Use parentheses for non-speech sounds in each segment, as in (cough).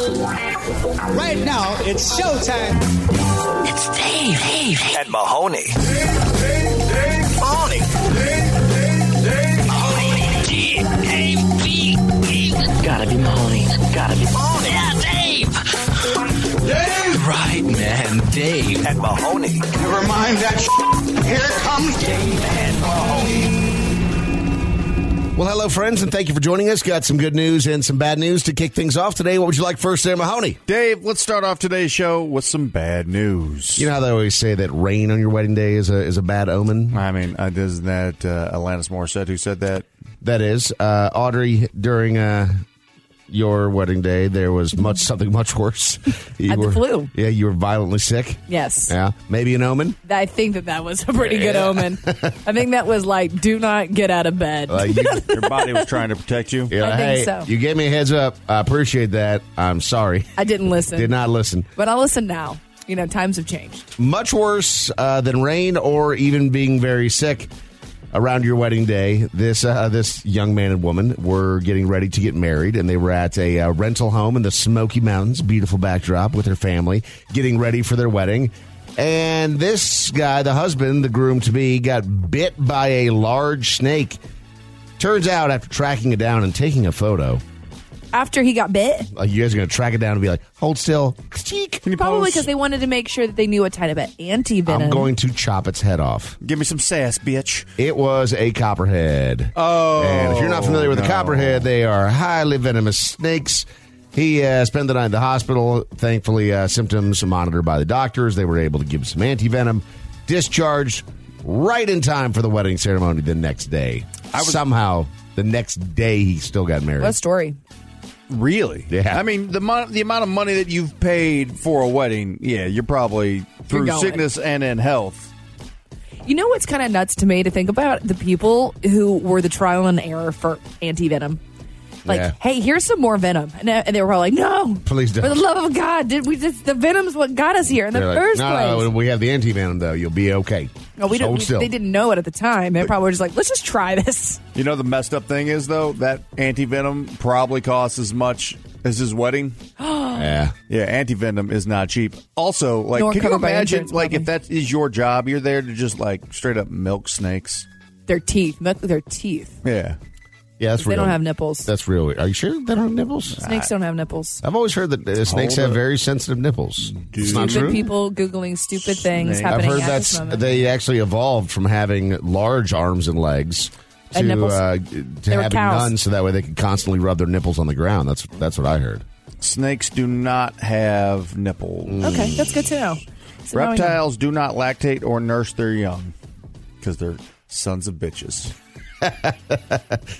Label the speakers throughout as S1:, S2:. S1: Right now, it's showtime.
S2: It's Dave, Dave,
S3: and Mahoney.
S2: Mahoney. Mahoney. D-A-V-E. Gotta be Mahoney. Gotta be Mahoney. Yeah, Dave.
S3: Dave.
S2: Right, man. Dave
S3: and Mahoney.
S4: Never mind that. Sh- Here comes Dave and Mahoney.
S5: Well, hello, friends, and thank you for joining us. Got some good news and some bad news to kick things off today. What would you like first, Sam Mahoney?
S6: Dave, let's start off today's show with some bad news.
S5: You know how they always say that rain on your wedding day is a is a bad omen.
S6: I mean, uh, isn't that uh, Alanis Morissette who said that?
S5: That is uh, Audrey during. Uh, your wedding day, there was much something much (laughs) worse.
S7: You were, flu.
S5: Yeah, you were violently sick.
S7: Yes.
S5: Yeah, maybe an omen.
S7: I think that that was a pretty yeah. good omen. I think that was like, do not get out of bed.
S5: (laughs)
S7: Uh,
S6: you, your body was trying to protect you.
S7: Yeah, I hey, think so.
S5: You gave me a heads up. I appreciate that. I'm (laughs) sorry.
S7: I didn't listen.
S5: Did not listen.
S7: But I'll listen now. You know, times have changed.
S5: Much worse uh, than rain or even being very sick around your wedding day, this uh, this young man and woman were getting ready to get married, and they were at a uh, rental home in the Smoky Mountains, beautiful backdrop with their family, getting ready for their wedding. And this guy, the husband, the groom to be, got bit by a large snake. Turns out, after tracking it down and taking a photo,
S7: after he got bit,
S5: uh, you guys are going to track it down and be like, "Hold still."
S7: Probably because they wanted to make sure that they knew what type of anti venom.
S5: I'm going to chop its head off.
S6: Give me some sass, bitch.
S5: It was a copperhead.
S6: Oh,
S5: and if you're not familiar with
S6: no.
S5: the copperhead, they are highly venomous snakes. He uh, spent the night in the hospital. Thankfully, uh, symptoms monitored by the doctors. They were able to give him some anti venom. Discharged right in time for the wedding ceremony the next day. I was, Somehow, the next day he still got married.
S7: What a story!
S6: Really?
S5: Yeah.
S6: I mean, the mo- the amount of money that you've paid for a wedding, yeah, you're probably through
S7: you're
S6: sickness and in health.
S7: You know what's kind of nuts to me to think about the people who were the trial and error for anti venom. Like,
S5: yeah.
S7: hey, here's some more venom, and, and they were all like, "No,
S5: please don't."
S7: For the love of God, did we just the venom's what got us here in
S5: They're
S7: the
S5: like,
S7: first
S5: no,
S7: place?
S5: No, we have the anti venom though. You'll be okay.
S7: No, we
S5: Just hold
S7: didn't.
S5: still.
S7: they didn't know it at the time. They probably were just like, "Let's just try this." (laughs)
S6: You know the messed up thing is though that anti venom probably costs as much as his wedding.
S5: yeah,
S6: yeah. Anti venom is not cheap. Also, like,
S7: Nor
S6: can you
S7: covered by
S6: imagine
S7: insurance,
S6: like
S7: probably.
S6: if that is your job, you're there to just like straight up milk snakes.
S7: Their teeth, not their teeth.
S6: Yeah.
S5: yeah. That's
S7: They
S5: real.
S7: don't have nipples.
S5: That's real. Are you sure they don't have nipples?
S7: Snakes don't have nipples.
S5: I've always heard that uh, snakes have
S6: up.
S5: very sensitive nipples. It's not
S7: Stupid
S5: true.
S7: people googling stupid things
S6: Snake.
S5: I've
S7: happening
S5: heard
S7: at this
S5: that's
S7: moment.
S5: they actually evolved from having large arms and legs to
S7: And nipples.
S5: uh, to
S7: They were
S5: having
S7: cows.
S5: none, so that way they could constantly rub their nipples on the ground. That's that's what I heard.
S6: Snakes do not have nipples.
S7: okay, that's good to know. So now we know.
S6: Reptiles do not lactate or nurse their young because they're sons of bitches.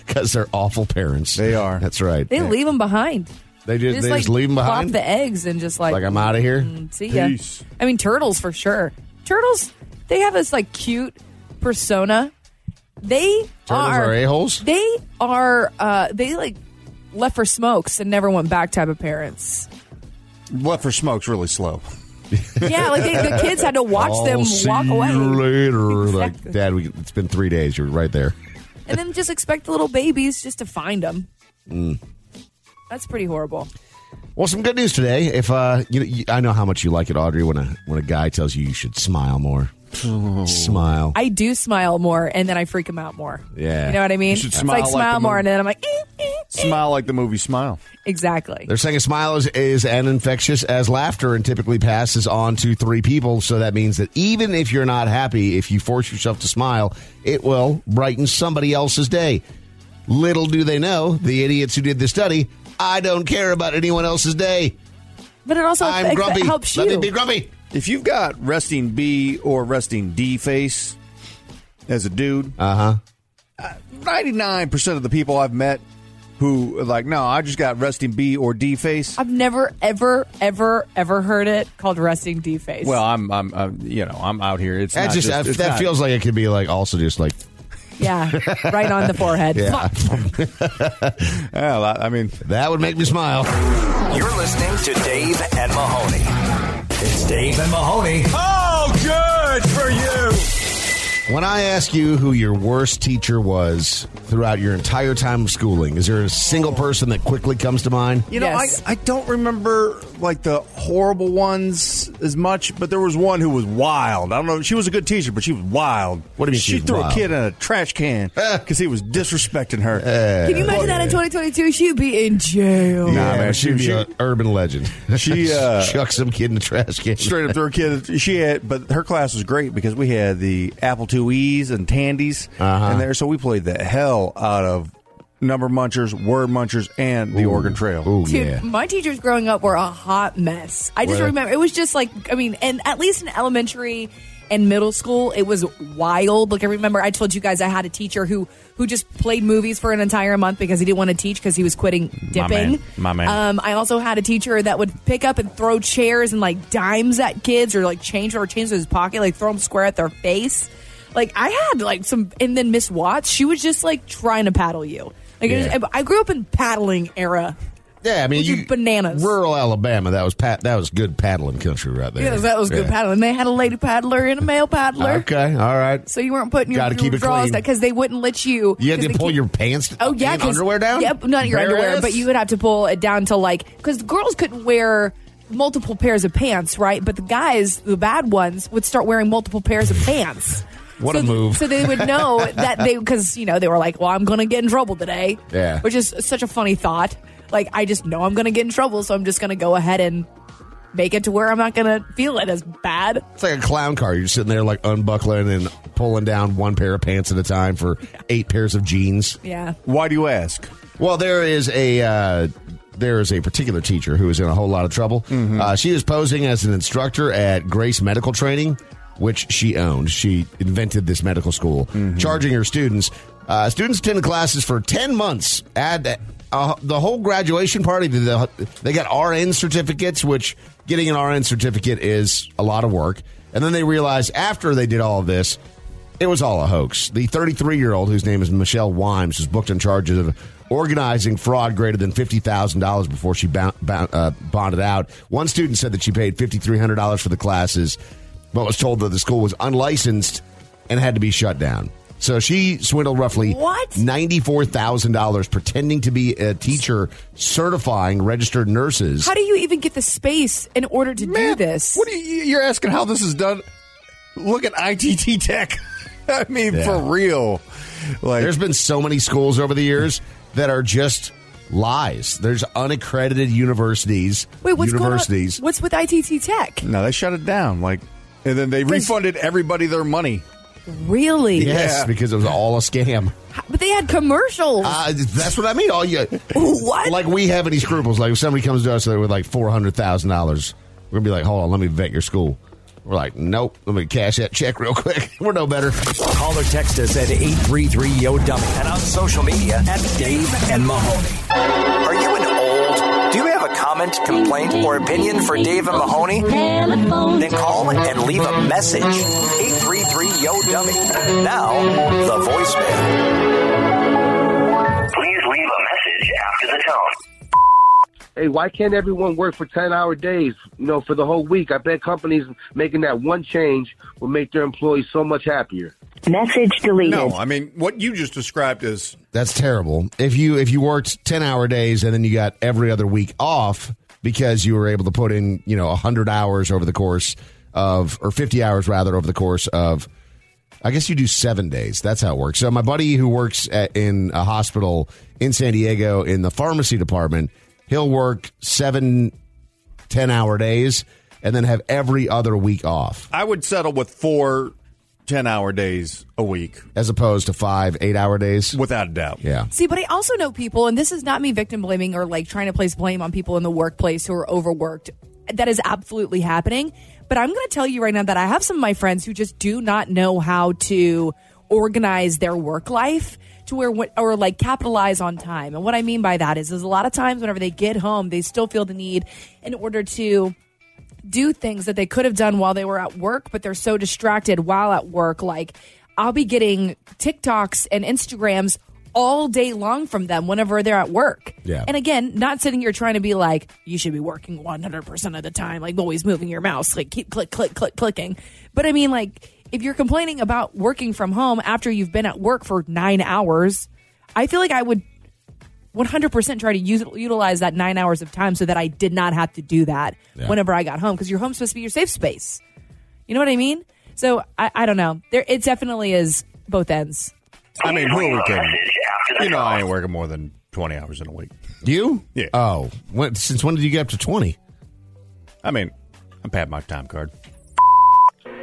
S5: Because they're awful parents.
S6: They are.
S5: That's right.
S7: They leave them behind.
S5: They just, they just leave them
S7: plop
S5: behind.
S7: the eggs and just like
S5: Like, I'm outta here?
S7: mm, See ya.
S6: Peace.
S7: I mean, turtles for sure. Turtles, they have this like cute persona. They
S5: Turtles are a holes.
S7: They are. uh They like left for smokes and never went back type of parents.
S6: Left for smoke's really slow.
S7: Yeah, like they, the kids had to watch them walk away. (laughs)
S5: You later,
S7: Exactly.
S5: like Dad. We, it's been three days. You're right there.
S7: and then just expect the little babies just to find them.
S5: Mm.
S7: That's pretty horrible.
S5: Well, some good news today. If uh, you, you, I know how much you like it, Audrey, when a when a guy tells you you should smile more.
S6: Oh.
S5: Smile.
S7: I do smile more, and then I freak him out more.
S5: Yeah.
S7: you know what I mean.
S6: should
S7: It's
S6: smile
S7: like,
S6: like
S7: smile
S6: the
S7: more,
S6: moon.
S7: and then I'm like, eh, eh, eh.
S6: Smile like the movie Smile.
S7: exactly.
S5: They're saying a smile is, is as infectious as laughter and typically passes on to three people. So that means that even if you're not happy, if you force yourself to smile, it will brighten somebody else's day. Little do they know, the idiots who did the study, I don't care about anyone else's day.
S7: But it also
S5: I'm
S7: affects-
S5: grumpy.
S7: it helps
S5: Let me
S7: you.
S5: be grumpy.
S6: If you've got resting B or resting D face as a dude,
S5: Uh huh.
S6: 99% of the people I've met who are like, no, I just got resting B or D face.
S7: I've never, ever, ever, ever heard it called resting D face.
S6: Well, I'm, I'm, I'm, you know, I'm out here. It's
S5: That
S6: not
S5: just,
S6: just-
S5: that,
S6: it's
S5: that
S6: not-
S5: feels like it could be like also just like (laughs)
S7: yeah, right on the forehead.
S5: Yeah.
S7: Fuck.
S6: Yeah, I I mean,
S5: that would make me smile.
S3: You're listening to Dave and Mahoney. It's Dave and Mahoney. Oh, good for you.
S5: When I ask you who your worst teacher was, throughout your entire time of schooling? Is there a single person that quickly comes to mind?
S6: You know,
S7: Yes.
S6: I, I don't remember like the horrible ones as much, but there was one who was wild. I don't know. She was a good teacher, but she was wild.
S5: What do you mean
S6: She
S5: she was
S6: threw
S5: wild?
S6: a kid in a trash can (laughs) because he was disrespecting her.
S7: Can you imagine that in 2022? She'd be in jail.
S5: Nah, man,
S6: she-
S5: she'd be
S6: she-
S5: an urban legend. (laughs)
S6: She, uh,
S5: chuck some kid in the trash can.
S6: straight
S5: (laughs)
S6: up through a kid. She had, but her class was great because we had the Apple IIe's and Tandies in there, so we played the hell out of number munchers, word munchers, and the Oregon Trail.
S5: Ooh,
S7: Dude,
S5: yeah.
S7: my teachers growing up were a hot mess. I just
S5: Were they?
S7: remember it was just like I mean, and at least in elementary and middle school, it was wild. Like I remember, I told you guys I had a teacher who who just played movies for an entire month because he didn't want to teach because he was quitting dipping.
S6: man. My man.
S7: Um, I also had a teacher that would pick up and throw chairs and like dimes at kids or like change or change in his pocket, like throw them square at their face. Like I had like some, and then Miss Watts, she was just like trying to paddle you. Like it
S5: Yeah.
S7: was, I grew up in paddling era.
S5: Yeah, I mean,
S7: Would you bananas?
S5: Rural Alabama. That was pat. That was good paddling country right there.
S7: Yeah, that was good
S5: Yeah.
S7: paddling. They had a lady paddler and a male paddler.
S5: Okay, all right.
S7: So you weren't putting your,
S5: Gotta
S7: your
S5: keep it
S7: drawers
S5: clean.
S7: because they wouldn't let you.
S5: You had
S7: 'cause
S5: to
S7: they
S5: pull
S7: keep-
S5: your pants.
S7: Oh yeah,
S5: and
S7: 'cause-
S5: underwear down.
S7: Yep, not your
S5: Bare
S7: underwear,
S5: ass?
S7: but you would have to pull it down to like because girls couldn't wear multiple pairs of pants, right? But the guys, the bad ones, would start wearing multiple pairs of pants.
S5: (laughs) What
S7: so
S5: a move.
S7: So they
S5: (laughs)
S7: would know that they because you know they were like, well, I'm gonna get in trouble today.
S5: Yeah.
S7: which is such a funny thought. Like I just know I'm gonna get in trouble, so I'm just gonna go ahead and make it to where I'm not gonna feel it as bad.
S5: It's like a clown car. You're sitting there like unbuckling and pulling down one pair of pants at a
S7: (laughs)
S5: time for eight pairs of jeans.
S7: Yeah.
S6: Why do you ask?
S5: Well, there is a uh, there is a particular teacher who is in a whole lot of trouble. Uh, she is posing as an instructor at Grace Medical Training, which she owned. She invented this medical school, charging her students. Uh, students attended classes for ten months. Add uh, the whole graduation party. To the, they got RN certificates, which getting an RN certificate is a lot of work. And then they realized after they did all of this, it was all a hoax. The 33 year old, whose name is Michelle Wimes, was booked on charges of organizing fraud greater than $50,000 before she bound, bound, uh, bonded out. One student said that she paid $5,300 for the classes, but was told that the school was unlicensed and had to be shut down. So she swindled roughly
S7: What?
S5: $94,000 pretending to be a teacher certifying registered nurses.
S7: How do you even get the space in order to do this?
S6: What are you, you're asking how this is done? Look at ITT Tech. (laughs) I mean,
S5: Yeah.
S6: for real. Like,
S5: There's been so many schools over the years that are just lies. There's unaccredited universities.
S7: Wait, what's
S5: universities.
S7: going on? What's with ITT Tech?
S6: no, they shut it down. Like, and then they refunded everybody their money.
S7: Really?
S5: Yes,
S6: Yeah.
S5: because it was all a scam.
S7: How- But they had commercials.
S5: Uh, that's what I mean. All you,
S7: What?
S5: Like we have any scruples? Like if somebody comes to us with like four hundred thousand dollars, we're gonna be like, hold on, let me vet your school. We're like, nope, let me cash that check real quick. (laughs) We're no better.
S3: Call or text us at 833-YO-DUMMY. And on social media at Dave and Mahoney. Are you an old? Do you have a comment, complaint, or opinion for Dave and Mahoney? Then call and leave a message. 833-YO-DUMMY. Now, the voicemail.
S2: Please leave a message after the tone.
S8: hey, why can't everyone work for 10 hour days, you know, for the whole week? I bet companies making that one change will make their employees so much happier.
S9: Message deleted.
S6: No, I mean, what you just described is
S5: That's terrible. If you if you worked ten hour days and then you got every other week off because you were able to put in you know hundred hours over the course of or fifty hours rather over the course of, I guess you do seven days. That's how it works. So my buddy who works at, in a hospital in San Diego in the pharmacy department, he'll work seven 10 hour days and then have every other week off
S6: I would settle with four 10 hour days a week
S5: as opposed to five eight hour days.
S6: without a doubt.
S5: Yeah.
S7: See, but I also know people, and this is not me victim blaming or like trying to place blame on people in the workplace who are overworked. That is absolutely happening. But I'm going to tell you right now that I have some of my friends who just do not know how to organize their work life to where what- or like capitalize on time. And what I mean by that is, is a lot of times whenever they get home, they still feel the need in order to do things that they could have done while they were at work, but they're so distracted while at work. Like, I'll be getting TikToks and Instagrams all day long from them whenever they're at work.
S5: Yeah.
S7: And again, not sitting here trying to be like, you should be working 100% of the time, like always moving your mouse, like keep click, click, click, clicking. But I mean, like, if you're complaining about working from home after you've been at work for nine hours, I feel like I would 100% try to use utilize that nine hours of time so that I did not have to do that
S5: Yeah.
S7: whenever I got home because your home's supposed to be your safe space. You know what I mean? So I, I don't know. There, it definitely is both ends.
S6: I mean, who are we kidding? You know, I ain't working more than 20 hours in a week.
S5: You?
S6: Yeah.
S5: Oh, when, since when did you get up to 20?
S6: I mean, I'm pat my time card.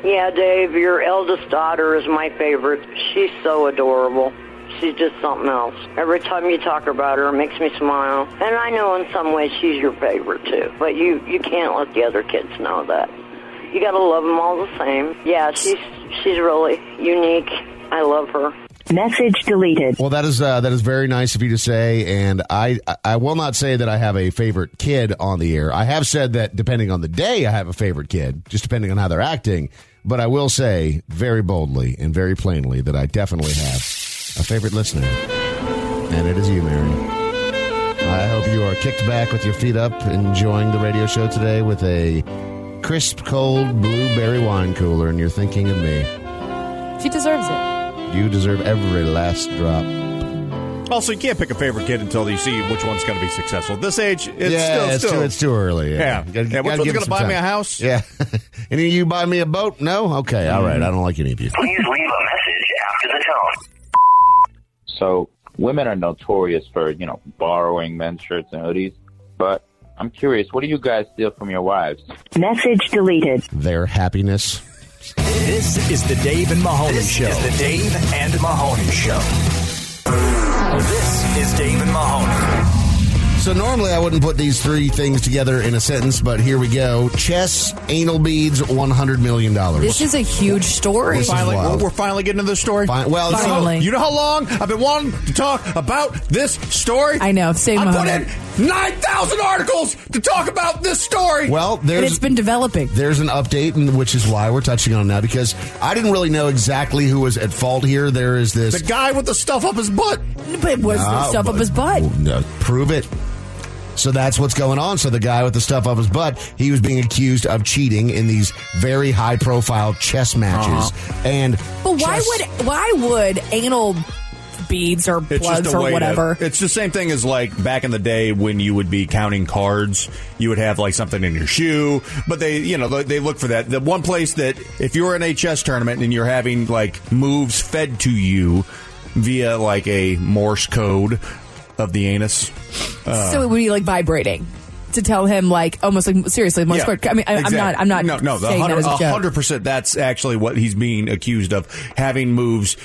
S9: Yeah, Dave, your eldest daughter is my favorite. She's so adorable. She's just something else. Every time you talk about her, it makes me smile. And I know in some ways she's your favorite too, but you you can't let the other kids know that. You gotta love them all the same. Yeah, she's she's really unique. I love her.
S10: Message deleted.
S5: Well, that is uh, that is very nice of you to say, and I I- I will not say that I have a favorite kid on the air. I have said that depending on the day, I have a favorite kid, just depending on how they're acting. But I will say very boldly and very plainly that I definitely have a favorite listener, and it is you, Mary. I hope you are kicked back with your feet up, enjoying the radio show today with a crisp, cold blueberry wine cooler, and you're thinking of me.
S7: She deserves it.
S5: You deserve every last drop.
S6: Also, you can't pick a favorite kid until you see which one's going to be successful. At this age, it's
S5: yeah,
S6: still,
S5: it's,
S6: still
S5: Too, it's too early.
S6: Yeah.
S5: Yeah, You gotta-
S6: Yeah,
S5: you
S6: which
S5: gotta
S6: one's
S5: give it
S6: gonna
S5: some
S6: buy me
S5: time.
S6: a house?
S5: Yeah. (laughs) any of you buy me a boat? No. Okay. All
S6: Mm-hmm.
S5: right. I don't like any of you.
S2: Please leave a message after the tone.
S11: So women are notorious for, you know, borrowing men's shirts and hoodies. But I'm curious, what do you guys steal from your wives?
S10: Message deleted.
S5: Their happiness.
S3: This is the Dave and Mahoney Show. This is the Dave and Mahoney Show. This is Dave and Mahoney.
S5: So normally I wouldn't put these three things together in a sentence, but here we go: chess, anal beads, one hundred million dollars.
S7: This is a huge story.
S5: This is Finally- wild.
S6: We're finally getting to the story.
S5: Fine. Well, it's-
S7: Finally.
S6: You know how long I've been wanting to talk about this story?
S7: I know. Same
S6: I put
S7: Mahoney.
S6: in 9,000 articles to talk about this story.
S5: well,
S7: And
S5: there's
S7: it's been developing.
S5: there's an update, and which is why we're touching on it now because I didn't really know exactly who was at fault here. There is this
S6: the guy with the stuff up his butt.
S7: But was the
S5: Ah,
S7: stuff up
S5: but-
S7: his butt?
S5: No, prove it. So that's what's going on. So the guy with the stuff up his butt, he was being accused of cheating in these very high profile chess matches.
S6: Uh-huh.
S5: And
S7: But why
S5: chess-
S7: would why would anal beads or
S6: It's
S7: plugs
S6: just a
S7: or
S6: way to-
S7: whatever?
S6: it's the same thing as like back in the day when you would be counting cards. You would have like something in your shoe, but they, you know, they- they look for that. The one place that if you're in a chess tournament and you're having like moves fed to you via like a Morse code of the anus,
S7: so it would be like vibrating to tell him like almost like seriously Morse
S6: Yeah,
S7: code. I mean, I,
S6: exactly.
S7: I'm not. I'm not.
S6: No, no, the
S7: saying that as a joke.
S6: hundred percent. That's actually what he's being accused of having moves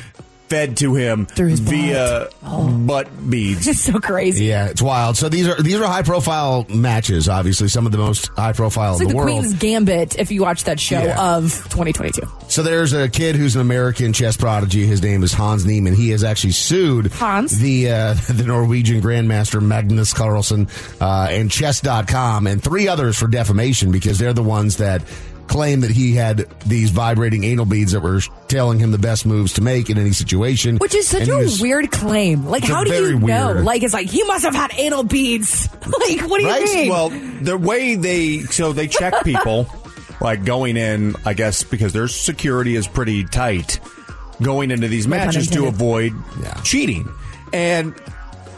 S6: fed to him
S7: Through his Oh.
S6: via butt beads.
S7: It's so crazy.
S5: Yeah, it's wild. So these are these are high profile matches, obviously, some of the most high profile
S7: It's
S5: in
S7: like
S5: the,
S7: the,
S5: world.
S7: Queen's Gambit. If you watch that show
S5: Yeah.
S7: of 2022,
S5: So there's a kid who's an American chess prodigy. His name is Hans Niemann. He has actually sued
S7: Hans?
S5: the uh, (laughs) the Norwegian grandmaster Magnus Carlsen uh, and chess.com and three others for defamation because they're the ones that claim that he had these vibrating anal beads that were telling him the best moves to make in any situation.
S7: which is such
S5: And he
S7: a
S5: was-
S7: weird claim. Like,
S5: It's a
S7: how do
S5: very
S7: you know?
S5: weird-
S7: Like, it's like he must have had anal beads. (laughs) like, what do you
S5: Right?
S7: mean?
S6: Well, the way they so they check people (laughs) like going in, I guess because their security is pretty tight going into these
S7: pun
S6: matches to
S7: intended.
S6: avoid cheating. And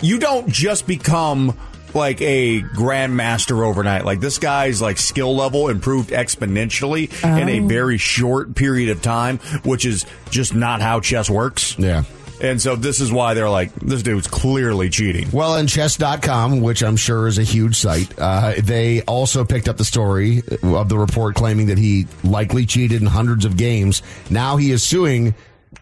S6: you don't just become like a grandmaster overnight. Like this guy's like skill level improved exponentially in a very short period of time, which is just not how chess works.
S5: Yeah.
S6: And so this is why they're like this dude's clearly cheating.
S5: Well, and chess.com, which I'm sure is a huge site, uh, they also picked up the story of the report claiming that he likely cheated in hundreds of games. Now he is suing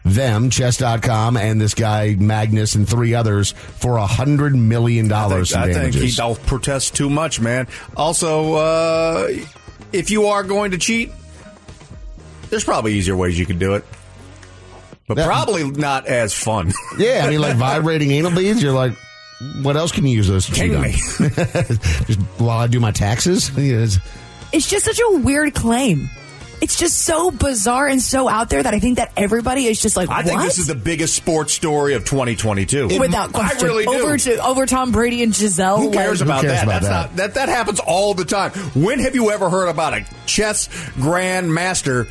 S5: them, chess.com, and this guy, Magnus, and three others for a $100 million
S6: I
S5: in
S6: think, I think
S5: damages.
S6: he don't protest too much, man. Also, uh, if you are going to cheat, there's probably easier ways you could do it, but
S5: That-
S6: probably not as fun.
S5: yeah, I mean, like vibrating anal beads, you're like, what else can you use those to cheat
S6: Kidding
S5: on?
S6: me.
S5: (laughs) Just while I do my taxes? (laughs) Yes.
S7: It's just such a weird claim. It's just so bizarre and so out there that I think that everybody is just like,
S6: I think
S7: what?
S6: this is the biggest sports story of 2022.
S7: without question.
S6: I really do.
S7: over to over Tom Brady and Giselle.
S6: who cares
S7: like,
S6: about
S5: cares
S6: that?
S5: about
S6: That's
S5: that?
S6: not that that happens all the time. When have you ever heard about a chess grandmaster,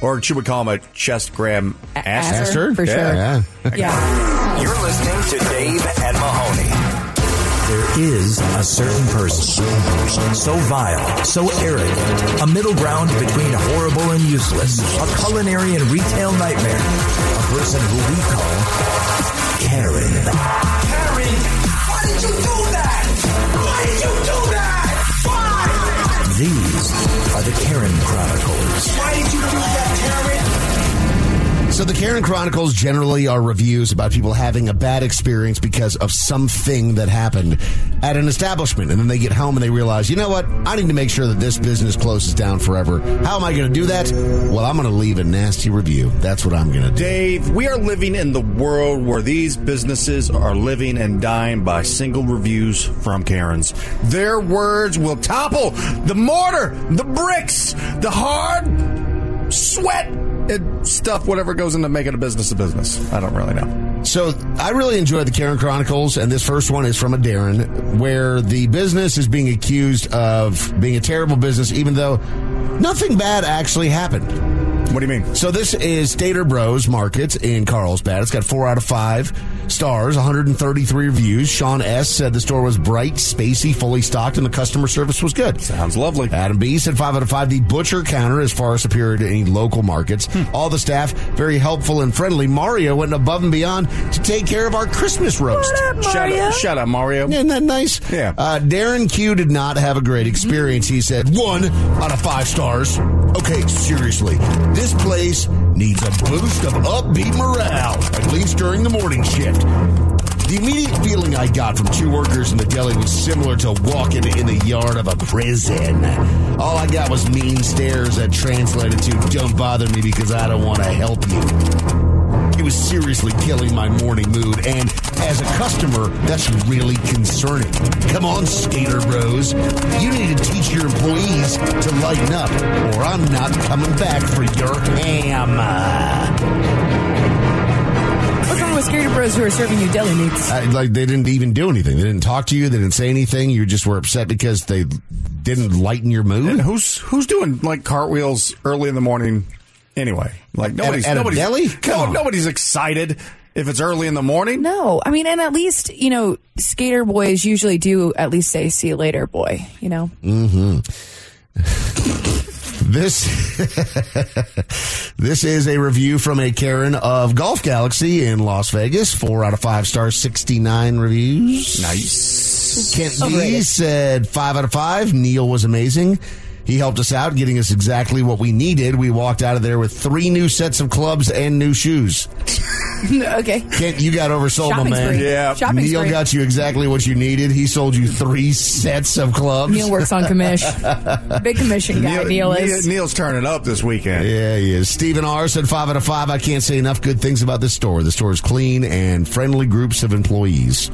S6: or should we call him a chess grandmaster?
S7: Asser, for sure.
S5: Yeah.
S6: (laughs)
S7: Yeah.
S3: You're listening to Dave and Mahoney.
S12: There is a certain person, so vile, so arrogant, a middle ground between horrible and useless, a culinary and retail nightmare, a person who we call Karen.
S13: Karen, why did you do that? Why did you do that? Why?
S12: These are the Karen Chronicles.
S13: Why did you do that, Karen?
S5: So the Karen Chronicles generally are reviews about people having a bad experience because of something that happened at an establishment, and then they get home and they realize, you know what? I need to make sure that this business closes down forever. How am I going to do that? Well, I'm going to leave a nasty review. That's what I'm going to do.
S6: Dave, we are living in the world where these businesses are living and dying by single reviews from Karens. Their words will topple the mortar, the bricks, the hard sweat it, stuff, whatever goes into making a business a business. I don't really know.
S5: So I really enjoy the Karen Chronicles, and this first one is from a Darren, where the business is being accused of being a terrible business, even though nothing bad actually happened.
S6: What do you mean?
S5: So this is Stater Bros Market in Carlsbad. It's got four out of five stars, 133 reviews. Sean S said the store was bright, spacey, fully stocked, and the customer service was good.
S6: Sounds lovely.
S5: Adam B said five out of five. The butcher counter is far superior to any local markets. Hmm. All the staff very helpful and friendly. Mario went above and beyond to take care of our Christmas roast.
S7: What up,
S6: Shout
S7: Mario?
S6: out, shout out, Mario.
S5: Isn't that nice?
S6: Yeah.
S5: Uh, Darren Q did not have a great experience. He said one out of five stars. Okay, seriously. This place needs a boost of upbeat morale, at least during the morning shift. The immediate feeling I got from two workers in the deli was similar to walking in the yard of a prison. All I got was mean stares that translated to, don't bother me because I don't want to help you. It was seriously killing my morning mood, and as a customer, that's really concerning. Come on, skater bros. You need to teach your employees to lighten up, or I'm not coming back for your ham.
S7: What's wrong with skater bros who are serving you deli meats?
S5: I, like they didn't even do anything. They didn't talk to you. They didn't say anything. You just were upset because they didn't lighten your mood.
S6: And who's who's doing like cartwheels early in the morning? Anyway, like nobody's
S5: at a
S6: nobody's
S5: deli? Come
S6: no,
S5: on.
S6: nobody's excited if it's early in the morning.
S7: No, I mean, and at least you know, skater boys usually do at least say "see you later, boy." You know,
S5: Mm-hmm. this (laughs) this is a review from a Karen of Golf Galaxy in Las Vegas. Four out of five stars, sixty nine reviews.
S6: Nice.
S5: Kent B said five out of five. Neil was amazing. He helped us out, getting us exactly what we needed. We walked out of there with three new sets of clubs and new shoes.
S7: (laughs) okay.
S5: Kent, you got oversold, my
S7: Shopping
S5: man.
S7: spree. Yeah. Shopping
S5: Neil
S7: spree.
S5: got you exactly what you needed. He sold you three sets of clubs.
S7: Neil works on commish. Big commission guy. Neil, is.
S6: Neil's turning up this weekend.
S5: Yeah, he is. Stephen R said five out of five. I can't say enough good things about this store. The store is clean and friendly groups of employees.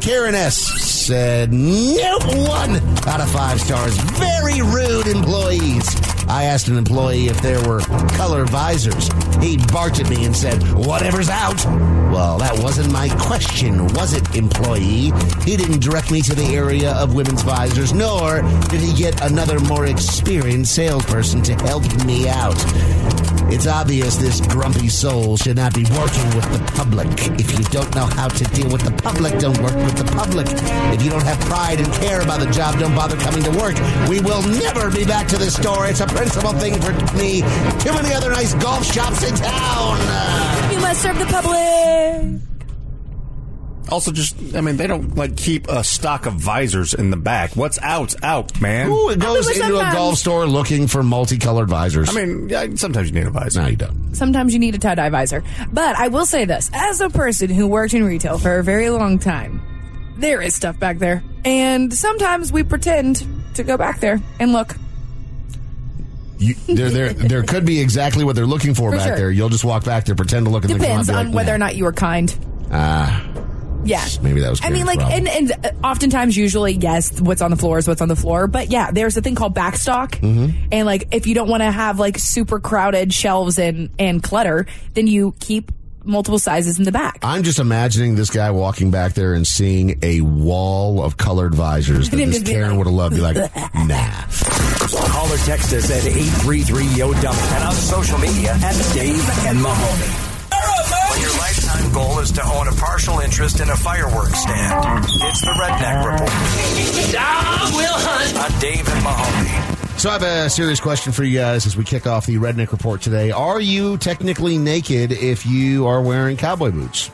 S5: Karen S said, nope, one out of five stars. Very rude employees. I asked an employee if there were color visors. He barked at me and said, whatever's out. Well, that wasn't my question, was it, employee? He didn't direct me to the area of women's visors, nor did he get another more experienced salesperson to help me out. It's obvious this grumpy soul should not be working with the public. If you don't know how to deal with the public, don't work with the public. If you don't have pride and care about the job, don't bother coming to work. We will never be back to this store. It's a principal thing for me. Too many other nice golf shops in town.
S7: You must serve the public.
S6: Also, just I mean, they don't like keep a stock of visors in the back. What's out's out, man.
S5: Who goes
S7: was
S5: into a
S7: sometimes-
S5: golf store looking for multicolored visors?
S6: I mean, yeah, sometimes you need a visor.
S5: no, you don't.
S7: Sometimes you need a tie dye visor. But I will say this as a person who worked in retail for a very long time, there is stuff back there. And sometimes we pretend to go back there and look.
S5: You, there, there, there could be exactly what they're looking for,
S7: For
S5: back
S7: sure.
S5: there. You'll just walk back there, pretend to look, and
S7: Depends
S5: then come out and
S7: on
S5: be like,
S7: whether or not you were kind.
S5: Ah,
S7: Yeah.
S5: maybe that was.
S7: I mean,
S5: Karen's
S7: like,
S5: problem.
S7: and, and uh, oftentimes, usually, yes, what's on the floor is what's on the floor. But yeah, there's a thing called backstock,
S6: Mm-hmm.
S7: and like, if you don't want to have like super crowded shelves and and clutter, then you keep multiple sizes in the
S6: Uh,
S7: back.
S5: I'm just imagining this guy walking back there and seeing a wall of colored visors that
S7: And
S5: this
S7: (laughs) just be
S5: Karen
S7: like-
S5: would have loved. Be like, nah.
S3: Call or text us at 833 yo dummy and on social media at Dave and Mahoney. When your lifetime
S12: goal is to own a partial interest in a fireworks stand. It's the Redneck Report.
S2: Dog will hunt.
S12: On Dave and Mahoney.
S5: So I have a serious question for you guys as we kick off the Redneck Report today. Are you technically naked if you are wearing cowboy boots?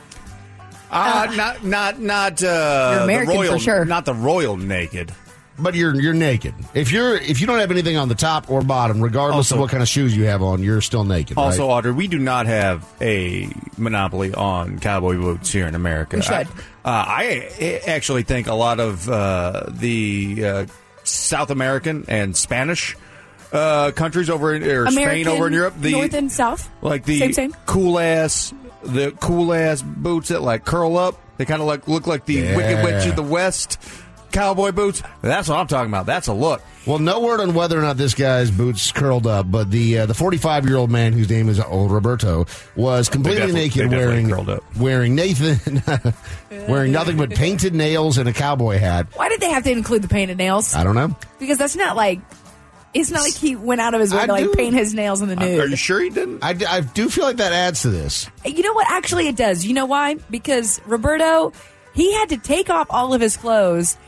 S6: Uh, not not not uh,
S7: You're American
S6: the royal,
S7: for sure.
S6: Not the royal naked.
S5: But you're you're naked. If you're if you don't have anything on the top or bottom, regardless of
S6: Also-
S5: what kind of shoes you have on, you're still naked. right?
S6: Also, Audrey, we do not have a monopoly on cowboy boots here in America.
S7: We should.
S6: I, uh, I a- actually think a lot of uh, the uh, South American and Spanish uh, countries over in or Spain
S7: American,
S6: over in Europe, the
S7: North and South.
S6: like the
S7: Same, same.
S6: cool ass the cool ass boots that like curl up. They kind of like look like the Wicked Witch
S5: Yeah.
S6: of the West cowboy boots. That's what I'm talking about. That's a look.
S5: Well, no word on whether or not this guy's boots curled up, but the uh, the 45 year old man whose name is old Roberto was completely
S6: defi-
S5: naked,
S6: they definitely
S5: wearing
S6: curled up.
S5: wearing Nathan, (laughs) wearing nothing but painted nails and a cowboy hat.
S7: Why did they have to include the painted nails?
S5: I don't know.
S7: Because that's not like it's not like he went out of his way
S5: I
S7: to like
S5: do-
S7: paint his nails in the nude.
S6: sure he didn't?
S5: I, d- I do feel like that adds to this.
S7: You know what? Actually, it does. You know why? Because Roberto, he had to take off all of his clothes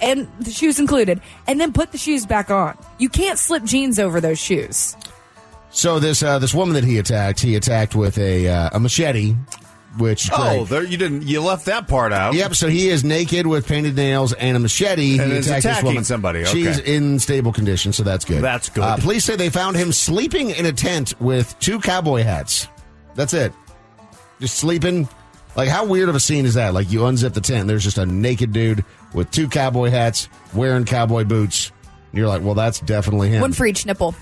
S7: and the shoes included, and then put the shoes back on. You can't slip jeans over those shoes.
S5: So this uh, this woman that he attacked, he attacked with a uh, a machete, which
S6: Oh,
S5: great.
S6: there you didn't. You left that part out.
S5: Yep, so he is naked with painted nails and a machete.
S6: And
S5: he
S6: is
S5: attacked this
S6: attacking
S5: woman.
S6: somebody, okay.
S5: She's in stable condition, so that's good.
S6: That's good.
S5: Uh, police say they found him sleeping in a tent with two cowboy hats. That's it. Just sleeping. Like, how weird of a scene is that? Like, you unzip the tent, and there's just a naked dude with two cowboy hats, wearing cowboy boots. And you're like, well, that's definitely him.
S7: One for each nipple.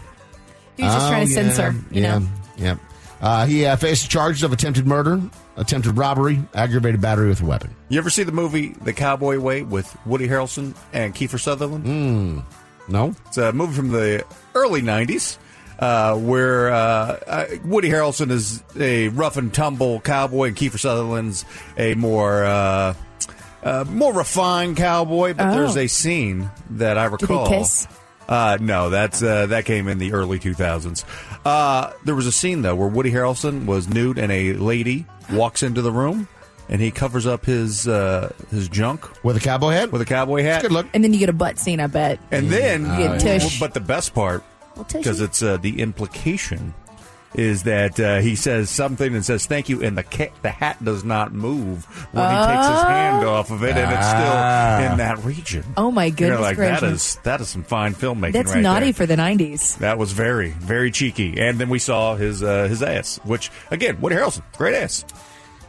S7: He was just
S5: Oh,
S7: trying to
S5: yeah,
S7: censor, you
S5: yeah,
S7: know.
S5: yeah. Uh, he uh, faces charges of attempted murder, attempted robbery, aggravated battery with a weapon.
S6: You ever see the movie The Cowboy Way with Woody Harrelson and Kiefer Sutherland?
S5: Mm, no.
S6: It's a uh, movie from the early 90s uh, where uh, uh, Woody Harrelson is a rough and tumble cowboy and Kiefer Sutherland's a more. Uh, uh, more refined cowboy, but
S7: Oh.
S6: there's a scene that I
S7: they
S6: recall.
S7: kiss?
S6: Uh, no, that's uh, that came in the early 2000s. Uh, there was a scene though where Woody Harrelson was nude and a lady walks into the room and he covers up his uh, his junk
S5: With a cowboy hat?
S6: with a cowboy hat.
S5: good look.
S7: And then you get a butt scene, I bet.
S6: And then,
S7: You get tush.
S6: but the best part,
S7: Well, tush.
S6: because it's uh, the implication, is that uh, he says something and says thank you, and the ca- the hat does not move when he takes his hand off of it, and it's
S5: Ah.
S6: still in that region.
S7: Oh my
S6: You're
S7: goodness
S6: like that
S7: gracious.
S6: is that is some fine filmmaking.
S7: That's
S6: right
S7: naughty
S6: there.
S7: for the 90s.
S6: That was very, very cheeky. And then we saw his uh, his ass, which again, Woody Harrelson, great ass.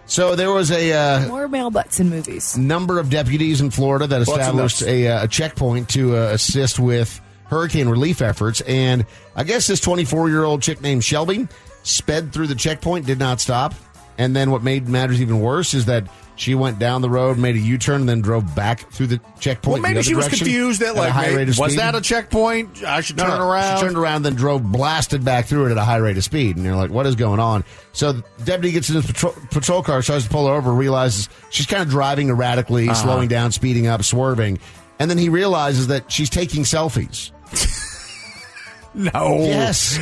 S5: So there was a uh,
S7: More male butts in movies.
S5: number of deputies in Florida that
S6: Lots and
S5: established
S6: lots.
S5: a, uh, a checkpoint to uh, assist with hurricane relief efforts. And I guess this 24 year old chick named Shelby sped through the checkpoint, did not stop. And then what made matters even worse is that she went down the road, made a U turn, and then drove back through the checkpoint.
S6: Well, maybe she was confused that
S5: at a
S6: like
S5: high
S6: may-
S5: rate of
S6: was
S5: speed.
S6: that a checkpoint? I should
S5: No,
S6: turn
S5: no,
S6: around.
S5: She turned around, then drove blasted back through it at a high rate of speed. And you're like, what is going on? So the deputy gets in his patrol, patrol car, tries to pull her over, realizes she's kind of driving erratically,
S6: Uh-huh.
S5: slowing down, speeding up, swerving. And then he realizes that she's taking selfies.
S6: No.
S5: Yes.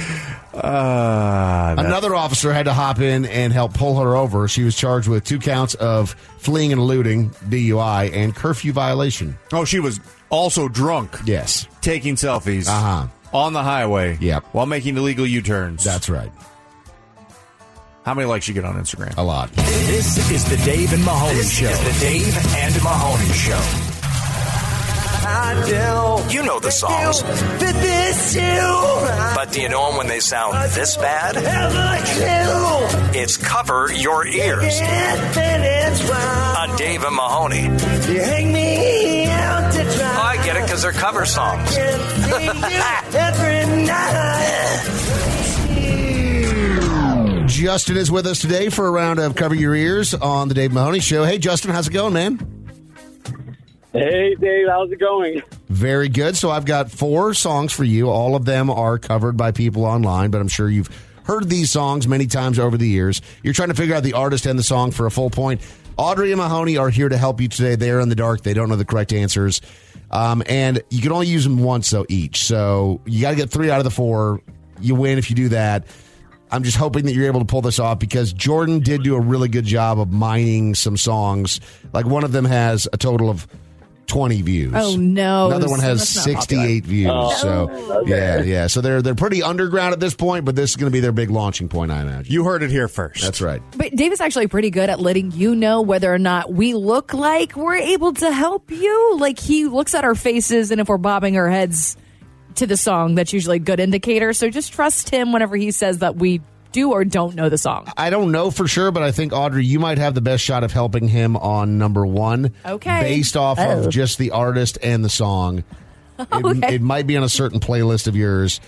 S6: Uh, that-
S5: Another officer had to hop in and help pull her over. She was charged with two counts of fleeing and eluding, DUI, and curfew violation.
S6: Oh, she was also drunk,
S5: Yes.
S6: taking selfies
S5: Uh-huh.
S6: on the highway.
S5: Yep.
S6: While making illegal U turns.
S5: That's right.
S6: How many likes you get on Instagram?
S5: A lot.
S12: This is the Dave and Mahoney Show. the Dave and Mahoney Show. You know the songs, but do you know them when they sound this bad? It's Cover Your Ears on Dave and Mahoney. Oh, I get it because they're cover songs.
S5: Justin is with us today for a round of Cover Your Ears on the Dave Mahoney Show. Hey, Justin, how's it going, man?
S14: Hey, Dave, how's it going?
S5: Very good. So I've got four songs for you. All of them are covered by people online, but I'm sure you've heard these songs many times over the years. You're trying to figure out the artist and the song for a full point. Audrey and Mahoney are here to help you today. They're in the dark. They don't know the correct answers. Um, and you can only use them once, though, each. So you got to get three out of the four. You win if you do that. I'm just hoping that you're able to pull this off because Jordan did do a really good job of mining some songs. Like one of them has a total of 20 views.
S7: Oh no!
S5: Another one has
S7: That's not
S5: 68 views.
S7: Oh.
S5: So yeah, yeah. So they're they're pretty underground at this point, but this is going to be their big launching point, I imagine.
S6: You heard it here first.
S5: That's right.
S7: But Dave is actually pretty good at letting you know whether or not we look like we're able to help you. Like he looks at our faces, and if we're bobbing our heads to the song, that's usually a good indicator. So just trust him whenever he says that we do or don't know the song.
S5: I don't know for sure, but I think Audrey, you might have the best shot of helping him on number one.
S7: Okay.
S5: Based off
S7: Oh.
S5: of just the artist and the
S7: (laughs)
S5: song. It, it might be on a certain playlist of yours.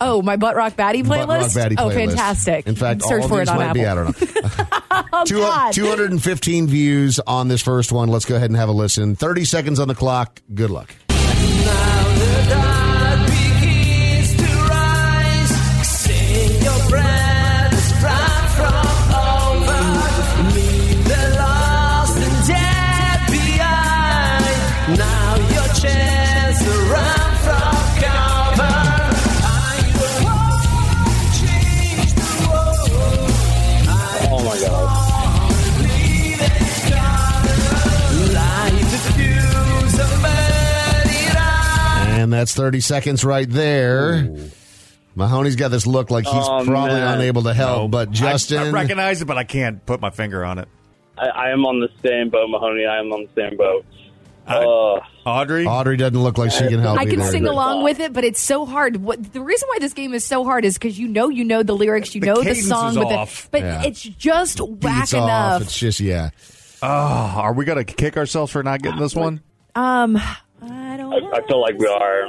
S7: Oh, my butt rock baddie
S5: Butt
S7: playlist.
S5: Rock Baddie
S7: Oh,
S5: playlist.
S7: fantastic!
S5: In fact,
S7: search
S5: all
S7: for
S5: of these
S7: it on
S5: might
S7: Apple.
S5: be. I don't know.
S7: (laughs)
S5: (laughs)
S7: Oh,
S5: Two-
S7: God.
S5: 215 views on this first one. Let's go ahead and have a listen. 30 seconds on the clock. Good luck.
S2: Now your chance to run from cover. I will change the world.
S14: Oh my god.
S5: And that's 30 seconds right there. Mahoney's got this look like he's
S14: Oh,
S5: probably
S14: man.
S5: unable to help,
S6: No.
S5: but
S6: I-
S5: Justin.
S6: I, recognize it, but I can't put my finger on it.
S14: I, I am on the same boat, Mahoney. I am on the same boat. Ugh.
S6: Audrey?
S5: Audrey doesn't look like she can help
S7: I can
S5: either.
S7: sing along with it, but it's so hard. What the reason why this game is so hard is because you know you know the lyrics, you
S5: The
S7: know the
S5: cadence
S7: song,
S5: is
S7: but, the-
S5: off.
S7: but
S5: Yeah.
S7: it's just whack
S5: Beats
S7: enough.
S5: off. It's just, yeah.
S6: Oh, are we going to kick ourselves for not getting this one?
S7: um.
S14: I, I feel like we are.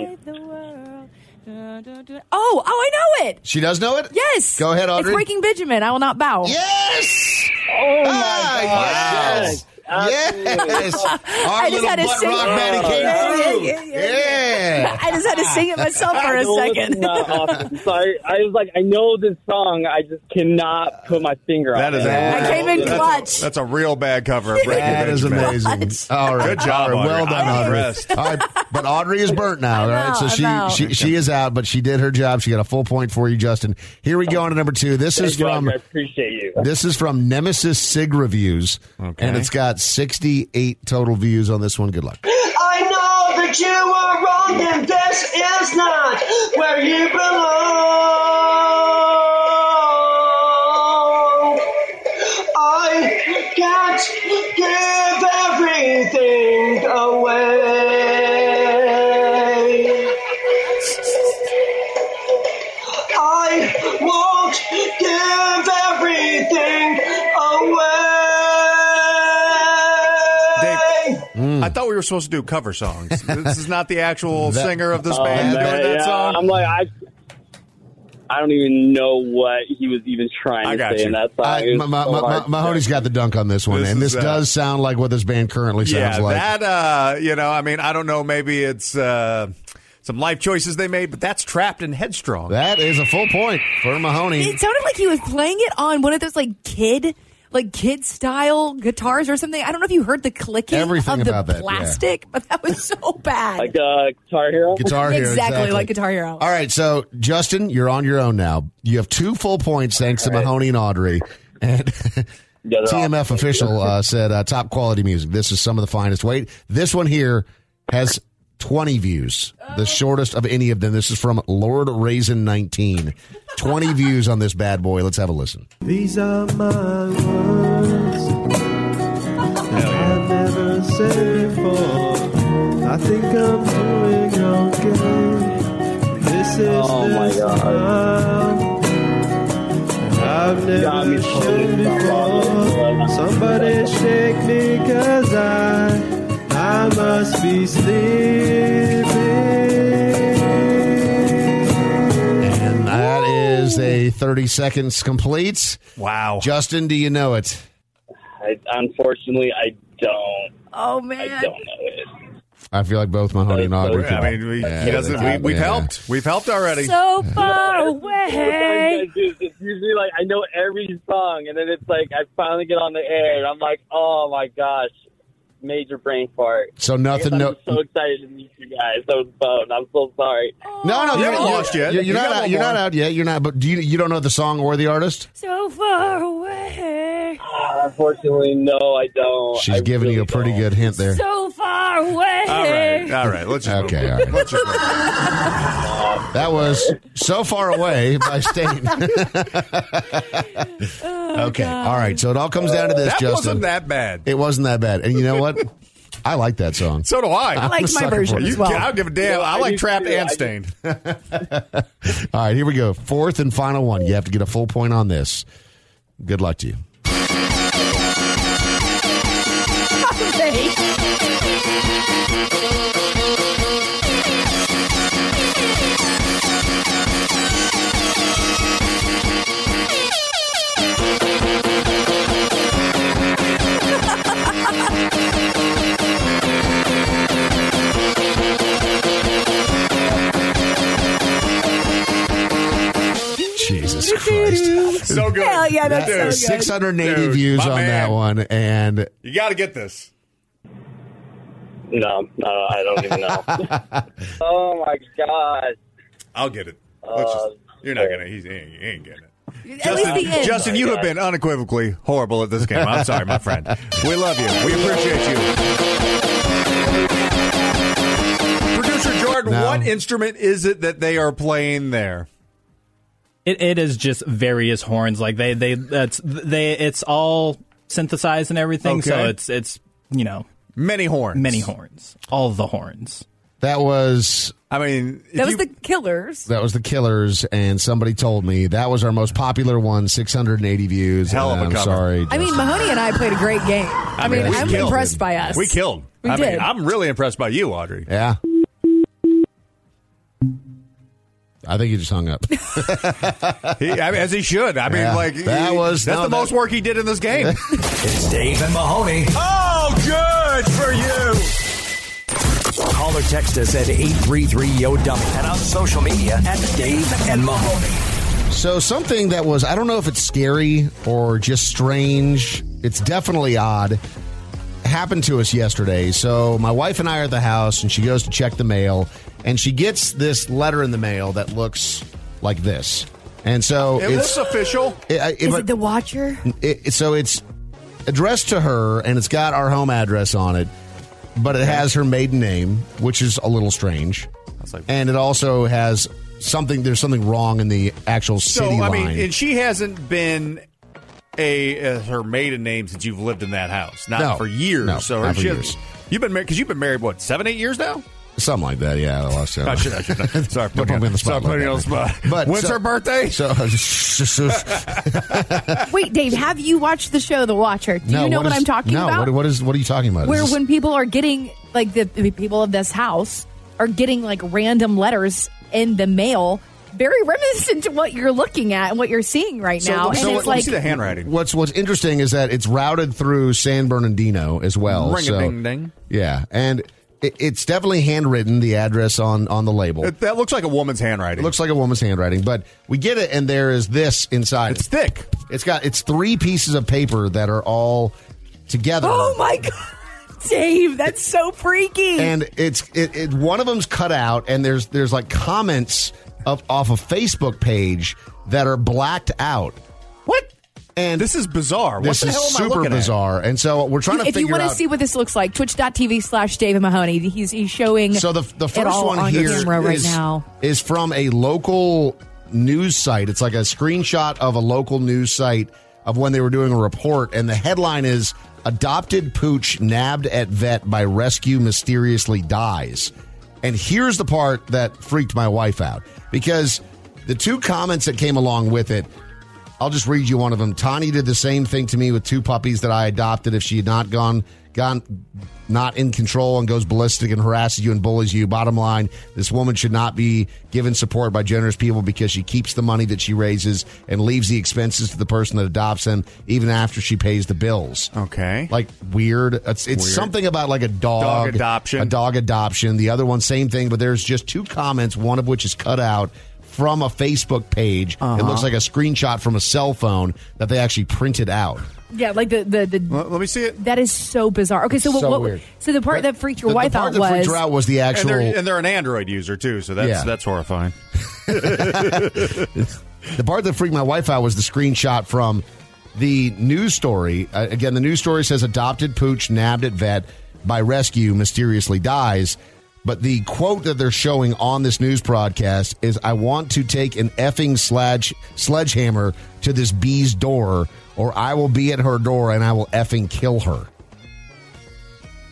S7: Oh, oh, I know it.
S5: She does know it?
S7: Yes.
S5: Go ahead,
S7: It's
S5: Audrey.
S7: Breaking Benjamin. I will not bow.
S5: Yes.
S14: Oh
S5: my
S2: God.
S5: Yes. Yes. Our
S7: I just
S5: little
S7: had to
S5: butt
S7: sing
S5: rock
S7: it.
S5: baddie
S7: Yeah,
S5: came
S7: yeah,
S5: through.
S7: yeah, yeah.
S5: Yeah.
S7: I just had to sing it
S14: (laughs)
S7: myself for a second.
S14: Listen, uh, Austin, so I, I was like, I know this song. I just cannot put my finger
S6: That
S14: on
S6: is
S14: it.
S6: a-
S7: I came in
S6: that's a-
S7: clutch.
S6: That's a real bad cover.
S5: (laughs)
S6: Of Breaking
S5: That is
S6: Benjamin.
S5: amazing. All right.
S6: Good job,
S5: All right. Well
S6: Audrey.
S5: done,
S6: I'm
S5: Audrey.
S6: impressed.
S5: All right. But Audrey is burnt now, all right?
S7: out,
S5: so she,
S7: I'm out.
S5: she she is out, but she did her job. She got a full point for you, Justin. Here we go on to number two. This
S14: Thank
S5: is
S14: you,
S5: from
S14: Audrey. I appreciate you.
S5: this is from Nemesis Sig Reviews. And it's got sixty eight total views on this one. Good luck.
S2: I know that you are wrong and this is not where you belong. I can't give everything away. I won't give everything away.
S6: Dave, I thought we were supposed to do cover
S5: (laughs)
S6: songs. this is not the actual
S5: That-
S6: singer of this
S14: Oh,
S6: band
S14: man,
S6: doing that
S14: yeah,
S6: song.
S14: I'm like, I, I don't even know what he was even trying
S6: I
S14: to
S6: got
S14: say
S6: you.
S14: in that song.
S5: I,
S14: It
S5: Ma-
S14: was
S5: Ma-
S14: so
S5: Ma-
S14: hard
S5: Ma-
S14: to
S5: Mahoney's got the dunk on this one,
S6: This
S5: and
S6: is,
S5: this
S6: uh,
S5: does sound like what this band currently sounds
S6: yeah,
S5: like.
S6: that, uh, you know, I mean, I don't know. Maybe it's uh, some life choices they made, but that's trapped and headstrong.
S5: that is a full point for Mahoney.
S7: It sounded like he was playing it on one of those like kid, like kid style guitars or something. I don't know if you heard the clicking
S5: Everything
S7: of the
S5: about that, yeah.
S7: plastic, but that was
S14: (laughs)
S7: so bad.
S14: Like uh, Guitar Hero?
S5: Guitar Hero,
S7: exactly, like Guitar Hero.
S5: All right, so Justin, you're on your own now. You have two full points thanks to Mahoney and Audrey. And
S14: (laughs) Yeah, they're
S5: TMF official uh, said uh, top quality music. This is some of the finest. Wait, this one here has 20 views,
S14: Oh.
S5: the shortest of any of them. This is from Lord Raisin 19.
S14: (laughs)
S5: 20 views on this bad boy. Let's have a listen.
S2: These are my words that I've never said before. I think I'm doing okay. This is
S14: Oh my
S2: the
S14: God.
S2: smile that I've
S14: I
S2: never
S14: mean,
S2: shown
S14: totally
S2: before. Somebody shake me, cause I, I must be sleeping.
S5: And that is a 30 seconds complete.
S6: Wow.
S5: Justin, do you know it?
S14: I, unfortunately, I don't.
S7: Oh
S14: I
S7: man,
S14: don't know it.
S5: I feel like both Mahoney and Audrey.
S6: I
S5: could-
S6: mean, we,
S5: Yeah,
S6: he doesn't,
S5: they
S6: we,
S5: could,
S6: we've
S5: yeah.
S6: helped. We've helped already.
S7: so far
S14: (laughs) Sometimes
S7: away.
S14: I do- It's usually like I know every song, and then it's like I finally get on the air, and I'm like, oh my gosh, major brain fart.
S5: So nothing.
S14: I'm
S5: No.
S14: so excited to meet you guys on the phone. I'm so sorry.
S5: No,
S7: Oh,
S6: You
S5: no, you're,
S6: haven't
S5: you're-
S6: lost yet.
S5: You're,
S6: You
S5: you're not.
S6: got
S5: Out,
S6: one
S5: you're not
S6: more.
S5: out yet. You're not. But do you? You don't know the song or the artist?
S7: So far away.
S14: Unfortunately, no, I don't.
S5: She's giving you a pretty good hint there.
S7: So far away. (laughs)
S5: all right. Let's just okay. All right. (laughs) that was so far away by Stain. (laughs) okay. All right. So it all comes down to this,
S6: That
S5: Justin.
S6: wasn't that bad.
S5: It wasn't that bad. And you know what? I like that song.
S6: So do (laughs)
S5: (laughs)
S6: I. I liked
S5: a
S6: my
S5: sucker
S6: version
S5: for it.
S6: as You- well. I don't give a damn. I I like do Trapped too. and I do. Stained.
S5: all right, here we go. Fourth and final one. You have to get a full point on this. Good luck to you. Jesus Christ.
S6: (laughs) (laughs) So good.
S7: Hell yeah, that's so good.
S5: 680
S6: Dude,
S5: views
S6: my
S5: on
S6: man.
S5: that one. And
S6: You got to get this.
S14: No, no, I don't even
S6: (laughs)
S14: know. oh my god.
S6: I'll get it. Let's
S14: Uh,
S6: just, you're not gonna. He's, he ain't, he ain't getting it.
S7: At least the end.
S6: Justin, you have been unequivocally horrible at this game. I'm sorry, my friend. We love you. We appreciate you. Producer Jordan,
S15: No.
S6: what instrument is it that they are playing there?
S15: It, it is just various horns. Like they they that's they it's all synthesized and everything. So
S6: Okay.
S15: it's it's you know
S6: many horns,
S15: many horns, all the horns.
S5: that was.
S6: I mean,
S7: That was the killers.
S5: That was the Killers, and somebody told me that was our most popular one, 680 views.
S6: Hell of
S5: and
S6: a
S5: I'm
S6: cover.
S5: sorry.
S7: I mean, Mahoney and I played a great game. I mean,
S6: we
S7: I'm
S6: killed.
S7: impressed by us.
S6: We killed.
S7: We
S6: I
S7: did.
S6: mean, I'm really impressed by you, Audrey.
S5: Yeah. I think he just hung
S7: (laughs)
S5: up.
S6: He, I mean, as he should. I mean,
S5: Yeah.
S6: like
S5: That was-
S6: that's
S5: no,
S6: the
S5: that-
S6: most work he did in this
S5: (laughs)
S6: game.
S12: It's Dave and Mahoney.
S6: Oh, good for you.
S12: Call or text us at 833 Yo Dummy and on social media at Dave and Mahoney.
S5: So something that was I don't know if it's scary or just strange. It's definitely odd. Happened to us yesterday. So my wife and I are at the house and she goes to check the mail and she gets this letter in the mail that looks like this. And so
S6: It
S5: it's
S6: looks official.
S5: It- I-
S7: Is
S5: but-
S7: it the
S5: (laughs)
S7: Watcher?
S5: it, it- so it's addressed to her and it's got our home address on it but it has her maiden name which is a little strange and it also has something there's something wrong in the actual
S6: So
S5: city
S6: I
S5: line
S6: mean, and she hasn't been a uh, her maiden name since you've lived in that house, not
S5: No.
S6: for years.
S5: No,
S6: so
S5: not for
S6: she-
S5: years.
S6: You've been married because you've been married what seven, eight years now.
S5: something like that yeah (laughs) i lost it
S6: I should- I should- sorry,
S5: Don't put me on the spot
S6: Sorry, put
S5: like
S6: me on the
S5: that.
S6: spot.
S5: but
S6: When's
S5: so- (laughs)
S6: her birthday?
S5: so
S7: Wait, Dave, have you watched the show The Watcher? Do
S5: no,
S7: you know what,
S5: is-
S7: I'm talking
S5: no,
S7: about?
S5: what, what is what are you talking about Is
S7: Where
S5: this-
S7: when people are getting like the, the people of this house are getting like random letters in the mail, very reminiscent to what you're looking at and what you're seeing right now. and it's
S6: so let me
S7: like
S6: see the handwriting.
S5: What's what's interesting is that it's routed through San Bernardino as well.
S6: Ring
S5: so-
S6: a ding ding.
S5: Yeah, and it, it's definitely handwritten. The address on on the label. It
S6: That- That looks like a woman's handwriting.
S5: looks like a woman's handwriting, but we get it, and there is this inside.
S6: It's
S5: it.
S6: thick.
S5: It's got it's three pieces of paper that are all together.
S7: Oh my god, (laughs) Dave, that's so freaky.
S5: And it's it, it one of them's cut out, and there's there's like comments up off a Facebook page that are blacked out.
S6: What?
S5: And
S6: This is bizarre. What
S5: This
S6: the
S5: is
S6: hell am I
S5: super
S6: looking at?
S5: bizarre, and so we're trying to
S7: if you
S5: figure
S7: want to
S5: out.
S7: see what this looks like, twitch.tv slash Dave Mahoney. He's he's showing
S5: So the the
S7: it
S5: first
S7: all
S5: one
S7: on
S5: here
S7: camera right
S5: is-
S7: now.
S5: is from a local news site. It's like a screenshot of a local news site of when they were doing a report, and the headline is "Adopted Pooch Nabbed at Vet by Rescue Mysteriously Dies." And here's the part that freaked my wife out because the two comments that came along with it I'll just read you one of them. Tani did the same thing to me with two puppies that I adopted. If she had not gone, gone, not in control and goes ballistic and harasses you and bullies you. Bottom line, this woman should not be given support by generous people because she keeps the money that she raises and leaves the expenses to the person that adopts them, even after she pays the bills.
S6: Okay.
S5: Like weird. It's, it's
S6: Weird.
S5: something about like a dog,
S6: Dog adoption.
S5: a dog adoption. The other one, same thing. But there's just two comments, one of which is cut out. from a Facebook page. It
S6: Uh-huh.
S5: looks like a screenshot from a cell phone that they actually printed out.
S7: Yeah, like the the, the
S6: let, me see it.
S7: That is so bizarre. Okay, so,
S5: So
S7: what?
S5: weird.
S7: So the part that freaked your
S5: the
S7: wife
S5: part
S7: out
S5: that freaked
S7: was
S5: her out was the
S6: And
S5: actual.
S6: they're, and they're an Android user too, so that's
S5: Yeah.
S6: that's horrifying.
S5: the part that freaked my wife out was the screenshot from the news story. Uh, again, the news story says adopted pooch nabbed at vet by rescue mysteriously dies. But the quote that they're showing on this news broadcast is I want to take an effing sledge, sledgehammer to this bee's door, or I will be at her door and I will effing kill her.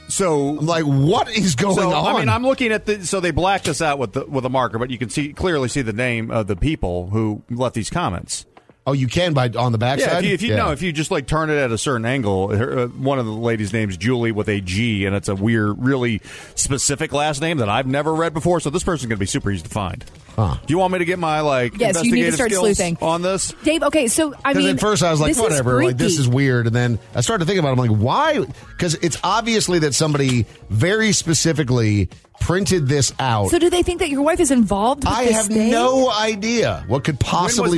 S6: So
S5: I'm like, what is going
S6: so,
S5: on?
S6: I mean, I'm looking at the. So they blacked us out with the, with a marker, but you can see clearly see the name of the people who left these comments.
S5: oh, you can by on the
S6: Yeah,
S5: backside?
S6: if you, if you know, if you just like turn it at a certain angle, her, uh, one of the ladies' names Julie with a G, and it's a weird, really specific last name that I've never read before. So this person's going to be super easy to find. Do you want me to get my like
S7: Yes, you need to
S6: investigative
S7: start
S6: skills
S7: sleuthing.
S6: on this?
S7: Dave. Okay, so I
S5: Because
S7: mean,
S5: at first I was like,
S7: this is
S5: whatever, like this
S7: freaky.
S5: is weird. And then I started to think about it. I'm like, why? Because it's obviously that somebody very specifically printed this out.
S7: So do they think that your wife is involved? With
S5: I
S7: this
S5: have
S7: thing?
S5: no idea what could possibly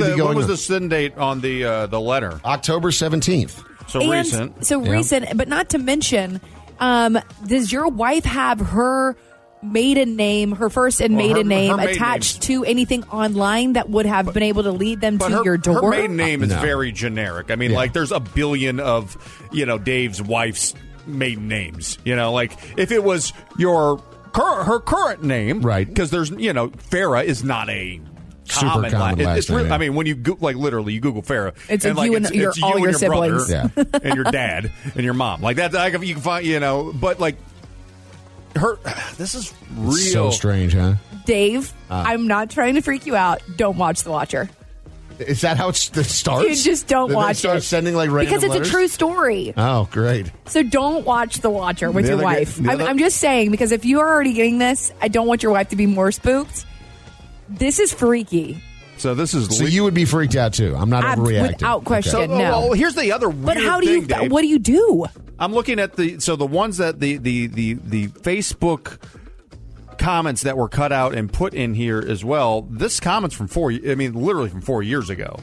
S6: when was the,
S5: be going
S6: when was
S5: on.
S6: the send date on the uh, the letter?
S5: October 17th.
S6: So
S7: And
S6: recent.
S7: So recent, but not to mention, um, does your wife have her maiden name, her first and
S6: Well, her-
S7: maiden
S6: her
S7: name
S6: maiden
S7: attached to anything online that would have been able to lead them to
S6: But her,
S7: your door?
S6: her maiden name is
S5: No.
S6: very generic. I mean,
S5: Yeah.
S6: like there's a billion of you know Dave's wife's maiden names. You know, like if it was your cur- her current name,
S5: Right.
S6: Because there's you know Farah is not a
S5: Super
S6: common, la-
S5: common
S6: it-
S5: last
S6: it's re-
S5: name, yeah.
S6: I mean, when you go- like literally you Google Farah,
S7: It's a
S6: like,
S7: you and your- all your
S6: you and brother
S7: siblings.
S6: and your dad and your mom. Like that, like, you can find you know, but like her. This is real.
S5: It's So strange, huh?
S7: Dave,
S5: Ah.
S7: I'm not trying to freak you out. Don't watch The Watcher.
S5: Is that how it's- it starts?
S7: You just don't
S5: Did they
S7: watch
S5: start
S7: it.
S5: sending like random
S7: because it's
S5: letters?
S7: a true story.
S5: Oh, great.
S7: So don't watch The Watcher with
S5: The
S7: your
S5: other guy-
S7: wife. I'm,
S5: the other-
S7: I'm just saying because if you are already getting this, I don't want your wife to be more spooked. This is freaky.
S6: So this is
S5: So you would be freaked out too. I'm not
S7: Ab-
S5: overreacting.
S7: without question,
S5: Okay.
S7: no.
S6: well, here's the other.
S7: But
S6: weird
S7: how do you?
S6: thing, Dave.
S7: What do you do?
S6: I'm looking at the so the ones that the the the the Facebook comments that were cut out and put in here as well. This comments from four. I mean, literally from four years ago.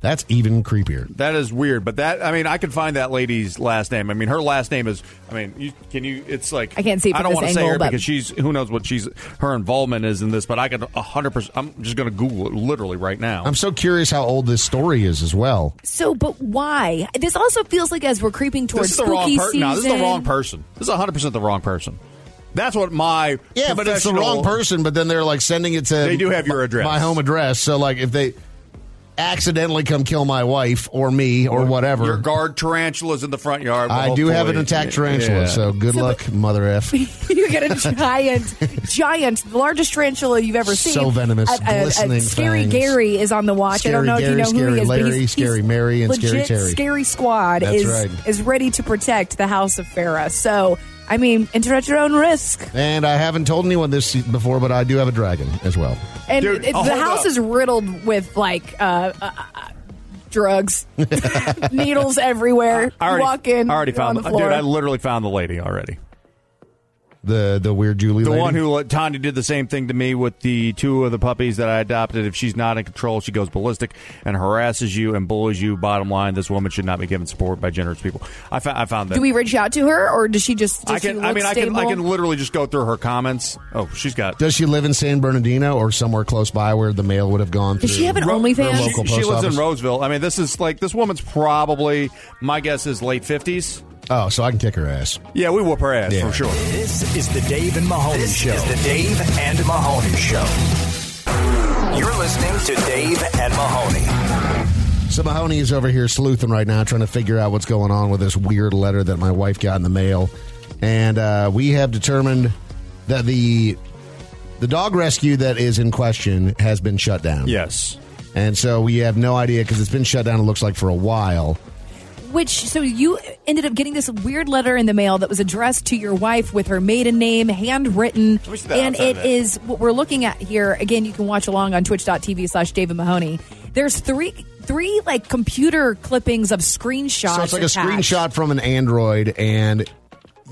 S5: That's even creepier.
S6: That is weird, but that I mean, I can find that lady's last name. I mean, her last name is. I mean, you, can you? It's like
S7: I can't see it
S6: I
S7: from
S6: don't
S7: this
S6: want to say
S7: angle,
S6: her
S7: but-
S6: because she's who knows what she's her involvement is in this. But I can hundred percent. I'm just going to Google it literally right now.
S5: I'm so curious how old this story is as well.
S7: So, but why? This also feels like as we're creeping towards
S6: This is the
S7: spooky
S6: wrong person.
S7: season.
S6: No, this is the wrong person. This is 100 percent the wrong person. That's what my
S5: Yeah, but it's the
S6: professional-
S5: wrong person. But then they're like sending it to.
S6: They do have your
S5: my-
S6: address.
S5: my home address. So like, if they accidentally come kill my wife or me or whatever,
S6: Your guard tarantulas in the front yard.
S5: I do have an
S6: Hopefully.
S5: attacked tarantula.
S6: Yeah.
S5: So good luck, mother
S7: (laughs)
S5: f.
S7: you get a giant, giant, the largest tarantula you've ever
S5: So
S7: seen.
S5: venomous,
S7: A- a- a
S5: glistening
S7: Scary
S5: fangs.
S7: Gary is on the watch. I
S5: Scary
S7: don't know if
S5: Gary,
S7: you know who
S5: Scary
S7: he is. but
S5: Larry,
S7: he's- he's
S5: Scary Mary, and Scary
S7: legit
S5: Terry.
S7: Scary Squad
S5: That's
S7: is
S5: right.
S7: is ready to protect the House of Farah. So, I mean, enter at your own risk.
S5: And I haven't told anyone this before, but I do have a dragon as well.
S7: And
S6: Dude,
S7: it,
S6: oh,
S7: the
S6: hold
S7: house
S6: up.
S7: is riddled with like uh, uh, uh,
S5: (laughs)
S7: drugs, needles everywhere.
S6: I already,
S7: Walk in.
S6: I already
S7: you're
S6: found
S7: on
S6: the,
S7: the
S6: dude.
S7: floor.
S6: I literally found the lady already.
S5: The the weird Julie,
S6: The
S5: lady.
S6: one who let Tanya did the same thing to me with the two of the puppies that I adopted. If she's not in control, she goes ballistic and harasses you and bullies you. Bottom line, this woman should not be given support by generous people. I, fo- I found that.
S7: Do we reach out to her, or does she just? Does
S6: I
S7: She
S6: can.
S7: look
S6: I mean, I can. I
S7: stable?
S6: can literally just go through her comments. Oh, she's got.
S5: does she live in San Bernardino or somewhere close by where the mail would have gone?
S7: Does she
S5: through
S7: have an
S5: her
S7: OnlyFans?
S5: Local
S6: she
S5: post
S6: lives
S5: office?
S6: in Roseville. I mean, this is like this woman's probably my guess is late fifties.
S5: oh, so I can kick her ass.
S6: Yeah, we whoop her ass
S5: Yeah.
S6: for sure.
S12: This is the Dave and Mahoney Show. This is the Dave and Mahoney Show.
S3: You're listening to Dave and Mahoney.
S5: So Mahoney is over here sleuthing right now, trying to figure out what's going on with this weird letter that my wife got in the mail, and uh, we have determined that the the dog rescue that is in question has been shut down.
S6: Yes.
S5: and so we have no idea because it's been shut down. It looks like for a while.
S7: Which so you ended up getting this weird letter in the mail that was addressed to your wife with her maiden name, handwritten,
S6: me see that
S7: and
S6: outside of
S7: it
S6: that.
S7: is what we're looking at here. Again, you can watch along on Twitch.tv slash David Mahoney. There's three three like computer clippings of screenshots.
S5: So it's like a
S7: attached.
S5: screenshot from an Android, and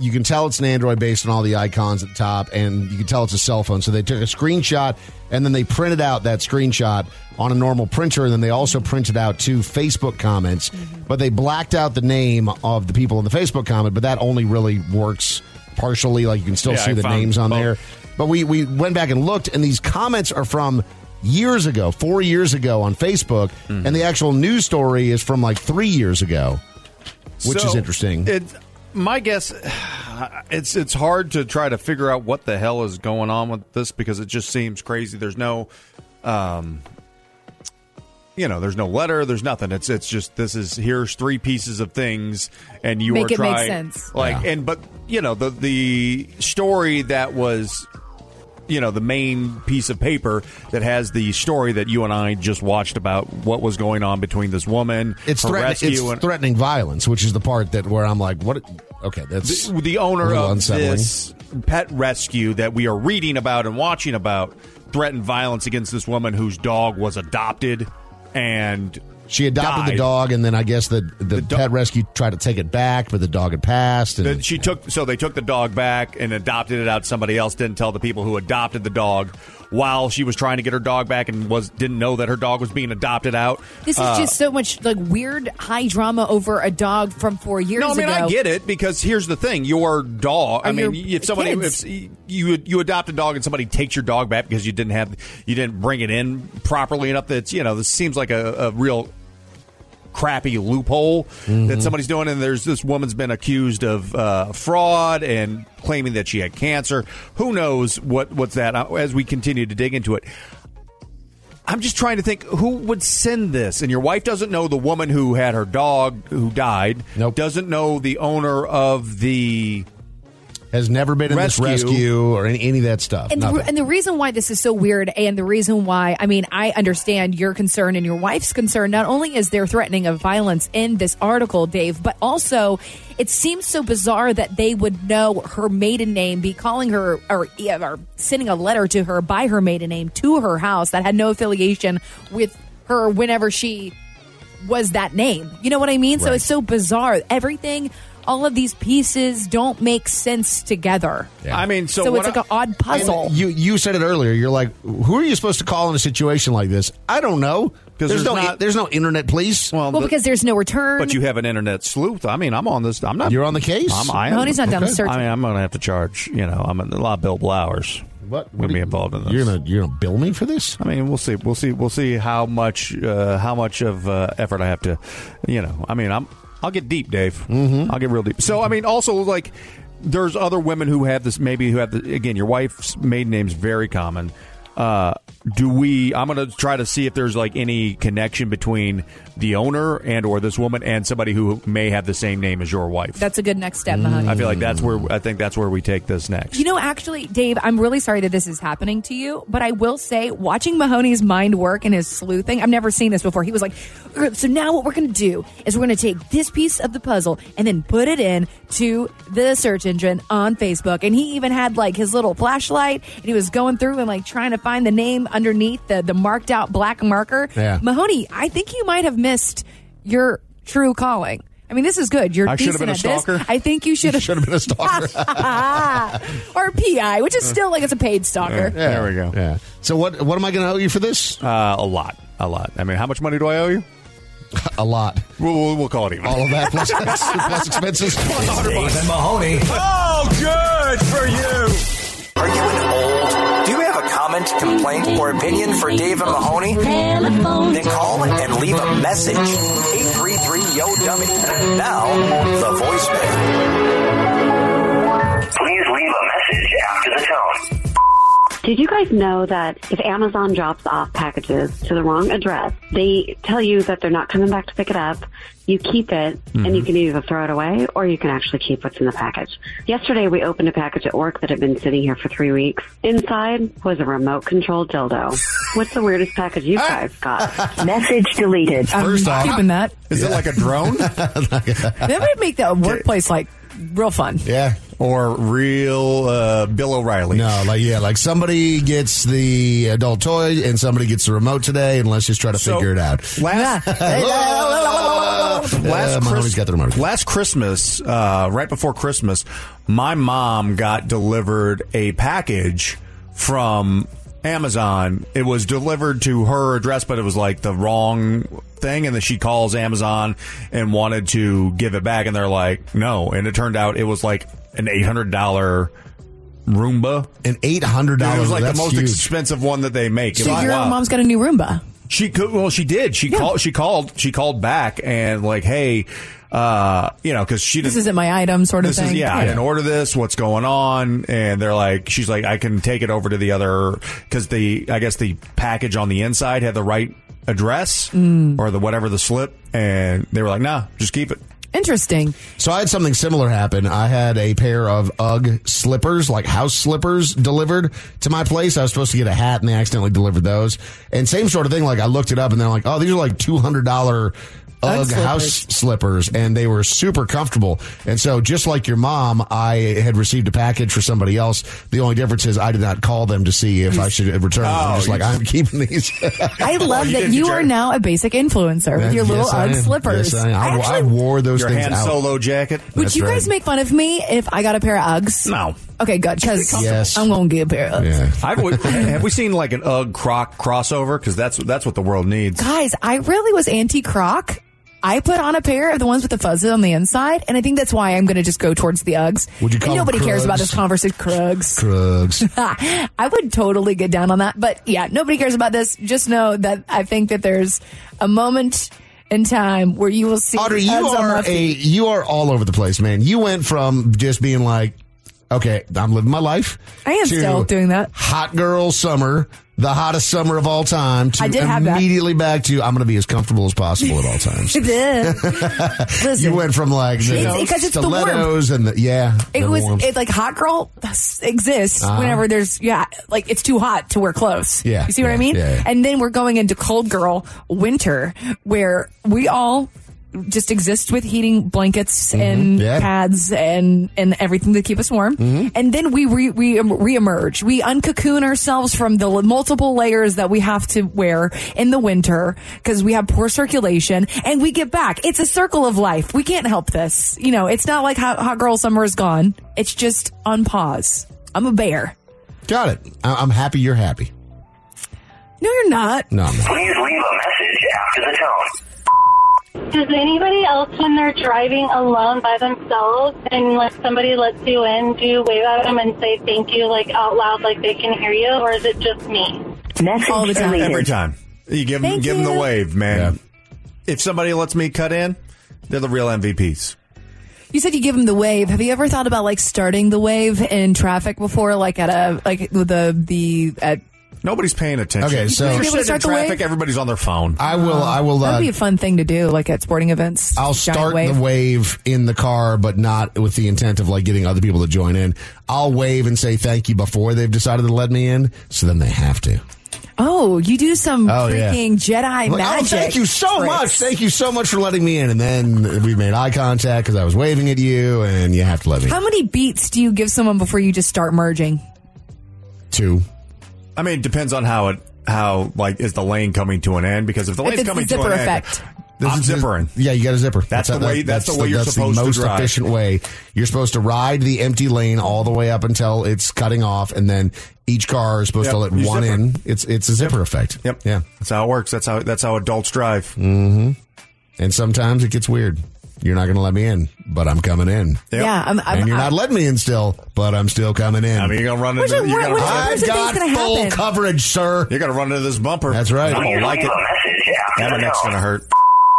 S5: you can tell it's an Android based on all the icons at the top, and you can tell it's a cell phone. So they took a screenshot and then they printed out that screenshot on a normal printer, and then they also printed out two Facebook comments, but they blacked out the name of the people in the Facebook comment. But that only really works partially; like you can still
S6: Yeah,
S5: see
S6: I
S5: the
S6: found
S5: names on
S6: both.
S5: there. But we we went back and looked, and these comments are from years ago, four years ago on Facebook,
S6: Mm-hmm.
S5: and the actual news story is from like three years ago, which
S6: So,
S5: is interesting.
S6: It, my guess, (sighs) it's it's hard to try to figure out what the hell is going on with this because it just seems crazy. There's no, um, you know, there's no letter. There's nothing. It's it's just this is here's three pieces of things, and you
S7: Make
S6: are
S7: it make
S6: trying
S7: sense.
S6: like
S7: Yeah.
S6: and but you know the the story that was. You know, the main piece of paper that has the story that you and I just watched about what was going on between this woman,
S5: It's,
S6: her
S5: threaten-
S6: rescue,
S5: it's
S6: and
S5: threatening violence, which is the part that where I'm like, what? Okay, that's
S6: the, the
S5: a
S6: owner
S5: little
S6: of
S5: unsettling.
S6: this pet rescue that we are reading about and watching about threatened violence against this woman whose dog was adopted and
S5: She adopted the
S6: died.
S5: dog, and then I guess the, the, pet rescue tried to take it back, but the dog had passed. And
S6: Then she took so they took the dog back and adopted it out to somebody else didn't tell the people who adopted the dog while she was trying to get her dog back and was didn't know that her dog was being adopted out
S7: This is
S6: Uh,
S7: just so much like weird high drama over a dog from four years
S6: No, I mean
S7: ago.
S6: I get it because here's the thing: your dog. I
S7: Or your
S6: mean, if somebody
S7: kids.
S6: if you you adopt a dog and somebody takes your dog back because you didn't have you didn't bring it in properly enough, that's you know this seems like a, a real crappy loophole that somebody's doing and there's this woman's been accused of uh, fraud and claiming that she had cancer who knows what what's that Uh, as we continue to dig into it I'm just trying to think who would send this. And your wife doesn't know the woman who had her dog who died. Nope. Doesn't know the owner of the
S5: has never been in this rescue or any, any of that stuff.
S7: And
S5: Nothing.
S7: the, and the reason why this is so weird, and the reason why, I mean, I understand your concern and your wife's concern. Not only is there threatening of violence in this article, Dave, but also it seems so bizarre that they would know her maiden name, be calling her or, yeah, or sending a letter to her by her maiden name to her house that had no affiliation with her whenever she was that name. You know what I mean? So
S16: Right.
S7: it's so bizarre. Everything, all of these pieces don't make sense together.
S6: I mean, so,
S7: So
S6: what
S7: it's like
S6: I-
S7: an odd puzzle.
S5: And you you said it earlier. You're like, who are you supposed to call in a situation like this? I don't know. There's,
S6: there's
S5: no
S6: not-
S5: there's no internet police.
S7: Well, because there's no return.
S6: But you have an internet sleuth. I mean, I'm on this. I'm not.
S5: You're on the case?
S6: I'm, I am.
S7: Mahoney's not down to Okay. search.
S6: I mean, I'm going to have to charge. You know, I'm a lot of billable hours.
S5: What?
S6: Going to be involved in this.
S5: You're gonna you're gonna bill me for this?
S6: I mean, we'll see. We'll see. We'll see how much uh, how much of uh, effort I have to. You know, I mean, I'm I'll get deep, Dave. Mm-hmm. I'll get real deep. So I mean, also like there's other women who have this. Maybe who have the again. Your wife's maiden name's very common. Uh, do we? I'm gonna try to see if there's like any connection between the owner and or this woman and somebody who may have the same name as your wife.
S7: That's a good next step, Mahoney.
S6: I feel like that's where I think that's where we take this next.
S7: You know, actually, Dave, I'm really sorry that this is happening to you, but I will say, watching Mahoney's mind work and his sleuthing, I've never seen this before. He was like, "Uh, so now what we're going to do is we're going to take this piece of the puzzle and then put it in to the search engine on Facebook. And he even had like his little flashlight and he was going through and like trying to find the name underneath the, the marked out black marker.
S6: Yeah.
S7: Mahoney, I think you might have missed your true calling. I mean, this is good. You're
S6: I should have
S7: decent
S6: been a
S7: at this.
S6: stalker.
S7: I think you should
S6: (laughs)
S7: have
S5: should have been a stalker.
S7: or PI, which is still like it's a paid stalker.
S6: There we go.
S5: Uh. Yeah. So what what am I going to owe you for this?
S6: Uh, a lot, a lot. I mean, how much money do I owe you?
S5: a lot.
S6: We'll, we'll, we'll call it even.
S5: All of that plus, (laughs)
S6: (laughs)
S5: plus expenses.
S12: Dave and Mahoney.
S13: Oh, good for you.
S3: Are you an old? Do you have a comment, complaint, or opinion for Dave and Mahoney? Then call and leave a message. 833 Yo Dummy. Now, the voicemail. Please leave a message after the tone.
S17: Did you guys know that if Amazon drops off packages to the wrong address, they tell you that they're not coming back to pick it up? You keep it and you
S8: Mm-hmm.
S17: can either throw it away or you can actually keep what's in the package. Yesterday we opened a package at work that had been sitting here for three weeks. Inside was a remote control dildo. What's the weirdest package you guys
S10: (laughs)
S17: got? Message deleted.
S7: First off- Um, keeping
S5: (laughs)
S7: that.
S6: Is it like a (laughs) drone?
S7: That would make the workplace like real fun.
S5: Yeah.
S6: Or real uh, Bill O'Reilly.
S5: No, like yeah, like somebody gets the adult toy and somebody gets the remote today, and let's just try to figure it out.
S6: Uh, Last, know, last,
S5: Mahoney's
S6: Chris-
S5: Uh, got the remote.
S6: last Christmas, uh, right before Christmas, my mom got delivered a package from Amazon. It was delivered to her address, but it was like the wrong thing. And then she calls Amazon and wanted to give it back. And they're like, no. And it turned out it was like an $800 Roomba.
S5: An $800
S6: It was like
S5: that's
S6: the most
S5: huge.
S6: expensive one that they make. It
S7: So
S6: was
S7: your
S6: wild.
S7: mom's got a new Roomba.
S6: She could. Well, she did. She called. She called. She called back and like, hey, uh, you know, because she didn't.
S7: This isn't my item, sort of
S6: This
S7: thing.
S6: is yeah, I didn't order this. What's going on? And they're like, she's like, I can take it over to the other because the I guess the package on the inside had the right address
S7: Mm.
S6: or the whatever the slip, and they were like, nah, just keep it.
S7: Interesting.
S5: So I had something similar happen. I had a pair of UGG slippers, like house slippers, delivered to my place. I was supposed to get a hat, and they accidentally delivered those. And same sort of thing. Like I looked it up, and they're like, "Oh, these are like two hundred dollar." UGG
S7: slippers.
S5: house slippers, and they were super comfortable. And so, just like your mom, I had received a package for somebody else. The only difference is I did not call them to see if I should return them. I'm
S6: Oh,
S5: just like,
S6: you-
S5: I'm keeping these. (laughs) Oh,
S7: I love that you are now a basic influencer with your little
S5: Yes, I
S7: UGG
S5: am.
S7: slippers.
S5: Yes, I, am. I,
S7: I
S5: w- I
S7: actually-
S5: wore those
S6: Your
S5: things
S6: hand
S5: out.
S6: solo jacket.
S7: would you guys make fun of me if I got a pair of Uggs?
S6: No.
S7: Okay, good. Because I'm going to get a pair of Uggs. (laughs)
S6: I've, have we seen like an UGG croc crossover? Because that's that's what the world needs.
S7: Guys, I really was anti croc. I put on a pair of the ones with the fuzzes on the inside, and I think that's why I'm going to just go towards the Uggs.
S5: Would you call
S7: and
S5: them
S7: nobody cares about this
S5: Krugs?
S7: conversation, Krugs. (laughs)
S5: Drugs.
S7: I would totally get down on that, but yeah, nobody cares about this. Just know that I think that there's a moment in time where you will see
S5: Audrey, you
S7: Uggs on my
S5: are a
S7: feet.
S5: you are all over the place, man. You went from just being like, okay, I'm living my life.
S7: I am
S5: to
S7: still doing that.
S5: Hot girl summer, the hottest summer of all time. To
S7: I did have that.
S5: immediately back to I'm going to be as comfortable as possible at
S7: (laughs)
S5: all times.
S7: Listen,
S5: (laughs) you went from like the
S7: It's- because it's the
S5: stilettos and the yeah.
S7: it
S5: the
S7: was
S5: warmth.
S7: it, like hot girl exists
S5: Uh-huh.
S7: whenever there's yeah like it's too hot to wear clothes
S5: Yeah,
S7: you see what
S5: yeah,
S7: i mean
S5: yeah, yeah.
S7: and then we're going into cold girl winter where we all just exist with heating blankets and
S5: Mm-hmm. yeah. Mm-hmm.
S7: pads and and everything to keep us warm and then we re, we reemerge we uncocoon ourselves from the multiple layers that we have to wear in the winter because we have poor circulation and we get back it's a circle of life we can't help this you know it's not like hot, hot girl summer is gone it's just on pause i'm a bear
S5: Got it. I- I'm happy you're happy.
S7: no you're not
S5: No, I'm not.
S2: Please leave a message after the tone.
S16: Does anybody else, when they're driving alone by themselves, and like somebody lets you in, do you wave at them and say thank you like out loud, like they can hear you, or is it just me?
S7: all the time
S6: Every time. You give them,
S16: Thank
S6: give them the
S16: you.
S6: wave, man. If somebody lets me cut in, they're the real MVPs.
S7: You said you give them the wave. Have you ever thought about like starting the wave in traffic before, like at a like with the the at?
S6: Nobody's paying attention.
S5: Okay, so-
S6: You're
S5: Maybe
S7: we
S6: sitting in
S7: start the
S6: traffic,
S7: wave?
S6: everybody's on their phone.
S5: I will. I will.
S7: That'd
S5: Uh,
S7: be a fun thing to do, like at sporting events.
S5: I'll
S7: Giant
S5: start the wave in the car, but not with the intent of like getting other people to join in. I'll wave and say thank you before they've decided to let me in, so then they have to.
S7: Oh, you do some
S5: Oh, yeah.
S7: freaking Jedi
S5: Like,
S7: magic.
S5: oh, thank you so
S7: tricks.
S5: much. Thank you so much for letting me in. And then we made eye contact because I was waving at you, and you have to let me
S7: How many beats do you give someone before you just start merging?
S5: two.
S6: I mean, it depends on how it how like is the lane coming to an end because if the
S7: If
S6: lane's
S7: it's the
S6: coming to
S7: zipper
S6: an
S7: effect.
S6: end, I'm
S5: is just-
S6: zippering.
S5: yeah, you got a zipper.
S6: That's the way- that's the way you're
S5: that's
S6: supposed
S5: the
S6: to
S5: most
S6: drive.
S5: efficient way. You're supposed to ride the empty lane all the way up until it's cutting off, and then each car is supposed
S6: Yep,
S5: to let
S6: you
S5: one
S6: zipper.
S5: in. It's it's a zipper effect.
S6: Yep.
S5: Yeah.
S6: That's how it works. That's how that's how adults drive.
S5: hmm And sometimes it gets weird. You're not going to let me in, but I'm coming in.
S6: Yep.
S7: Yeah, I'm. I'm
S5: and you're
S7: I'm-
S5: not letting me in still, but I'm still coming in.
S6: I mean, you're gonna run
S7: Which
S6: into
S7: is-
S6: you're
S7: what-
S6: gonna,
S7: which is-
S6: run,
S7: what
S5: I've
S7: is the
S5: got
S7: thing's gonna
S5: full
S7: happen?
S5: coverage, sir.
S6: you're gonna run into this bumper.
S5: That's right.
S6: I don't like
S2: Leave
S6: it.
S2: a message
S6: Yeah,
S2: after
S6: my
S2: the
S6: neck's
S2: tone.
S6: gonna hurt.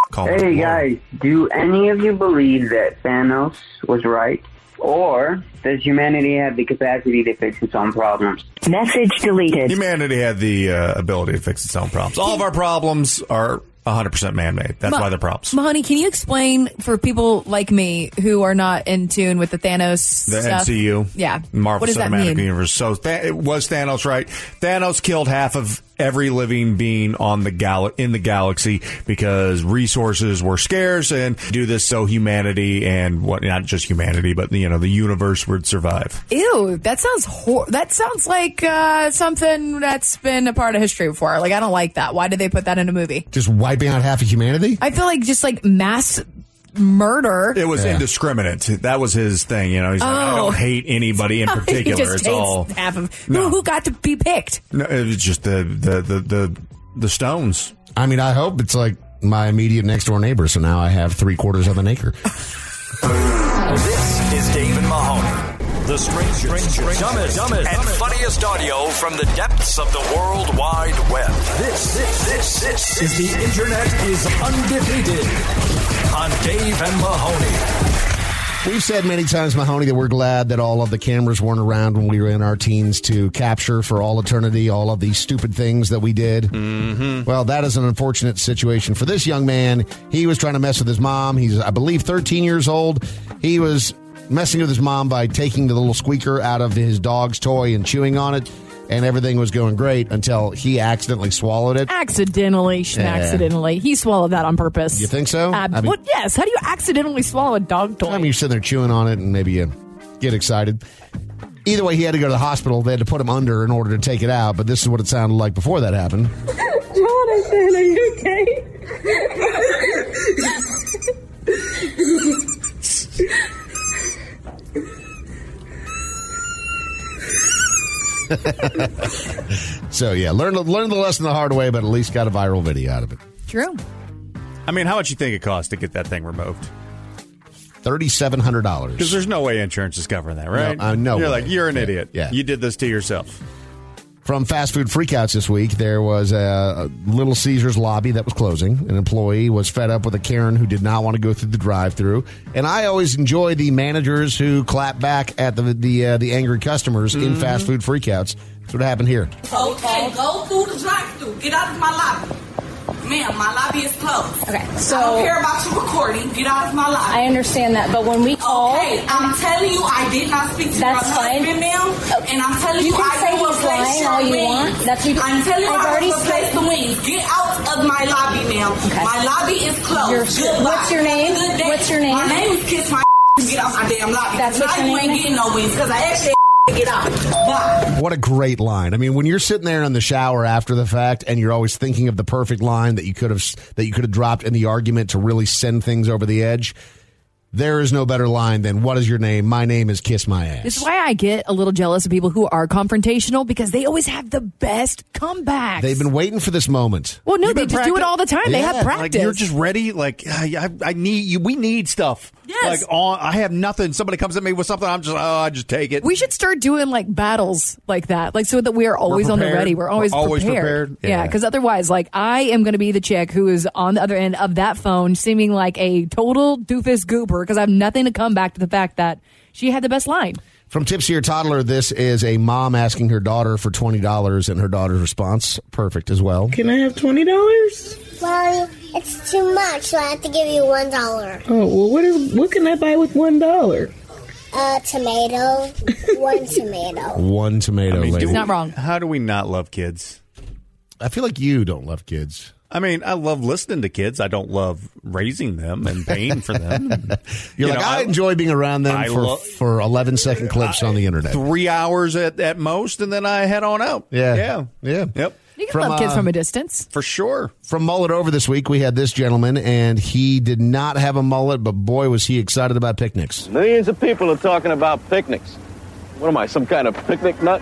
S6: Call
S18: Hey guys, do any of you believe that Thanos was right? Or does humanity have the capacity to fix its own problems?
S10: Message deleted.
S6: Humanity had the uh, ability to fix its own problems. All of our problems are 100% man made. That's
S7: Ma-
S6: why they're problems.
S7: Mahoney, can you explain for people like me who are not in tune with the Thanos
S6: The
S7: stuff?
S6: MCU.
S7: Yeah.
S6: Marvel
S7: what does
S6: Cinematic
S7: that mean?
S6: Universe. So Th- was Thanos right? Thanos killed half of every living being on the gal- in the galaxy because resources were scarce and do this so humanity and what not just humanity but you know the universe would survive.
S7: Ew, that sounds hor- that sounds like uh, something that's been a part of history before. Like I don't like that. Why did they put that in a movie?
S5: Just wiping out half of humanity?
S7: I feel like just like mass murder.
S6: It was
S7: Yeah.
S6: indiscriminate. That was his thing. You know, he's like, I
S7: Oh.
S6: don't hate anybody
S7: (laughs)
S6: in
S7: He
S6: particular.
S7: just
S6: it's
S7: hates
S6: all
S7: half of who,
S6: No.
S7: who got to be picked.
S6: no, it was just the the the the, the stones.
S5: I mean, I hope it's like my immediate next door neighbor. So now I have three quarters of an acre.
S3: This is Dave and Mahoney. The strangest, dumbest, dumbest, and funniest audio from the depths of the World Wide Web. This, this, this, this is the Internet is undefeated on Dave and Mahoney.
S5: We've said many times, Mahoney, that we're glad that all of the cameras weren't around when we were in our teens to capture for all eternity all of these stupid things that we did. Mm-hmm. Well, that is an unfortunate situation for this young man. He was trying to mess with his mom. He's, I believe, 13 years old. He was messing with his mom by taking the little squeaker out of his dog's toy and chewing on it, and everything was going great until he accidentally swallowed it.
S7: Accidentally, sh-
S5: Yeah.
S7: accidentally, he swallowed that on purpose.
S5: You think so?
S7: Uh,
S5: I mean-
S7: what- yes. How do you accidentally swallow a dog toy?
S5: I mean, you're sitting there chewing on it and maybe you get excited. Either way, he had to go to the hospital. They had to put him under in order to take it out, but this is what it sounded like before that happened.
S13: Jonathan, are you okay?
S5: (laughs) so, yeah, learn, learn the lesson the hard way, but at least got a viral video out of it.
S7: True.
S6: I mean, how much you think it cost to get that thing removed?
S5: $3,700.
S6: Because there's no way insurance is covering that, right?
S5: No, uh, no
S6: You're
S5: way.
S6: like you're an
S5: Yeah,
S6: idiot.
S5: yeah.
S6: you did this to yourself.
S5: From fast food freakouts this week, there was a, a Little Caesars lobby that was closing. An employee was fed up with a Karen who did not want to go through the drive-through. And I always enjoy the managers who clap back at the the uh, the angry customers in fast food freakouts. That's what happened here.
S19: Okay, go through the drive-through. Get out of my lobby. Ma'am, my lobby is closed. Okay,
S20: so-
S19: I don't care about you recording. Get out of my lobby.
S20: I understand that, but when we call,
S19: Okay, I'm telling you, I did not speak to
S20: That's
S19: your
S20: fine.
S19: husband, ma'am. And I'm telling
S20: You
S19: you,
S20: can
S19: I
S20: say
S19: will
S20: he's
S19: replace
S20: lying
S19: your
S20: all you
S19: wings.
S20: want. That's what you-
S19: I'm telling you,
S20: I've
S19: I
S20: already
S19: will replace
S20: said-
S19: the wings. Get out of my lobby, ma'am. My lobby is closed.
S20: Your-
S19: Goodbye.
S20: what's your name?
S19: Have a good day.
S20: What's your name?
S19: My name is Kiss My. Get out my damn lobby.
S20: That's what
S19: now
S20: your
S19: you
S20: name
S19: ain't
S20: is?
S19: getting no wings because I actually (laughs) to get out. Bye.
S5: What a great line! I mean, when you're sitting there in the shower after the fact, and you're always thinking of the perfect line that you could have that you could have dropped in the argument to really send things over the edge. There is no better line than "What is your name? My name is Kiss My Ass."
S7: This is why I get a little jealous of people who are confrontational because they always have the best comebacks.
S5: They've been waiting for this moment.
S7: well, no, they just do it all the time. they have practice.
S6: Like you're just ready. Like (sighs) I, I, I need you. We need stuff.
S7: Yes.
S6: Like on, I have nothing. Somebody comes at me with something. I'm just. Oh, I just take it.
S7: we should start doing like battles like that, like so that we are always on the
S6: prepared.
S7: ready. We're always,
S6: We're always prepared.
S7: Yeah,
S6: Yeah.
S7: because otherwise, like I am going to be the chick who is on the other end of that phone, seeming like a total doofus goober because I have nothing to come back to the fact that she had the best line.
S5: From Tipsier Toddler, this is a mom asking her daughter for twenty dollars, and her daughter's response perfect as well.
S21: Can I have twenty dollars?
S22: Well, it's too much, so I have to give you one dollar.
S21: Oh well, what is what can I buy with one dollar?
S22: A tomato, one tomato.
S5: One tomato.
S6: mean, do
S5: lady.
S6: we- Not
S7: wrong.
S6: How do we not love kids?
S5: I feel like you don't love kids.
S6: I mean, I love listening to kids. I don't love raising them and paying for them. (laughs)
S5: You're
S6: You
S5: like
S6: know,
S5: I,
S6: I-
S5: enjoy being around them
S6: I
S5: for
S6: lo-
S5: for eleven second clips on the internet.
S6: Three hours at, at most, and then I head on out.
S5: Yeah.
S6: Yeah.
S5: Yeah.
S6: Yep.
S7: You can love kids from a distance.
S6: For sure.
S5: From Mullet Over this week, we had this gentleman, and he did not have a mullet, but boy, was he excited about picnics.
S23: Millions of people are talking about picnics. What am I, some kind of picnic nut?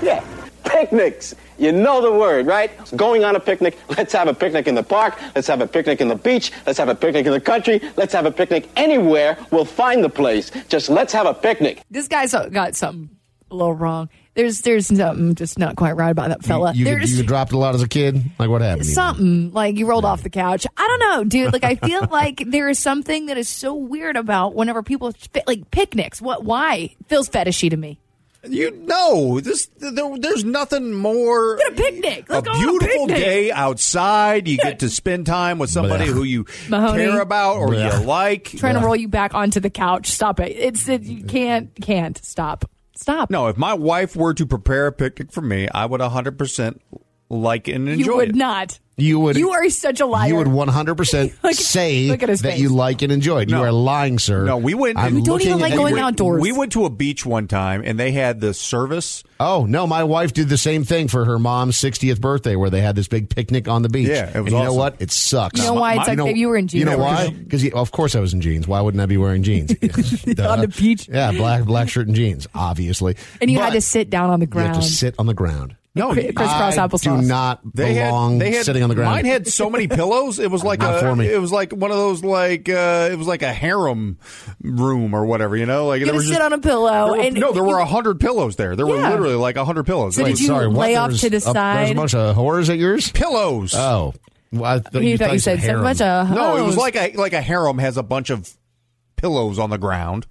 S23: Yeah, picnics. You know the word, right? Going on a picnic. Let's have a picnic in the park. Let's have a picnic in the beach. Let's have a picnic in the country. Let's have a picnic anywhere. We'll find the place. Just let's have a picnic.
S7: This guy's got something a little wrong. There's there's something just not quite right about that fella.
S5: You,
S7: there's
S5: you dropped a lot as a kid? Like, what happened? to you?
S7: something like you rolled off the couch. I don't know, dude. Like I
S5: (laughs)
S7: feel like there is something that is so weird about whenever people like picnics. What? Why? Feels fetishy to me.
S6: You know, this there, there's nothing more
S7: A picnic.
S6: a
S7: Let's go on
S6: beautiful
S7: picnic.
S6: day outside. You get to spend time with somebody who you
S7: Mahoney.
S6: care about or
S7: Blech.
S6: you like.
S7: Trying to roll you back onto the couch. Stop it. It's it, you can't can't stop. Stop.
S6: No, if my wife were to prepare a picnic for me, I would 100% like and enjoyed
S7: you would
S6: it.
S7: not.
S5: You would.
S7: You are such a liar.
S5: You would 100%
S7: (laughs) Look at-
S5: say
S7: look at his
S5: that
S7: face.
S5: you like and enjoyed. You are lying, sir.
S6: No, we went.
S5: I'm looking at you.
S6: We went to a beach one time, and they had the service.
S5: Oh no, my wife did the same thing for her mom's 60th birthday, where they had this big picnic on the beach.
S6: Yeah, it was
S5: and you know
S6: awesome.
S5: what? It sucks.
S7: You know why it sucked? You were in
S5: You know
S7: jeans.
S5: why?
S6: (laughs)
S5: Because of course I was in jeans. Why wouldn't I be
S7: (laughs)
S5: wearing jeans on
S7: the beach?
S5: Yeah, black black shirt and jeans, obviously.
S7: And you
S5: But
S7: had to sit down on the
S5: you had
S7: ground.
S5: to sit on the ground.
S6: No,
S7: Cri- crisscross
S5: I
S7: applesauce.
S5: Do not belong sitting on the ground.
S6: Mine had so many pillows. It was like
S5: Not
S6: a,
S5: for me.
S6: it was like one of those like uh, it was like a harem room or whatever. You know, like
S7: You're
S6: there
S7: gonna
S6: were
S7: sit
S6: just-
S7: on a pillow
S6: There were-
S7: and
S6: no, there were a hundred pillows there. There
S7: Yeah.
S6: were literally like a hundred pillows.
S7: So
S6: Like,
S7: did you
S5: Sorry, what?
S7: lay
S5: There
S7: off
S5: was
S7: to the
S5: a- there was a
S7: side?
S5: bunch of horrors at yours.
S6: Pillows.
S5: Oh, well, I thought
S7: He thought you
S5: said
S7: said so much, uh,
S6: no, it was
S7: pillows.
S6: like a like a harem has a bunch of pillows on the ground.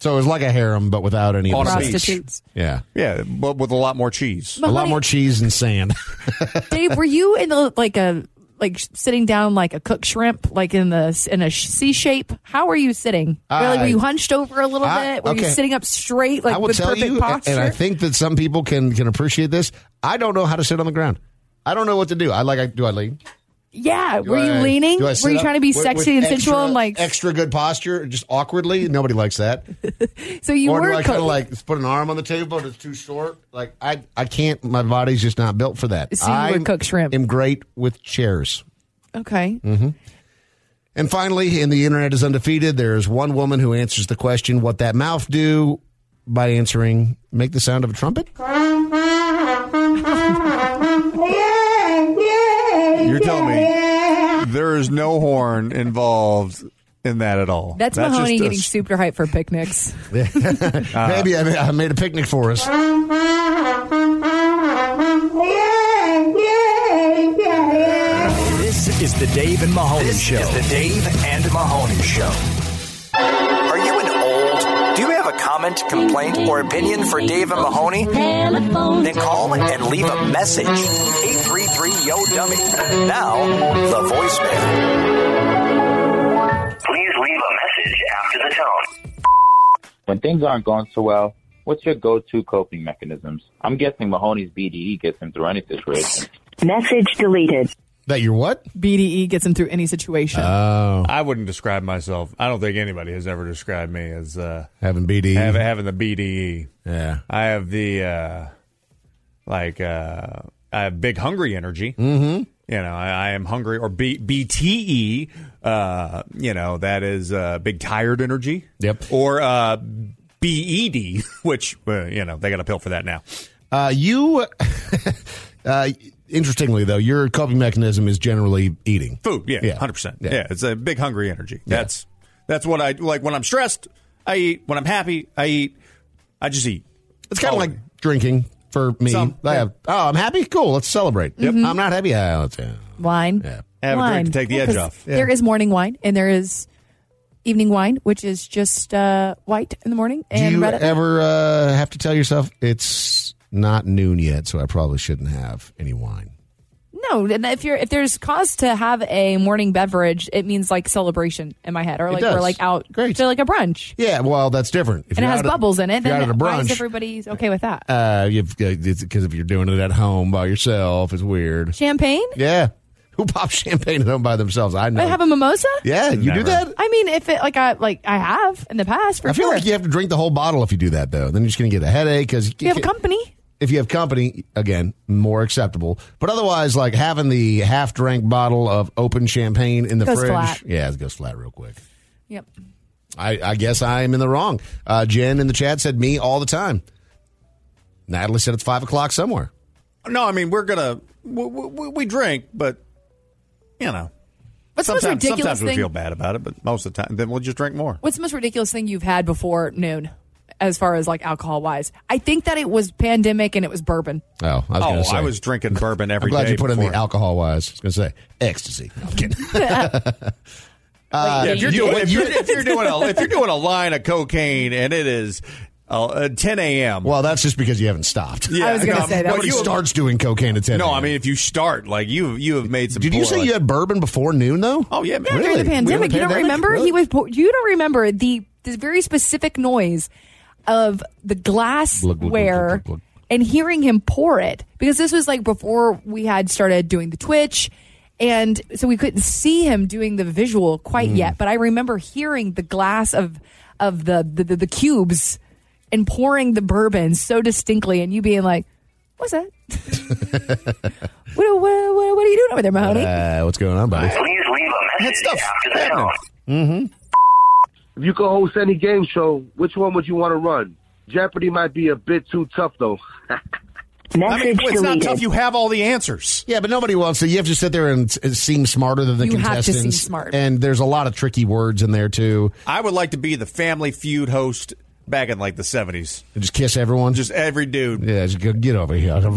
S5: So it was like a harem, but without any of
S6: On
S5: the
S6: a
S5: sex.
S7: Prostitutes.
S5: Yeah,
S6: yeah, but with a lot more cheese.
S7: But
S5: a lot
S7: honey-
S5: more cheese and sand.
S7: Dave, were you in the like a like sh- sitting down like a cooked shrimp, like in the in a sh- C shape? How were you sitting? really,
S5: I-
S7: were you hunched over a little
S5: I-
S7: bit? Were
S5: okay.
S7: you sitting up straight, (laughs) like with perfect
S5: you,
S7: posture?
S5: and I think that some people can can appreciate this. I don't know how to sit on the ground. I don't know what to do. I like. I, do I lean?
S7: yeah,
S5: Do
S7: were you
S5: I-
S7: leaning?
S5: do I
S7: Were
S5: sit
S7: you
S5: up
S7: trying to be
S5: with-
S7: sexy
S5: with
S7: and sensual
S5: extra-
S7: and like?
S5: extra good posture, just awkwardly? Nobody likes that.
S7: so you
S5: or
S7: were
S5: do I
S7: cooked.
S5: kind of like put an arm on the table, but it's too short? Like I, I can't. My body's just not built for that.
S7: So you were
S5: I'm-
S7: cooked shrimp.
S5: I'm great with chairs.
S7: okay.
S5: hmm And finally, in the internet is undefeated. There is one woman who answers the question, "What that mouth do?" by answering, "Make the sound of a trumpet."
S6: Uh, You're telling me there is no horn involved in that at all.
S7: That's, Mahoney
S6: just a-
S7: getting super hyped for picnics.
S5: Maybe I, ma- I made a picnic for us.
S3: This is the Dave and Mahoney Show. Is the Dave and Mahoney Show. Are you an old? Do you have a comment, complaint, or opinion for Dave and Mahoney? Then call and leave a message. 833 Yo Dummy. Now, the voicemail.
S13: Please leave a message after the tone.
S11: When things aren't going so well, what's your go-to coping mechanisms? I'm guessing Mahoney's BDE gets him through any situation.
S10: Message deleted.
S5: That you're what?
S7: BDE E gets him through any situation.
S5: Oh,
S6: I wouldn't describe myself. I don't think anybody has ever described me as uh,
S5: having BD.
S6: hav- having the BDE.
S5: Mm-hmm. Yeah.
S6: I have the uh, like uh, I have big hungry energy.
S5: Mm-hmm.
S6: You know, I, I am hungry or B- BTE. Uh, you know, that is uh, big tired energy.
S5: Yep.
S6: Or uh, BED, (laughs) which uh, you know they got a pill for that now.
S5: Uh, you, (laughs) uh, interestingly though, your coping mechanism is generally eating.
S6: Food, yeah, hundred percent.
S5: Yeah.
S6: Yeah, it's a big hungry energy. That's that's what I like when I'm stressed. I eat. When I'm happy, I eat. I just eat.
S5: It's kind of like drinking for me.
S6: Some,
S5: I
S6: yeah.
S5: have, oh, I'm happy. Cool. Let's celebrate.
S7: Yep.
S5: I'm not happy. Uh, let's, uh,
S7: Wine.
S5: Yeah.
S6: Have a drink
S7: wine.
S6: to take the
S7: Well,
S6: edge
S7: 'cause
S6: off. Yeah.
S7: There is morning wine and there is evening wine, which is just uh, white in the morning
S5: Do
S7: and
S5: you
S7: red. at night.
S5: ever uh, have to tell yourself it's not noon yet, so I probably shouldn't have any wine?
S7: No, and if you're if there's cause to have a morning beverage, it means like celebration in my head, or
S5: It
S7: like
S5: does.
S7: we're like out
S5: Great.
S7: to like a brunch,
S5: Yeah, well, that's different. If
S7: and it
S5: you're
S7: has
S5: out at-
S7: bubbles in
S5: if
S7: it.
S5: you're
S7: Then
S5: out at a
S7: why is
S5: brunch,
S7: everybody's okay with that?
S5: Uh, you've because if you're doing it at home by yourself, it's weird.
S7: Champagne?
S5: Yeah, (laughs) who pops champagne at home by themselves? I know.
S7: I have a mimosa.
S5: yeah, you
S6: Never.
S5: do that.
S7: I mean, if it like I like I have in the past for
S5: I feel
S7: sure.
S5: like you have to drink the whole bottle if you do that, though. Then you're just going to get a headache because
S7: you have company.
S5: if you have company, again, more acceptable. But otherwise, like having the half drank bottle of open champagne in the
S7: Goes
S5: fridge,
S7: flat.
S5: yeah, it goes flat real quick.
S7: Yep.
S5: I, I guess I am in the wrong. Uh, Jen in the chat said me all the time. Natalie said it's five o'clock somewhere.
S6: No, I mean we're gonna we, we, we drink, but you know,
S7: What's the most
S6: sometimes
S7: ridiculous
S6: sometimes we
S7: thing?
S6: feel bad about it, but most of the time, then we'll just drink more.
S7: What's the most ridiculous thing you've had before noon, as far as like alcohol wise? I think that it was pandemic and it was bourbon.
S5: Oh, I was
S6: oh,
S5: going to say.
S6: I was drinking bourbon
S5: I'm
S6: every day.
S5: glad you put in
S6: before.
S5: the alcohol wise. I was going to say ecstasy. No, I'm kidding.
S6: (laughs)
S5: Uh,
S6: Yeah, if you're,
S5: you-
S6: doing, if, you're, if you're doing a if you're doing a line of cocaine and it is uh, uh, 10 a.m.
S5: well, that's just because you haven't stopped.
S6: Yeah, I was gonna no, say that. but
S5: Nobody
S6: you-
S5: starts doing cocaine at 10
S6: no, I
S5: a.m.
S6: mean if you start like you you have made some.
S5: Did you
S6: poor,
S5: say
S6: like-
S5: you had bourbon before noon though?
S6: Oh yeah, man.
S7: Yeah, during the pandemic. you don't remember? He was. po- You don't remember the the very specific noise of the glassware
S5: Glug, glug, glug, glug, glug.
S7: and hearing him pour it because this was like before we had started doing the Twitch. And so we couldn't see him doing the visual quite yet, but I remember hearing the glass of of the the, the, the cubes and pouring the bourbon so distinctly, and you being like, "What's that? (laughs) what, what, what, what are you doing over there, Mahoney?"
S5: Uh, what's going on, buddy?
S1: leave a message after the tone.
S5: Mm-hmm.
S4: If you could host any game show, which one would you want to run? Jeopardy might be a bit too tough,
S8: (laughs)
S4: though.
S6: I mean, it's not tough. You have all the answers.
S5: Yeah, but nobody wants to. You have to sit there and s- uh, seem smarter than the
S6: You have to
S5: contestants.
S6: seem smart.
S5: And there's a lot of tricky words in there too.
S6: I would like to be the Family Feud host back in like the seventies.
S5: And just kiss everyone.
S6: Just every dude.
S5: Yeah, just go, get over here.
S6: That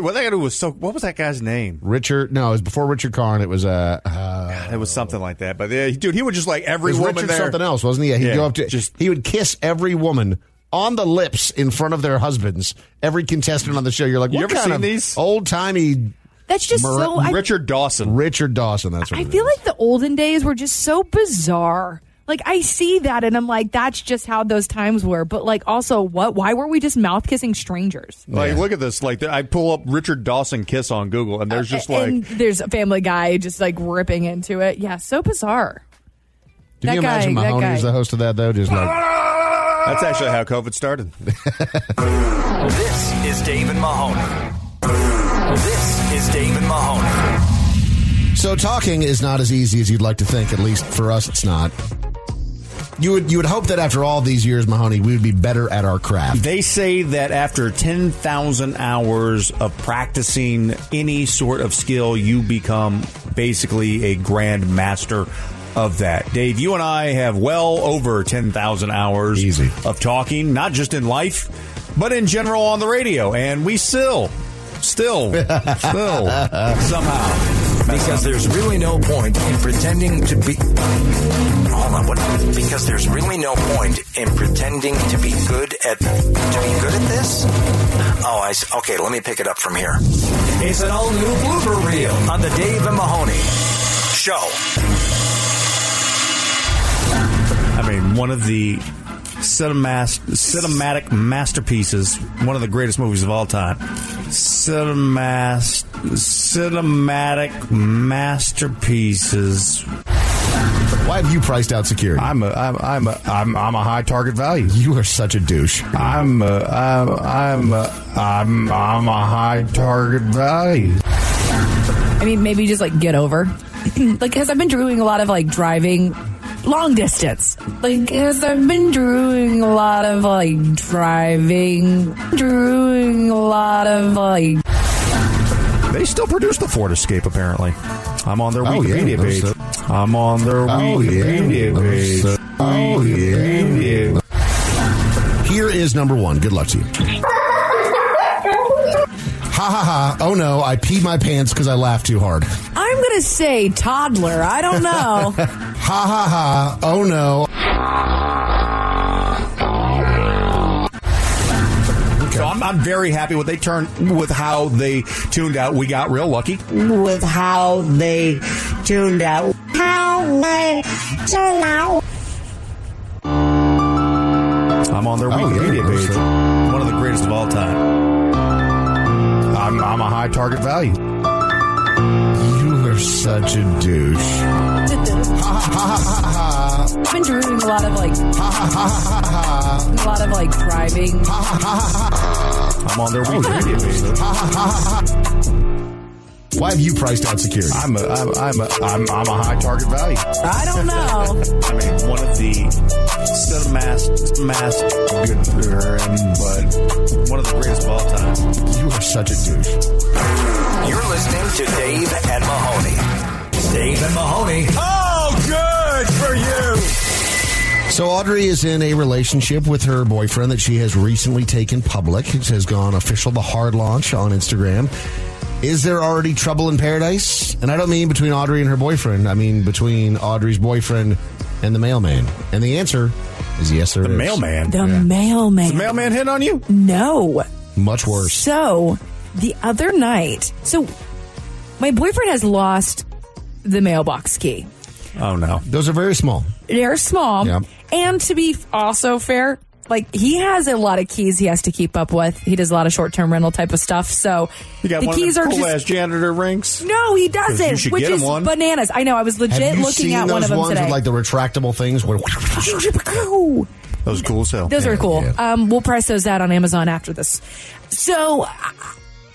S6: what that guy was so. What was that guy's name?
S5: Richard. No, it was before Richard Karn. It was uh, uh
S6: It was something like that. But yeah, dude, he would just like every
S5: it was
S6: woman
S5: Richard
S6: there.
S5: something else, wasn't he? Yeah, he'd
S6: Yeah,
S5: go up to
S6: just
S5: he would kiss every woman on the lips in front of their husbands. Every contestant on the show. You're like,
S6: You
S5: what
S6: ever
S5: kind
S6: seen
S5: of
S6: these?
S5: old timey?
S7: That's just so. Oh, I,
S6: Richard Dawson.
S5: Richard Dawson. That's what
S7: I
S5: it
S7: feel like the olden days were just so bizarre. Like I see that, and I'm like, that's just how those times were. But like, also, what? Why were we just mouth kissing strangers?
S6: Like, look at this. Like, I pull up Richard Dawson kiss on Google, and there's just like
S7: Uh, and there's a Family Guy just like ripping into it. Yeah, so bizarre.
S5: Can
S7: that
S5: you
S7: guy-
S5: imagine
S7: that
S5: Mahoney
S7: guy.
S5: is the host of that though? Just like
S6: that's actually how COVID started.
S3: This is Dave and Mahoney. This is Dave and Mahoney.
S5: so, talking is not as easy as you'd like to think. At least for us, it's not. You would you would hope that after all these years, Mahoney, we would be better at our craft.
S6: They say that after 10,000 hours of practicing any sort of skill, you become basically a grand master of that. Dave, you and I have well over 10,000 hours of talking, not just in life, but in general on the radio. And we still, still, still somehow. mess up.
S2: Because there's really no point in pretending to be. Hold on, what? Because there's really no point in pretending to be good at to be good at this. Oh, I s- okay. Let me pick it up from here. It's an all new blooper reel on the Dave and Mahoney show.
S6: I mean, one of the cinemas- cinematic masterpieces, one of the greatest movies of all time. Cinemas- cinematic masterpieces.
S5: Why have you priced out security?
S6: I'm a I'm I'm a I'm, I'm a high target value.
S5: You are such a douche.
S6: I'm a I'm I'm a, I'm I'm a high target value.
S7: I mean, maybe just like get over. (laughs) like, because I've been doing a lot of like driving long distance. Like, because I've been doing a lot of like driving, doing a lot of like.
S6: They still produce the Ford Escape, apparently. I'm on their
S5: Oh, yeah,
S6: Wikipedia
S5: those,
S6: page. I'm on their Wikipedia page.
S5: Oh yeah. Here is number one. Good luck to you. Ha ha ha! Oh no! I peed my pants because I laughed too hard. Ha
S7: I'm gonna say toddler. I don't (laughs) know.
S5: ha ha! Oh no!
S6: So I'm, I'm very happy with they turned with how they tuned out. We got real lucky.
S13: With how they tuned out. How they tuned out.
S6: I'm on their Wikipedia page. One of the greatest of all time. I'm, I'm a high target value.
S5: You are such a douche.
S7: I've been doing a lot of like. a lot of like driving.
S6: I'm on their Wikipedia page.
S5: Why have you priced out security?
S6: I'm a I'm I'm a, I'm, I'm a high target value.
S7: I don't know.
S6: I mean, one of the cinematic mass good, but one of the greatest of all time.
S5: You are such a douche.
S2: You're listening to Dave and Mahoney. Dave and Mahoney. Oh, good for you.
S5: So Audrey is in a relationship with her boyfriend that she has recently taken public. It has gone official, the hard launch on Instagram. Is there already trouble in paradise? And I don't mean between Audrey and her boyfriend. I mean between Audrey's boyfriend and the mailman. And the answer is yes, there is.
S6: The mailman.
S7: The mailman.
S6: Is the mailman hit on you?
S7: No.
S5: Much worse.
S7: So the other night, so my boyfriend has lost the mailbox key.
S6: Oh no.
S5: Those are very small.
S7: They're small.
S5: Yep.
S7: And to be also fair, Like he has a lot of keys he has to keep up with. He does a lot of short term rental type of stuff. So
S6: You got
S7: the
S6: one
S7: keys
S6: of
S7: are
S6: them cool
S7: just
S6: ass janitor rings.
S7: no, he
S6: You
S7: doesn't.
S6: should
S7: Which
S6: get him
S7: is
S6: one.
S7: bananas. I know. I was legit
S5: Have you
S7: looking
S5: seen
S7: at
S5: those
S7: one of them
S5: ones
S7: today.
S5: with like the retractable things? Where (laughs)
S6: those cool as hell.
S7: Those are cool. Um, we'll price those out on Amazon after this. So uh,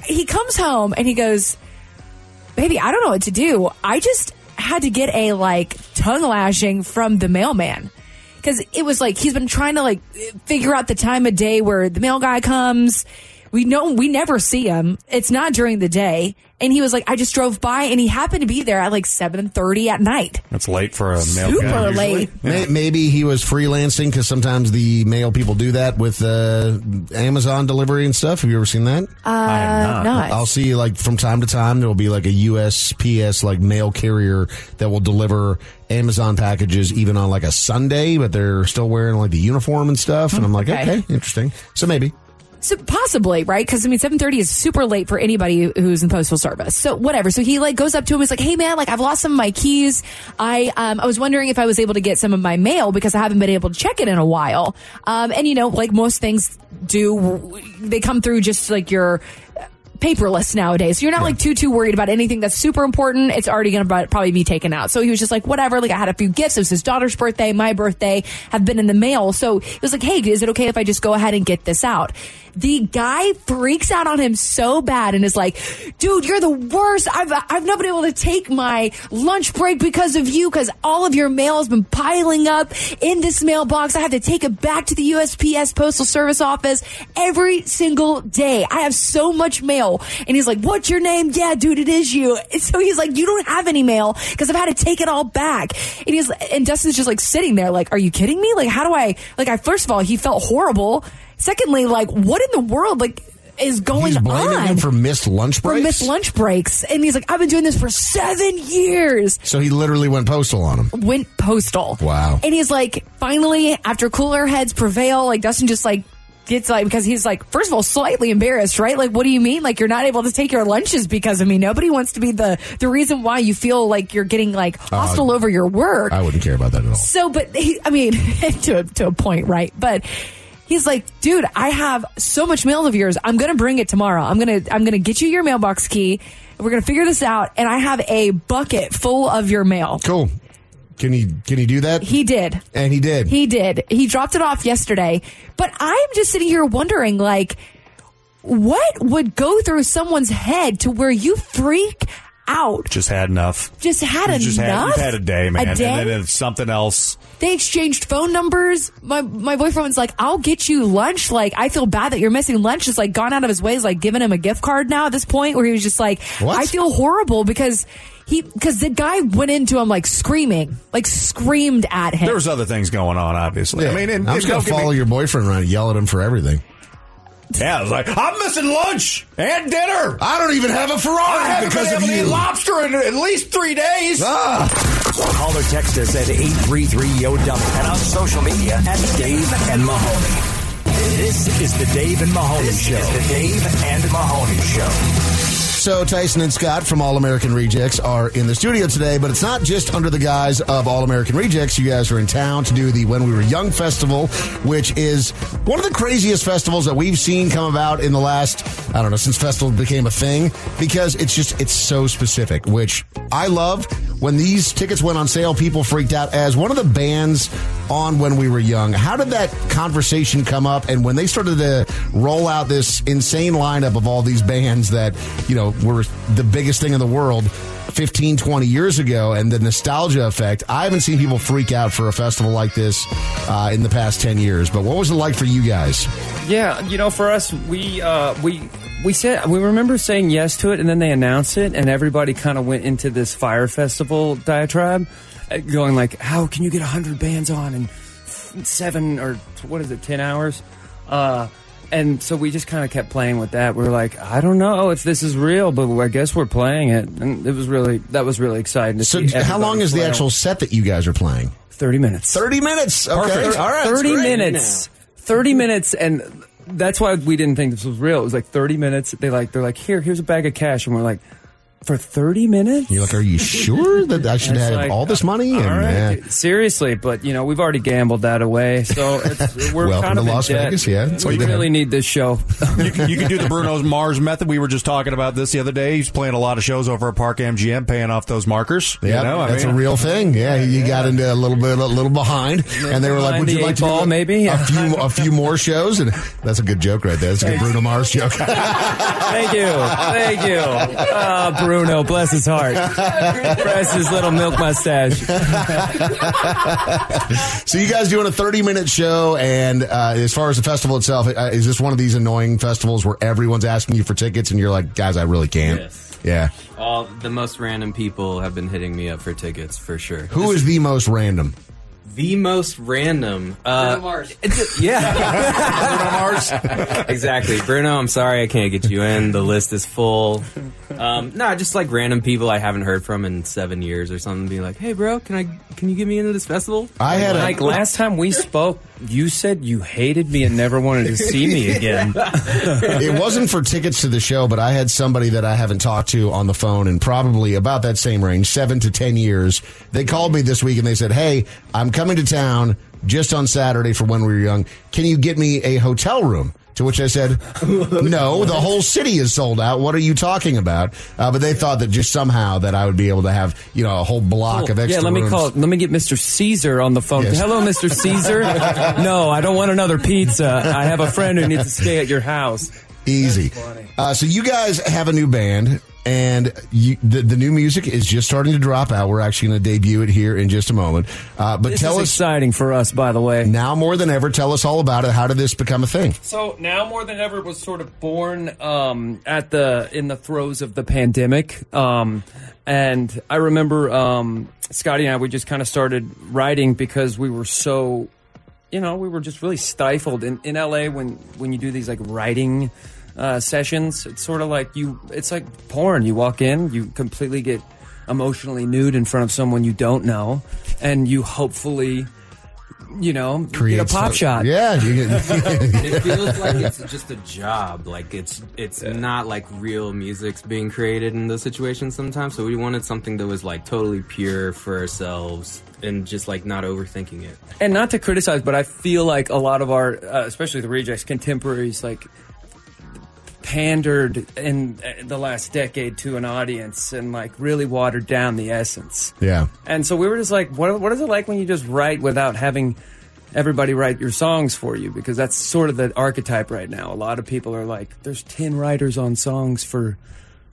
S7: he comes home and he goes, "Baby, I don't know what to do. I just had to get a like tongue lashing from the mailman." Because it was like he's been trying to like figure out the time of day where the mail guy comes. We know we never see him. It's not during the day. And he was like, I just drove by and he happened to be there at like seven thirty at night.
S6: That's late for a mail.
S7: Super late.
S5: May- Maybe he was freelancing because sometimes the mail people do that with uh, Amazon delivery and stuff. Have you ever seen that?
S7: Uh, I have not. not.
S5: I'll see like from time to time there will be like a USPS like mail carrier that will deliver Amazon packages even on like a Sunday, but they're still wearing like the uniform and stuff. And I'm like,
S7: Okay.
S5: okay, interesting. So maybe.
S7: So possibly, right? Because I mean, seven thirty is super late for anybody who's in postal service. So whatever. So he like goes up to him. He's like, "Hey man, like I've lost some of my keys. I um I was wondering if I was able to get some of my mail because I haven't been able to check it in a while. Um and you know, like most things do, they come through just like your paperless nowadays. So you're not like too too worried about anything that's super important. It's already going to probably be taken out. So he was just like, whatever. Like I had a few gifts. It was his daughter's birthday, my birthday, have been in the mail. So he was like, hey, is it okay if I just go ahead and get this out? The guy freaks out on him so bad and is like, dude, you're the worst. I've I've not been able to take my lunch break because of you because all of your mail has been piling up in this mailbox. I have to take it back to the USPS Postal Service office every single day. I have so much mail. And he's like, What's your name? Yeah, dude, it is you. (laughs) And so he's like, You don't have any mail because I've had to take it all back. And he's and Dustin's just like sitting there, like, Are you kidding me? Like, how do I like I first of all, he felt horrible. Secondly, like, what in the world like is going
S5: He's blaming
S7: on?
S5: him for missed lunch
S7: Oh for
S5: breaks.
S7: missed lunch breaks. And he's like, I've been doing this for seven years.
S5: so he literally went postal on him.
S7: Went postal.
S5: Wow.
S7: And he's like, finally, after cooler heads prevail, like Dustin just like gets like because he's like, first of all, slightly embarrassed, right? Like, what do you mean? Like you're not able to take your lunches because of me. Nobody wants to be the the reason why you feel like you're getting like hostile over your work.
S5: Uh, I wouldn't care about that at all.
S7: So, but he, I mean, (laughs) to a, to a point, right? But he's like, dude, I have so much mail of yours. I'm gonna bring it tomorrow. I'm gonna I'm gonna get you your mailbox key. We're gonna figure this out, and I have a bucket full of your mail.
S5: Cool. Can he can he do that?
S7: He did.
S5: And he did.
S7: He did. He dropped it off yesterday. But I'm just sitting here wondering, like, what would go through someone's head to where you freak out?
S6: Just had enough.
S7: Just had
S6: You just Had,
S7: enough?
S6: you've had a day,
S7: A
S6: man.
S7: day?
S6: And then if something else.
S7: They exchanged phone numbers. My my boyfriend was like, "I'll get you lunch." Like, I feel bad that you're missing lunch. Is like gone out of his way. Is like giving him a gift card now at this point, where he was just like,
S13: What?
S7: "I feel horrible because he because the guy went into him like screaming, like screamed at him."
S6: There was other things going on, obviously. I mean, and,
S5: I'm just gonna
S6: and don't get me-
S5: follow your boyfriend around and yell at him for everything.
S6: Yeah, I was like, I'm missing lunch and dinner.
S5: I don't even have a Ferrari
S6: I haven't
S5: because
S6: been
S5: of
S6: able to
S5: you. Ah.
S6: eat lobster in at least three days.
S3: Call or text us at 833-YO-DUMB and on social media at Dave and Mahoney. This is the Dave and Mahoney Show. the Dave and Mahoney Show.
S5: So Tyson and Scott from All American Rejects are in the studio today, but it's not just under the guise of All American Rejects. You guys are in town to do the When We Were Young Festival, which is one of the craziest festivals that we've seen come about in the last, I don't know, since festival became a thing because it's just, it's so specific, which I love. When these tickets went on sale, people freaked out as one of the bands on When We Were Young. How did that conversation come up? And when they started to roll out this insane lineup of all these bands that, you know, were the biggest thing in the world 15, 20 years ago and the nostalgia effect, I haven't seen people freak out for a festival like this uh, in the past 10 years. But what was it like for you guys?
S8: Yeah, you know, for us, we uh, we we said we remember saying yes to it, and then they announced it, and everybody kind of went into this fire festival diatribe, uh, going like, "How can you get hundred bands on in f- seven or t- what is it, ten hours?" Uh, and so we just kind of kept playing with that. We were like, "I don't know if this is real, but I guess we're playing it." And it was really that was really exciting. To
S5: So,
S8: see
S5: how long
S8: everybody
S5: is the
S8: play.
S5: actual set that you guys are playing?
S8: 30 minutes.
S5: 30 minutes. Okay.
S8: Perfect.
S5: All right.
S8: 30
S5: Great.
S8: minutes. 30 minutes and that's why we didn't think this was real. It was like 30 minutes. They like they're like, "Here, here's a bag of cash." And we're like, for 30 minutes?
S5: You're like, are you sure that I should
S8: It's
S5: have
S8: like,
S5: all this money?
S8: all
S5: And,
S8: right,
S5: eh,
S8: dude, seriously, but you know we've already gambled that away, so
S5: (laughs)
S8: it's, we're
S5: Welcome
S8: kind of
S5: to
S8: in
S5: Las
S8: debt.
S5: Vegas, yeah. That's
S8: we
S5: what they have.
S8: really need this show.
S6: You can do the Bruno Mars method. We were just talking about this the other day. He's playing a lot of shows over at Park MGM, paying off those markers.
S5: Yeah,
S6: you know, I
S5: that's
S6: mean-
S5: a real thing. Yeah, you got into a little bit, a little behind, and they were like,
S6: behind
S5: "Would
S6: the
S5: you like
S6: eight
S5: to do
S6: ball,
S5: a,
S6: maybe? (laughs)
S5: a few, a few more shows?" And that's a good joke right there. That's a good Bruno Mars joke. (laughs)
S8: Thank you, thank you, Ah, Bruno. Bless his
S5: (laughs)
S8: heart. Bless his little milk mustache.
S5: so you guys doing a 30 minute show and uh, as far as the festival itself uh, is this one of these annoying festivals where everyone's asking you for tickets and you're like guys i really can't yeah
S9: All the most random people have been hitting me up for tickets for sure.
S5: who is the most random
S9: The most random. Uh,
S8: (laughs)
S9: it's- yeah. Bruno Mars. exactly. Bruno, I'm sorry I can't get you in. The list is full. Um, no, just like random people I haven't heard from in seven years or something being like, hey, bro, can I can you get me into this festival?
S5: I had a-
S8: like last time we spoke, you said you hated me and never wanted to see
S9: (laughs)
S8: me again.
S5: it wasn't for tickets to the show but i had somebody that i haven't talked to on the phone in probably about that same range seven to ten years they called me this week and they said hey i'm coming to town just on saturday for when we were young can you get me a hotel room to which I said, "No, the whole city is sold out. What are you talking about?" Uh, but they thought that just somehow that I would be able to have you know a whole block of extra.
S8: yeah, let me
S5: rooms.
S8: call. Let me get Mr. Caesar on the phone.
S5: Yes.
S8: Hello, Mr. Caesar.
S5: (laughs)
S8: no, I don't want another pizza. I have a friend who needs to stay at your house.
S5: Easy. Uh, so you guys have a new band, and you, the the new music is just starting to drop out. We're actually going to debut it here in just a moment. Uh, but
S8: This
S5: tell
S8: is
S5: us
S8: exciting for us, by the way.
S5: Now more than ever, tell us all about it. How did this become a thing?
S8: So now more than ever was sort of born um, at the in the throes of the pandemic, um, and I remember um, Scotty and I we just kind of started writing because we were so, you know, we were just really stifled in in LA when when you do these like writing. Uh, sessions. It's sort of like you. It's like porn. You walk in, you completely get emotionally nude in front of someone you don't know, and you hopefully, you know, get
S5: Creates
S8: a pop
S5: a-
S8: shot.
S5: Yeah, you
S8: (laughs)
S9: it feels like it's just a job. Like it's it's not like real music's being created in those situations sometimes. So we wanted something that was like totally pure for ourselves and just like not overthinking it.
S8: and not to criticize, but I feel like a lot of our, uh, especially the rejects, contemporaries, like pandered in uh, the last decade to an audience and like really watered down the essence.
S5: (laughs) Yeah.
S8: And so we were just like, what, what is it like when you just write without having everybody write your songs for you? Because that's sort of the archetype right now. A lot of people are like, there's 10 writers on songs for.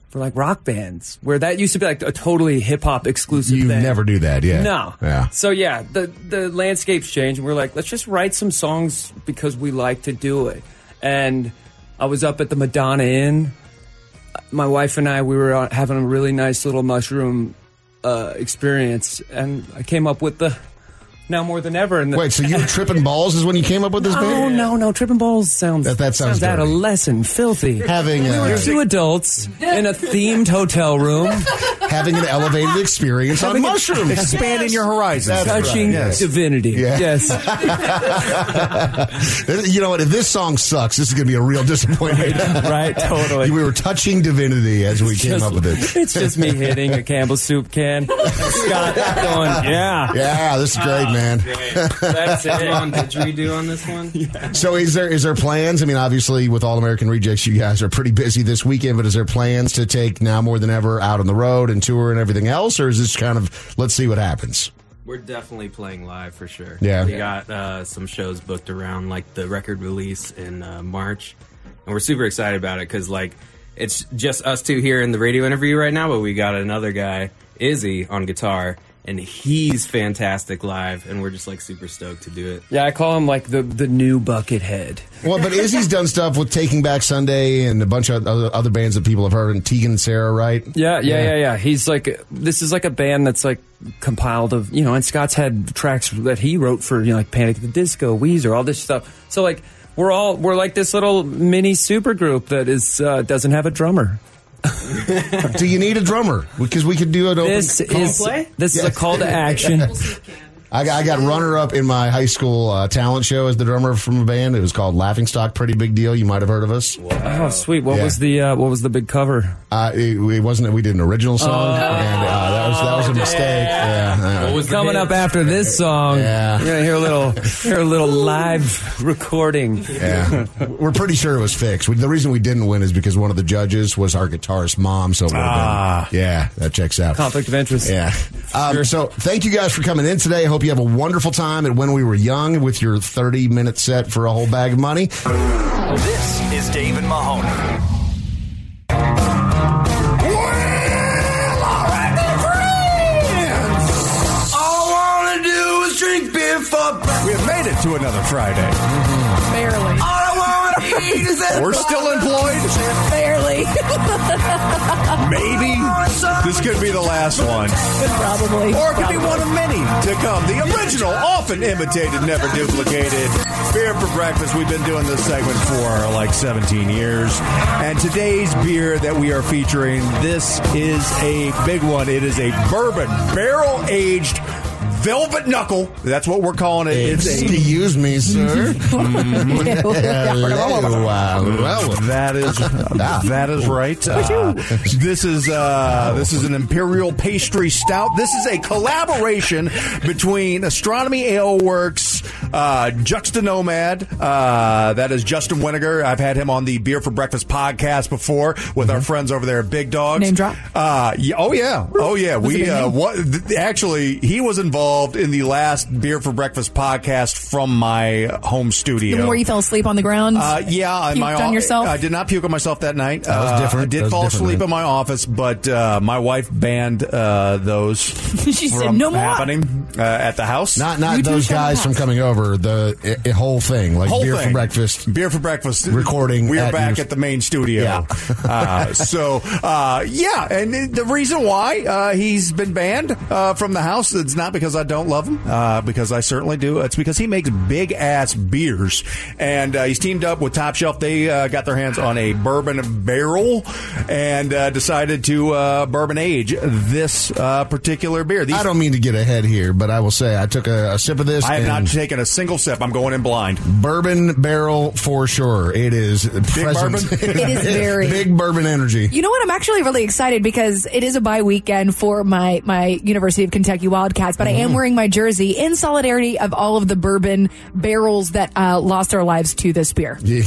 S8: For like rock bands, where that used to be like a totally hip hop exclusive
S5: You
S8: thing.
S5: never do that. Yeah.
S8: No.
S5: Yeah.
S8: So yeah, the the landscapes change, and we're like, let's just write some songs because we like to do it. And I was up at the Madonna Inn. My wife and I we were out having a really nice little mushroom uh, experience, and I came up with the now more than ever. And the,
S5: Wait, so you were tripping balls is when you came up with this
S8: no,
S5: band?
S8: no, no, tripping balls sounds
S5: That- that sounds dirty.
S8: adolescent,
S5: (laughs)
S8: filthy.
S5: Having,
S8: we
S5: uh,
S8: were two adults in a themed hotel room.
S5: (laughs) Having an elevated experience on
S8: Having a-
S5: mushrooms,
S8: Expanding your horizons.
S5: That's right,
S8: Touching
S5: yes.
S8: divinity.
S5: Yeah.
S8: Yes.
S5: you know what? If this song sucks, this is going to be a real disappointment.
S8: (laughs) right, totally.
S5: We were touching divinity as we came
S8: just-
S5: up with it.
S8: It's just me hitting a Campbell's soup can. Scott going, yeah.
S5: Yeah, this is great, man. (laughs)
S9: That's it. on didgeridoo on this one.
S5: So is there is there plans? I mean, obviously with All American Rejects, you guys are pretty busy this weekend. But is there plans to take now more than ever out on the road and tour and everything else, or is this kind of let's see what happens?
S9: We're definitely playing live for sure.
S5: Yeah.
S9: We got uh, some shows booked around like the record release in uh, March. And we're super excited about it because like it's just us two here in the radio interview right now, but we got another guy, Izzy, on guitar. And he's fantastic live. And we're just like super stoked to do it.
S8: Yeah, I call him like the, the new Buckethead.
S5: Well, but Izzy's done stuff with Taking Back Sunday and a bunch of other, other bands that people have heard, and Tegan and Sarah, right?
S8: Yeah, yeah, yeah, yeah. He's like, this is like a band that's like compiled of, you know, and Scott's had tracks that he wrote for, you know, like Panic at the Disco, Weezer, all this stuff. So like, we're all, we're like this little mini super group that is, uh, doesn't have a drummer.
S5: do you need a drummer? Because we could do an open
S8: This (laughs)
S5: call.
S8: is, this is a call to action.
S5: I, got- I got runner up in my high school uh, talent show as the drummer from a band. It was called Laughing Stock. Pretty big deal. You might have heard of us.
S8: Oh, sweet. What was the uh, what was the big cover?
S5: Uh, it, it wasn't. We did an original song, and uh, that was that was a mistake. Yeah.
S8: Oh, What was coming up after this song? You're gonna hear a little hear a little live recording.
S5: Yeah. We're pretty sure it was fixed. We- The reason we didn't win is because one of the judges was our guitarist's mom. So it would've been-
S8: Ah.
S5: yeah, that checks out.
S8: Conflict of interest.
S5: Yeah. Um, So thank you guys for coming in today. I hope you have a wonderful time at When We Were Young with your 30 minute set for a whole bag of money.
S2: This is Dave and Mahoney.
S13: All I wanna do is drink beer for breakfast.
S6: We have made it to another Friday.
S13: Barely. All I wanna eat is that
S6: We're still employed.
S13: Barely.
S6: Maybe this could be the last one.
S13: Probably.
S6: Or it could be one of many to come. The original, often imitated, never duplicated. Beer for breakfast. We've been doing this segment for like 17 years. And today's beer that we are featuring, this is a big one. It is a bourbon barrel aged velvet knuckle. That's what we're calling it. It's a
S5: Excuse
S6: (laughs)
S5: me, sir. Hello, uh, (laughs) well,
S6: (laughs) that is that is right. Uh, this is uh, this is an imperial pastry stout. This is a collaboration between Astronomy Ale Works, uh, Juxta Nomad. Uh, that is Justin Winiger. I've had him on the Beer for Breakfast podcast before with our friends over there at Big Dogs.
S7: Mm-hmm. Name drop?
S6: Uh, yeah, oh yeah, oh yeah.
S7: That's a
S6: We
S7: good
S6: uh,
S7: name.
S6: what th- actually he was involved in the last Beer for Breakfast podcast from my home studio.
S7: The more you fell asleep on the ground. (laughs)
S6: Uh, yeah, in my
S7: puked on
S6: o-
S7: yourself.
S6: I did not puke on myself that night.
S5: That was
S6: Uh,
S5: different.
S6: I did
S5: That was
S6: fall
S5: different,
S6: asleep
S5: man.
S6: in my office, but uh, my wife banned uh,
S7: (laughs)
S6: those
S7: She said,
S6: from
S7: "No more."
S6: happening uh, at the house.
S5: Not not those guys from coming over. The i i- whole thing, like
S6: Whole
S5: beer
S6: thing.
S5: for breakfast.
S6: Beer for breakfast
S5: Recording
S6: We are
S5: at
S6: back
S5: your-
S6: at the main studio. (laughs) uh, so uh, yeah, and it- the reason why uh, he's been banned uh, from the house is not because I don't love him, uh, because I certainly do. It's because he makes big ass beers, and uh, he's teamed up with Top Shelf. They uh, got their hands on a bourbon barrel and uh, decided to uh, bourbon age this uh, particular beer. These
S5: I don't mean to get ahead here, but I will say I took a, a sip of this.
S6: I have not
S5: and
S6: taken a single sip. I'm going in blind.
S5: bourbon barrel for sure. It is present.
S6: bourbon?
S5: (laughs)
S7: It is very-
S6: (laughs)
S5: big bourbon energy.
S7: You know what? I'm actually really excited because it is a bye weekend for my my University of Kentucky Wildcats, but I
S6: Mm.
S7: am wearing my jersey in solidarity of all of the bourbon barrels that uh, lost their lives to this beer.
S5: you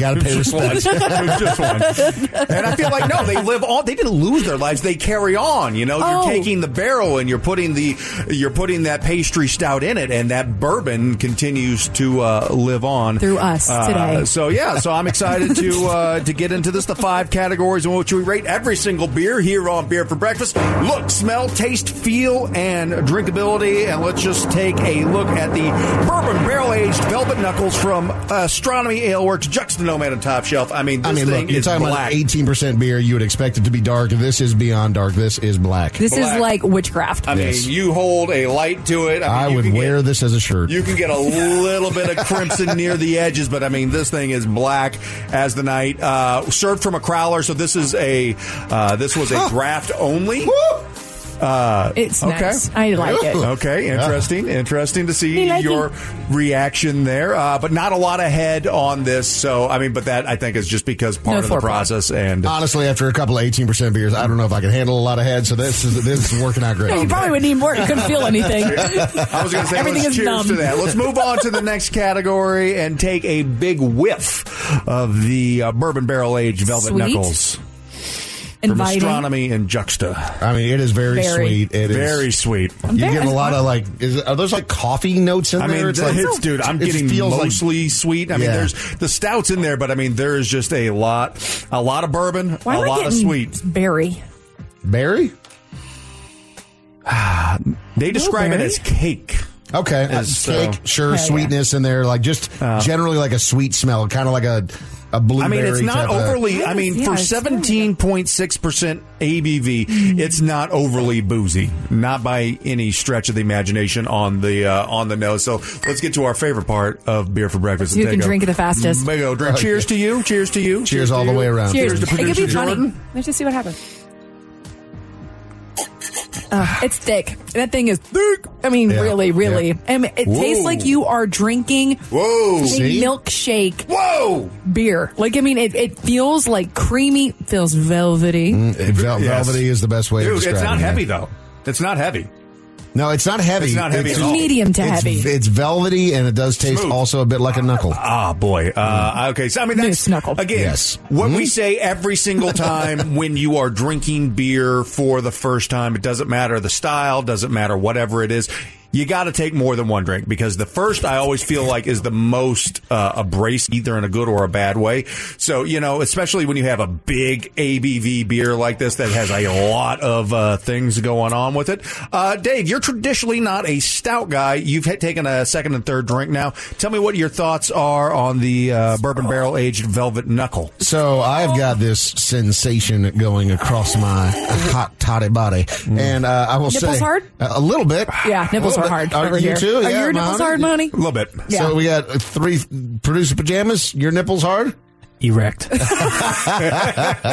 S5: got to pay
S6: Just one.
S5: respect.
S6: Just one. (laughs) And I feel like no, they live on. They didn't lose their lives. They carry on. You know,
S7: Oh.
S6: you're taking the barrel and you're putting the you're putting that pastry stout in it, and that bourbon continues to uh, live on
S7: Through us
S6: Uh,
S7: today.
S6: So yeah, so I'm excited to uh, to get into this. The five categories in which we rate every single beer here on Beer for Breakfast: look, smell, taste, feel, and drinkability. And let's just take a look at the bourbon barrel aged Velvet Knuckles from Astronomy Ale Works, Juxta Nomad and Top Shelf. I mean, this
S5: I mean,
S6: thing
S5: look, you're
S6: is
S5: talking
S6: black.
S5: about 18% beer. You would expect it to be dark. This is beyond dark. This is black.
S7: This
S6: Black.
S7: is like witchcraft.
S6: I mean,
S5: Yes.
S6: you hold a light to it. I, mean,
S5: I
S6: you
S5: would
S6: can
S5: wear
S6: Get,
S5: this as a shirt.
S6: you
S7: (laughs)
S6: can get a little bit of crimson near the edges, but I mean, this thing is black as the night. Uh, served from a crowler, so this is a uh, this was a draft only. Uh,
S7: It's
S6: okay.
S7: nice. I like
S6: (laughs)
S7: it.
S6: Okay, interesting. Interesting to see
S7: I like
S6: your reaction there, uh, but not a lot ahead on this. So, I mean, but that I think is just because part
S7: No
S6: of the
S7: foreplay.
S6: process. And uh,
S5: Honestly, after a couple of 18% beers, I don't know if I can handle a lot of head. So this is this is working out great.
S7: No, (laughs) you probably would need more. You couldn't feel
S6: (laughs)
S7: anything.
S6: I was going to say,
S7: Everything
S6: let's
S7: is
S6: cheers
S7: numb.
S6: to that. Let's move on to
S7: (laughs)
S6: the next category and take a big whiff of the uh, bourbon barrel aged Velvet
S7: Sweet.
S6: Knuckles from
S7: Inviting.
S6: Astronomy and Juxta.
S5: I mean, it is very,
S7: Very.
S5: sweet. It is
S6: Very sweet.
S5: You
S7: Very-
S5: get a lot of like, is, are those like coffee notes in
S6: I
S5: there?
S6: mean,
S5: it's
S6: the
S5: like,
S6: hits, dude. I'm
S5: it
S6: getting
S5: feels like-
S6: mostly sweet. I mean,
S5: Yeah.
S6: there's the stouts in there, but I mean, there is just a lot, a lot of bourbon,
S7: Why
S6: a
S7: am I
S6: lot of
S7: getting
S6: sweet.
S7: berry?
S5: berry.
S6: They describe it
S7: berry?
S6: as cake.
S5: Okay, uh,
S6: Is, so-
S5: cake,
S7: Hell
S5: sure,
S7: yeah.
S5: sweetness in there, like just generally like a sweet smell, kind of like a a blueberry.
S6: Uh. I mean, it's not
S5: type of-
S6: overly. I mean,
S7: Yeah,
S6: for
S7: it's very good.
S6: seventeen point six percent ABV,
S7: Mm.
S6: it's not overly boozy, not by any stretch of the imagination on the uh, on the nose. So let's get to our favorite part of beer for breakfast.
S7: Who
S6: and
S7: can
S6: take a
S7: drink it the fastest?
S6: big old drink. Cheers to you! Cheers to you!
S5: Cheers
S6: to
S5: all Uh, the
S6: you.
S5: way around.
S7: Cheers.
S6: Cheers to
S7: it could be
S6: producer
S7: funny.
S6: Jordan.
S7: Let's just see what happens. Ugh, it's thick. That thing is thick. I mean,
S5: Yeah,
S7: really, really.
S5: yeah.
S7: I mean, it
S5: Whoa.
S7: tastes like you are drinking
S5: Whoa,
S7: a
S5: see?
S7: milkshake.
S5: Whoa,
S7: beer. Like I mean, it, it feels like creamy. Feels velvety.
S5: Mm, vel-
S6: Yes.
S5: Velvety is the best way
S6: Dude,
S5: to describe
S6: it's not
S5: it.
S6: heavy though. It's not heavy.
S5: No, it's not heavy.
S6: It's not heavy
S7: at all. Medium to
S5: it's-
S7: heavy.
S5: It's velvety and it does taste
S6: Smooth.
S5: also a bit like a knuckle.
S6: Ah, boy. Uh, okay, so I mean that's again
S5: Yes.
S6: what we say every single time when you are drinking beer for the first time. It doesn't matter the style, doesn't matter whatever it is. You got to take more than one drink because the first I always feel like is the most uh, abrasive, either in a good or a bad way. So you know, especially when you have a big ABV beer like this that has a lot of uh, things going on with it. Uh, Dave, you're traditionally not a stout guy. You've had taken a second and third drink now. Tell me what your thoughts are on the uh, bourbon barrel aged velvet knuckle.
S5: So I've got this sensation going across my hot toddy body, and uh, I will
S7: Mm. Nipples
S5: say uh,
S7: hard?
S5: a a little bit.
S7: Yeah, nipples
S5: A
S7: are
S5: little
S7: hard.
S5: bit. Oh, Are
S7: over
S5: you
S7: here.
S5: too?
S7: Are
S5: Yeah,
S7: your nipples
S5: Mahoney?
S7: hard,
S5: (laughs)
S7: Money?
S6: little bit.
S7: Yeah.
S5: So we got uh, three producer pajamas. Your nipples hard?
S12: Erect. so
S5: yeah,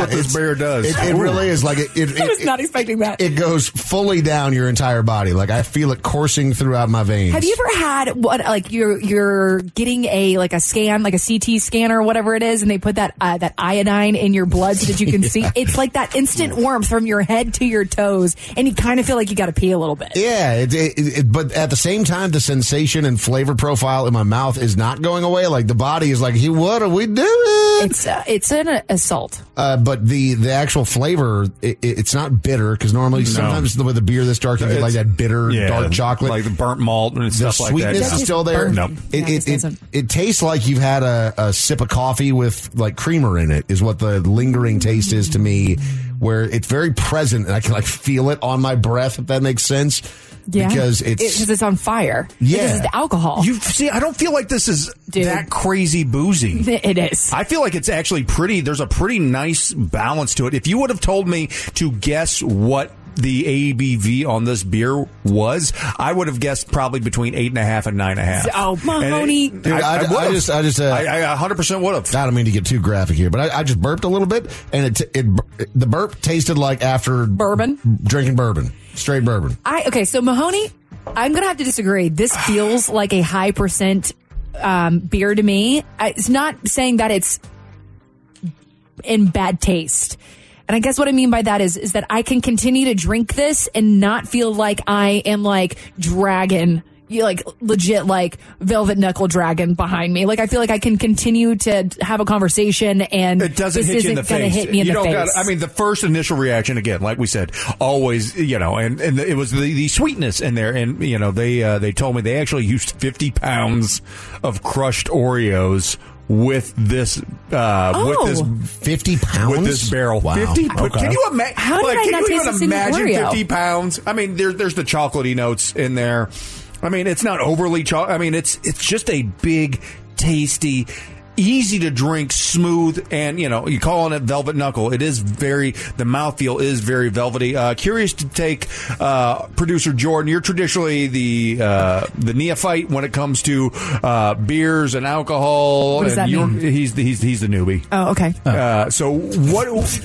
S6: what this
S5: it's-
S6: beer does.
S5: It, it
S6: Ooh.
S5: really is like it. it,
S7: I was
S5: it-
S7: not expecting (laughs) that.
S5: it goes fully down your entire body. Like I feel it coursing throughout my veins.
S7: Have you ever had what like you're you're getting a like a scan like a CT scan or whatever it is, and they put that uh, that iodine in your blood so that you
S5: (laughs)
S7: can see? It's like that instant warmth from your head to your toes, and you kind of feel like you got to pee a little bit.
S5: Yeah, it, it, it, but at the same time, the sensation and flavor profile in my mouth is not going away. Like the body is like, "Hey, what are we doing?
S7: It's uh, it's an uh, assault.
S5: Uh, but the the actual flavor, it, it- it's not bitter because normally
S6: No.
S5: sometimes with a beer this dark, you get like that bitter
S6: Yeah,
S5: dark chocolate.
S6: like the burnt malt and
S5: the
S6: stuff like that.
S5: sweetness
S6: yeah.
S5: is still there.
S6: No,
S5: It, it, it, it tastes like you've had a, a sip of coffee with like creamer in it. Is what the lingering taste is to me, where it's very present and I can like feel it on my breath. If that makes sense,
S7: Yeah,
S5: because it's
S7: because it's on fire.
S5: Yeah.
S7: because it's the alcohol. (laughs)
S6: You see, I don't feel like this is
S7: Dude.
S6: that crazy boozy.
S7: It is.
S6: I feel like it's actually pretty. There's a pretty nice balance to it. If you would have told me to guess what the ABV on this beer was, I would have guessed probably between eight and a half and nine and a half.
S7: Oh,
S6: And it-
S7: Mahoney.
S5: Dude, I, I,
S6: would've.
S5: just, I just, uh,
S6: I, I 100% would have.
S5: I don't mean to get too graphic here, but I, I just burped a little bit, and it, it, the burp tasted like after
S7: Bourbon?
S5: drinking bourbon, straight bourbon.
S7: I okay, so Mahoney, I'm gonna have to disagree. This feels like a high percent um, beer to me. I, it's not saying that it's in bad taste. And I guess what I mean by that is is that I can continue to drink this and not feel like I am like dragon. You like legit like velvet knuckle dragon behind me. Like I feel like I can continue to have a conversation and
S6: It doesn't
S7: this
S6: hit you in
S7: isn't
S6: the
S7: gonna
S6: face.
S7: hit me in
S6: you
S7: the
S6: don't
S7: face.
S6: gotta- I mean, the first initial reaction, again, like we said, always, you know, and, and it was the, the sweetness in there. And, you know, they, uh, they told me they actually used 50 pounds of crushed Oreos with this, uh,
S7: Oh.
S6: with this,
S5: 50 pounds?
S6: with this barrel.
S5: Wow.
S6: 50, but
S5: Okay.
S6: can you, ima-
S7: How did
S6: like,
S7: I
S6: can
S7: not
S6: you
S7: taste
S6: even
S7: a single
S6: imagine
S7: Oreo?
S6: 50 pounds? I mean, there, there's the chocolatey notes in there. I mean, it's not overly cho I mean, it's, it's just a big, tasty, easy to drink, smooth, and you know, you calling it velvet knuckle. It is very the mouthfeel is very velvety. Uh, curious to take uh, producer Jordan. You're traditionally the uh, the neophyte when it comes to uh, beers and alcohol.
S7: What does
S6: and
S7: that
S6: you're-
S7: mean?
S6: He's the, he's he's the newbie.
S7: oh, okay.
S6: Uh, so what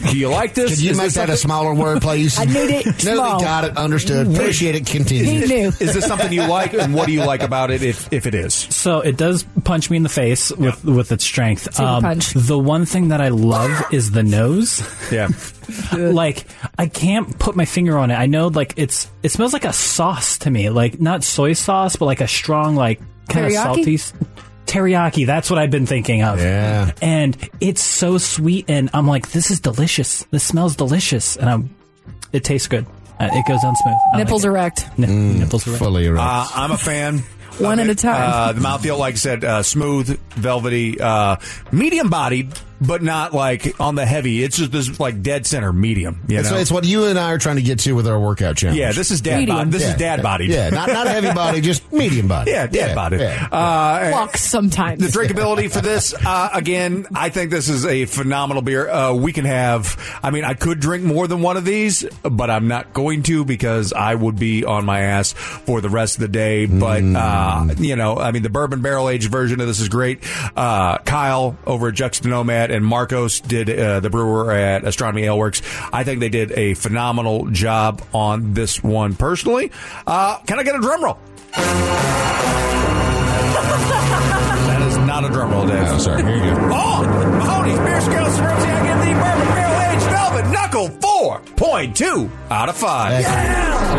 S6: do you like this?
S5: Could you
S6: Is
S5: make
S6: this
S5: that a
S6: something-
S5: smaller word, please?
S7: I need it
S5: No,
S7: small.
S5: they got it. Understood. Appreciate it.
S6: (laughs)
S5: Continue.
S7: He knew.
S6: Is this something you like, and what do you like about it if if it is?
S12: (laughs) So it does punch me in the face with with its strength. Um,
S7: Super punch.
S12: The one thing that I love is the nose.
S6: Yeah.
S12: like I can't put my finger on it. I know like it's it smells like a sauce to me. Like not soy sauce, but like a strong like kind
S7: Teriyaki?
S12: of salty s- teriyaki. That's what I've been thinking of.
S5: Yeah.
S12: And it's so sweet and I'm like this is delicious. This smells delicious and I'm it tastes good. Uh, it goes down smooth. I
S7: Nipples
S12: like
S7: erect.
S12: it. Nip-
S5: Mm,
S12: nipples are
S5: Fully erect.
S6: Uh, I'm a fan.
S7: One
S6: of
S7: at a
S6: it.
S7: time.
S6: Uh, the mouthfeel, like I said, uh, smooth, velvety, uh, medium bodied, but not like on the heavy. It's just this like dead center medium. You
S5: It's,
S6: know?
S5: it's what you and I are trying to get to with our workout challenge.
S6: yeah, this is dad
S7: Medium.
S6: bod. This
S5: Yeah.
S6: is dad bodied.
S5: Yeah, not not heavy body, just medium
S6: (laughs)
S5: body.
S6: yeah, dad bodied.
S5: yeah.
S6: Uh, and-
S7: Fuck sometimes.
S6: the drinkability for this, uh, again, I think this is a phenomenal beer. Uh, we can have, I mean, I could drink more than one of these, but I'm not going to because I would be on my ass for the rest of the day. But, uh, you know, I mean, the bourbon barrel aged version of this is great. Uh, Kyle over at Juxta that, and Marcos did uh, the brewer at Astronomy Aleworks. I think they did a phenomenal job on this one. Personally, uh, can I get a drum roll? that is not a drum roll, Dave.
S5: No, sorry. Here you go.
S6: Oh, Mahoney's beer scale supremacy. I give the bourbon barrel aged velvet knuckle four point two out of five.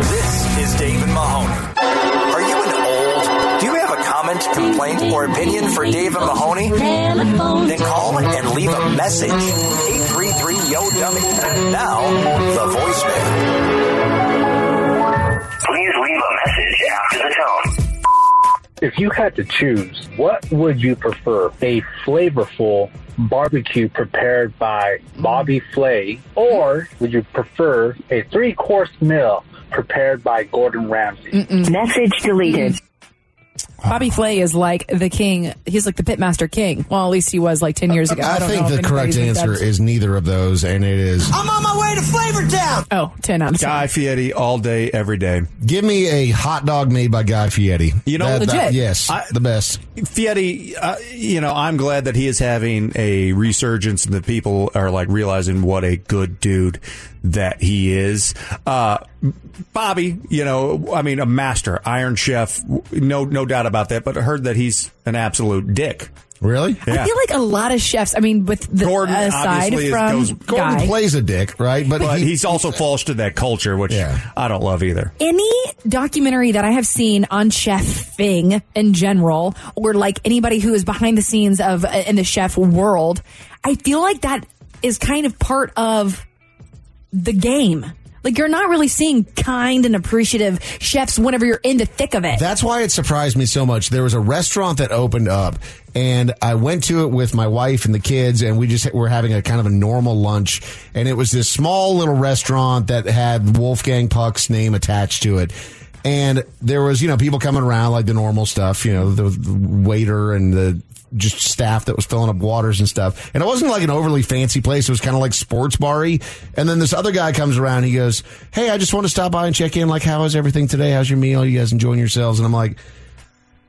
S3: This is Dave and Mahoney. Are you an old? Do you have a comment, complaint, or opinion for Dave and Mahoney? Then call and leave a message. 833 Yo Dummy. Now, the voicemail.
S2: Please leave a message after the tone.
S14: If you had to choose, what would you prefer? A flavorful barbecue prepared by Bobby Flay, or would you prefer a three course meal prepared by Gordon Ramsay?
S24: Message deleted.
S7: Bobby Flay is like the king. He's like the pitmaster king. Well, at least he was like 10 years ago.
S5: I,
S7: don't know
S5: think
S7: if
S5: the correct
S7: anybody's
S5: answer
S7: accepted-
S5: is neither of those, and it is
S21: I'm on my way to Flavortown.
S7: Oh, 10 out of 10.
S6: Guy Fieri all day, every day.
S5: give me a hot dog made by Guy Fieri.
S6: You know- Legit.
S5: yes,
S6: I-
S5: the best.
S6: Fietti, uh, you know, I'm glad that he is having a resurgence and that people are like realizing what a good dude that he is. Uh, Bobby, you know, I mean, a master, Iron Chef, no, no doubt about that. But I heard that he's an absolute dick.
S5: Really?
S7: I feel like a lot of chefs, I mean, with the
S6: Gordon
S7: aside
S6: obviously is-
S7: from
S6: goes-
S5: Gordon
S7: Guy,
S5: plays a dick, right? But,
S6: But
S5: he,
S6: he's also false to that culture, which I don't love either.
S7: any documentary that I have seen on chefing in general, or like anybody who is behind the scenes of uh, in the chef world, I feel like that is kind of part of the game. Like you're not really seeing kind and appreciative chefs whenever you're in the thick of it.
S5: That's why it surprised me so much. There was a restaurant that opened up, and I went to it with my wife and the kids, and we just were having a kind of a normal lunch. And it was this small little restaurant that had Wolfgang Puck's name attached to it. And there was, you know, people coming around like the normal stuff, you know, the, the waiter and the just staff that was filling up waters and stuff. And it wasn't like an overly fancy place. It was kind of like sports bar And then this other guy comes around. He goes, Hey, I just want to stop by and check in. Like, how is everything today? How's your meal? You guys enjoying yourselves? And I'm like,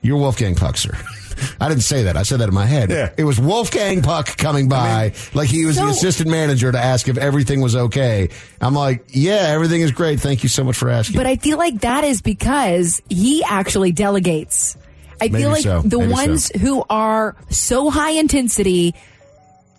S5: You're Wolfgang Puck, sir. (laughs) I didn't say that. I said that in my head.
S6: Yeah.
S5: It was Wolfgang Puck coming by. like he was the
S7: So-
S5: assistant manager to ask if everything was okay. I'm like, yeah, everything is great. Thank you so much for asking.
S7: But I feel like that is because he actually delegates. I
S5: Maybe
S7: feel like
S5: so.
S7: the
S5: Maybe so.
S7: ones who are so high intensity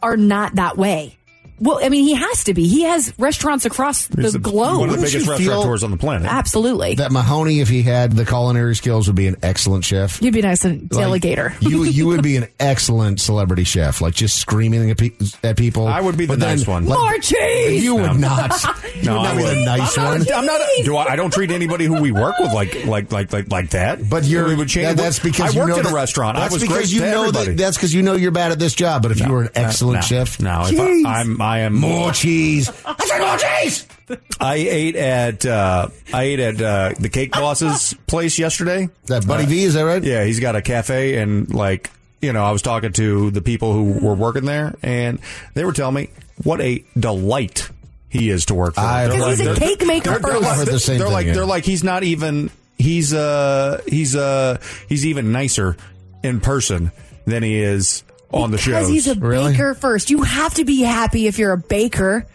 S7: are not that way. Well, I mean, he has to be. He has restaurants across the,
S6: He's the-
S7: globe.
S6: one of the
S5: Wouldn't
S6: biggest
S5: you feel-
S6: restaurateurs on the planet.
S7: Absolutely.
S5: that Mahoney, if he had the culinary skills, would be an excellent chef.
S7: You'd be a nice and
S5: Like,
S7: delegator.
S5: you you would be an excellent celebrity chef, like just screaming at, pe- at people.
S6: I would be the
S5: But then,
S6: nice one.
S5: like,
S7: (laughs) More cheese!
S5: You would not.
S6: (laughs)
S5: You
S6: No,
S5: would
S6: I
S5: not be the
S6: wouldn't.
S5: nice
S6: I'm
S5: one.
S6: not. I'm not do I, I don't treat anybody who we work with like like like like, like that.
S5: But you're
S6: we would change.
S5: that- that's because
S6: I
S5: you
S6: worked
S5: know
S6: in a
S5: that-
S6: restaurant. I
S5: That's
S6: was
S5: because
S6: great
S5: you
S6: to
S5: know
S6: everybody.
S5: that. That's because you know you're bad at this job. But if you were an excellent
S6: no,
S5: chef,
S6: no, if I-
S5: cheese.
S6: I'm- I am-
S5: more cheese. I said more cheese.
S6: I ate at uh, I ate at uh, the Cake Boss's place yesterday.
S5: That Buddy
S6: Uh,
S5: V is that right?
S6: Yeah, he's got a cafe and like you know, I was talking to the people who were working there, and they were telling me what a delight he is to work for.
S5: I-
S6: They're
S7: Because he's a
S6: they're-
S7: cake maker
S5: they're
S7: first.
S5: like- heard the same
S6: they're
S5: thing,
S6: like
S5: yeah.
S6: they're like he's not even he's uh he's uh he's even nicer in person than he is on the shows.
S7: Because he's a baker first. You have to be happy if you're a baker.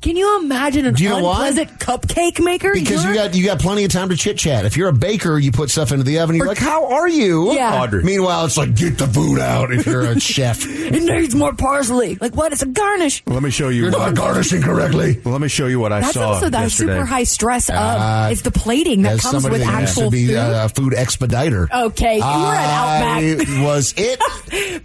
S7: Can you imagine an
S5: Do you know why?
S7: unpleasant cupcake maker?
S5: Because you
S7: You're-
S5: got you got plenty of time to chit chat. If you're a baker, you put stuff into the oven. You're like, "How are you?"
S7: Yeah.
S6: Audrey.
S5: Meanwhile, it's like, "Get the food out." If you're
S6: (laughs)
S5: a chef, you're
S7: it needs more parsley. Like what? It's a garnish.
S6: Let me show you.
S5: not
S6: what,
S5: garnishing correctly.
S6: Let me show you what I
S7: That's
S6: saw
S7: also the
S6: yesterday.
S7: super high stress of
S5: Uh,
S7: it's the plating that
S5: As
S7: comes
S5: somebody
S7: with
S5: that used
S7: actual
S5: to be
S7: food.
S5: uh, a food expediter,
S7: Okay, you were at Outback.
S5: I was
S7: (laughs)
S5: it.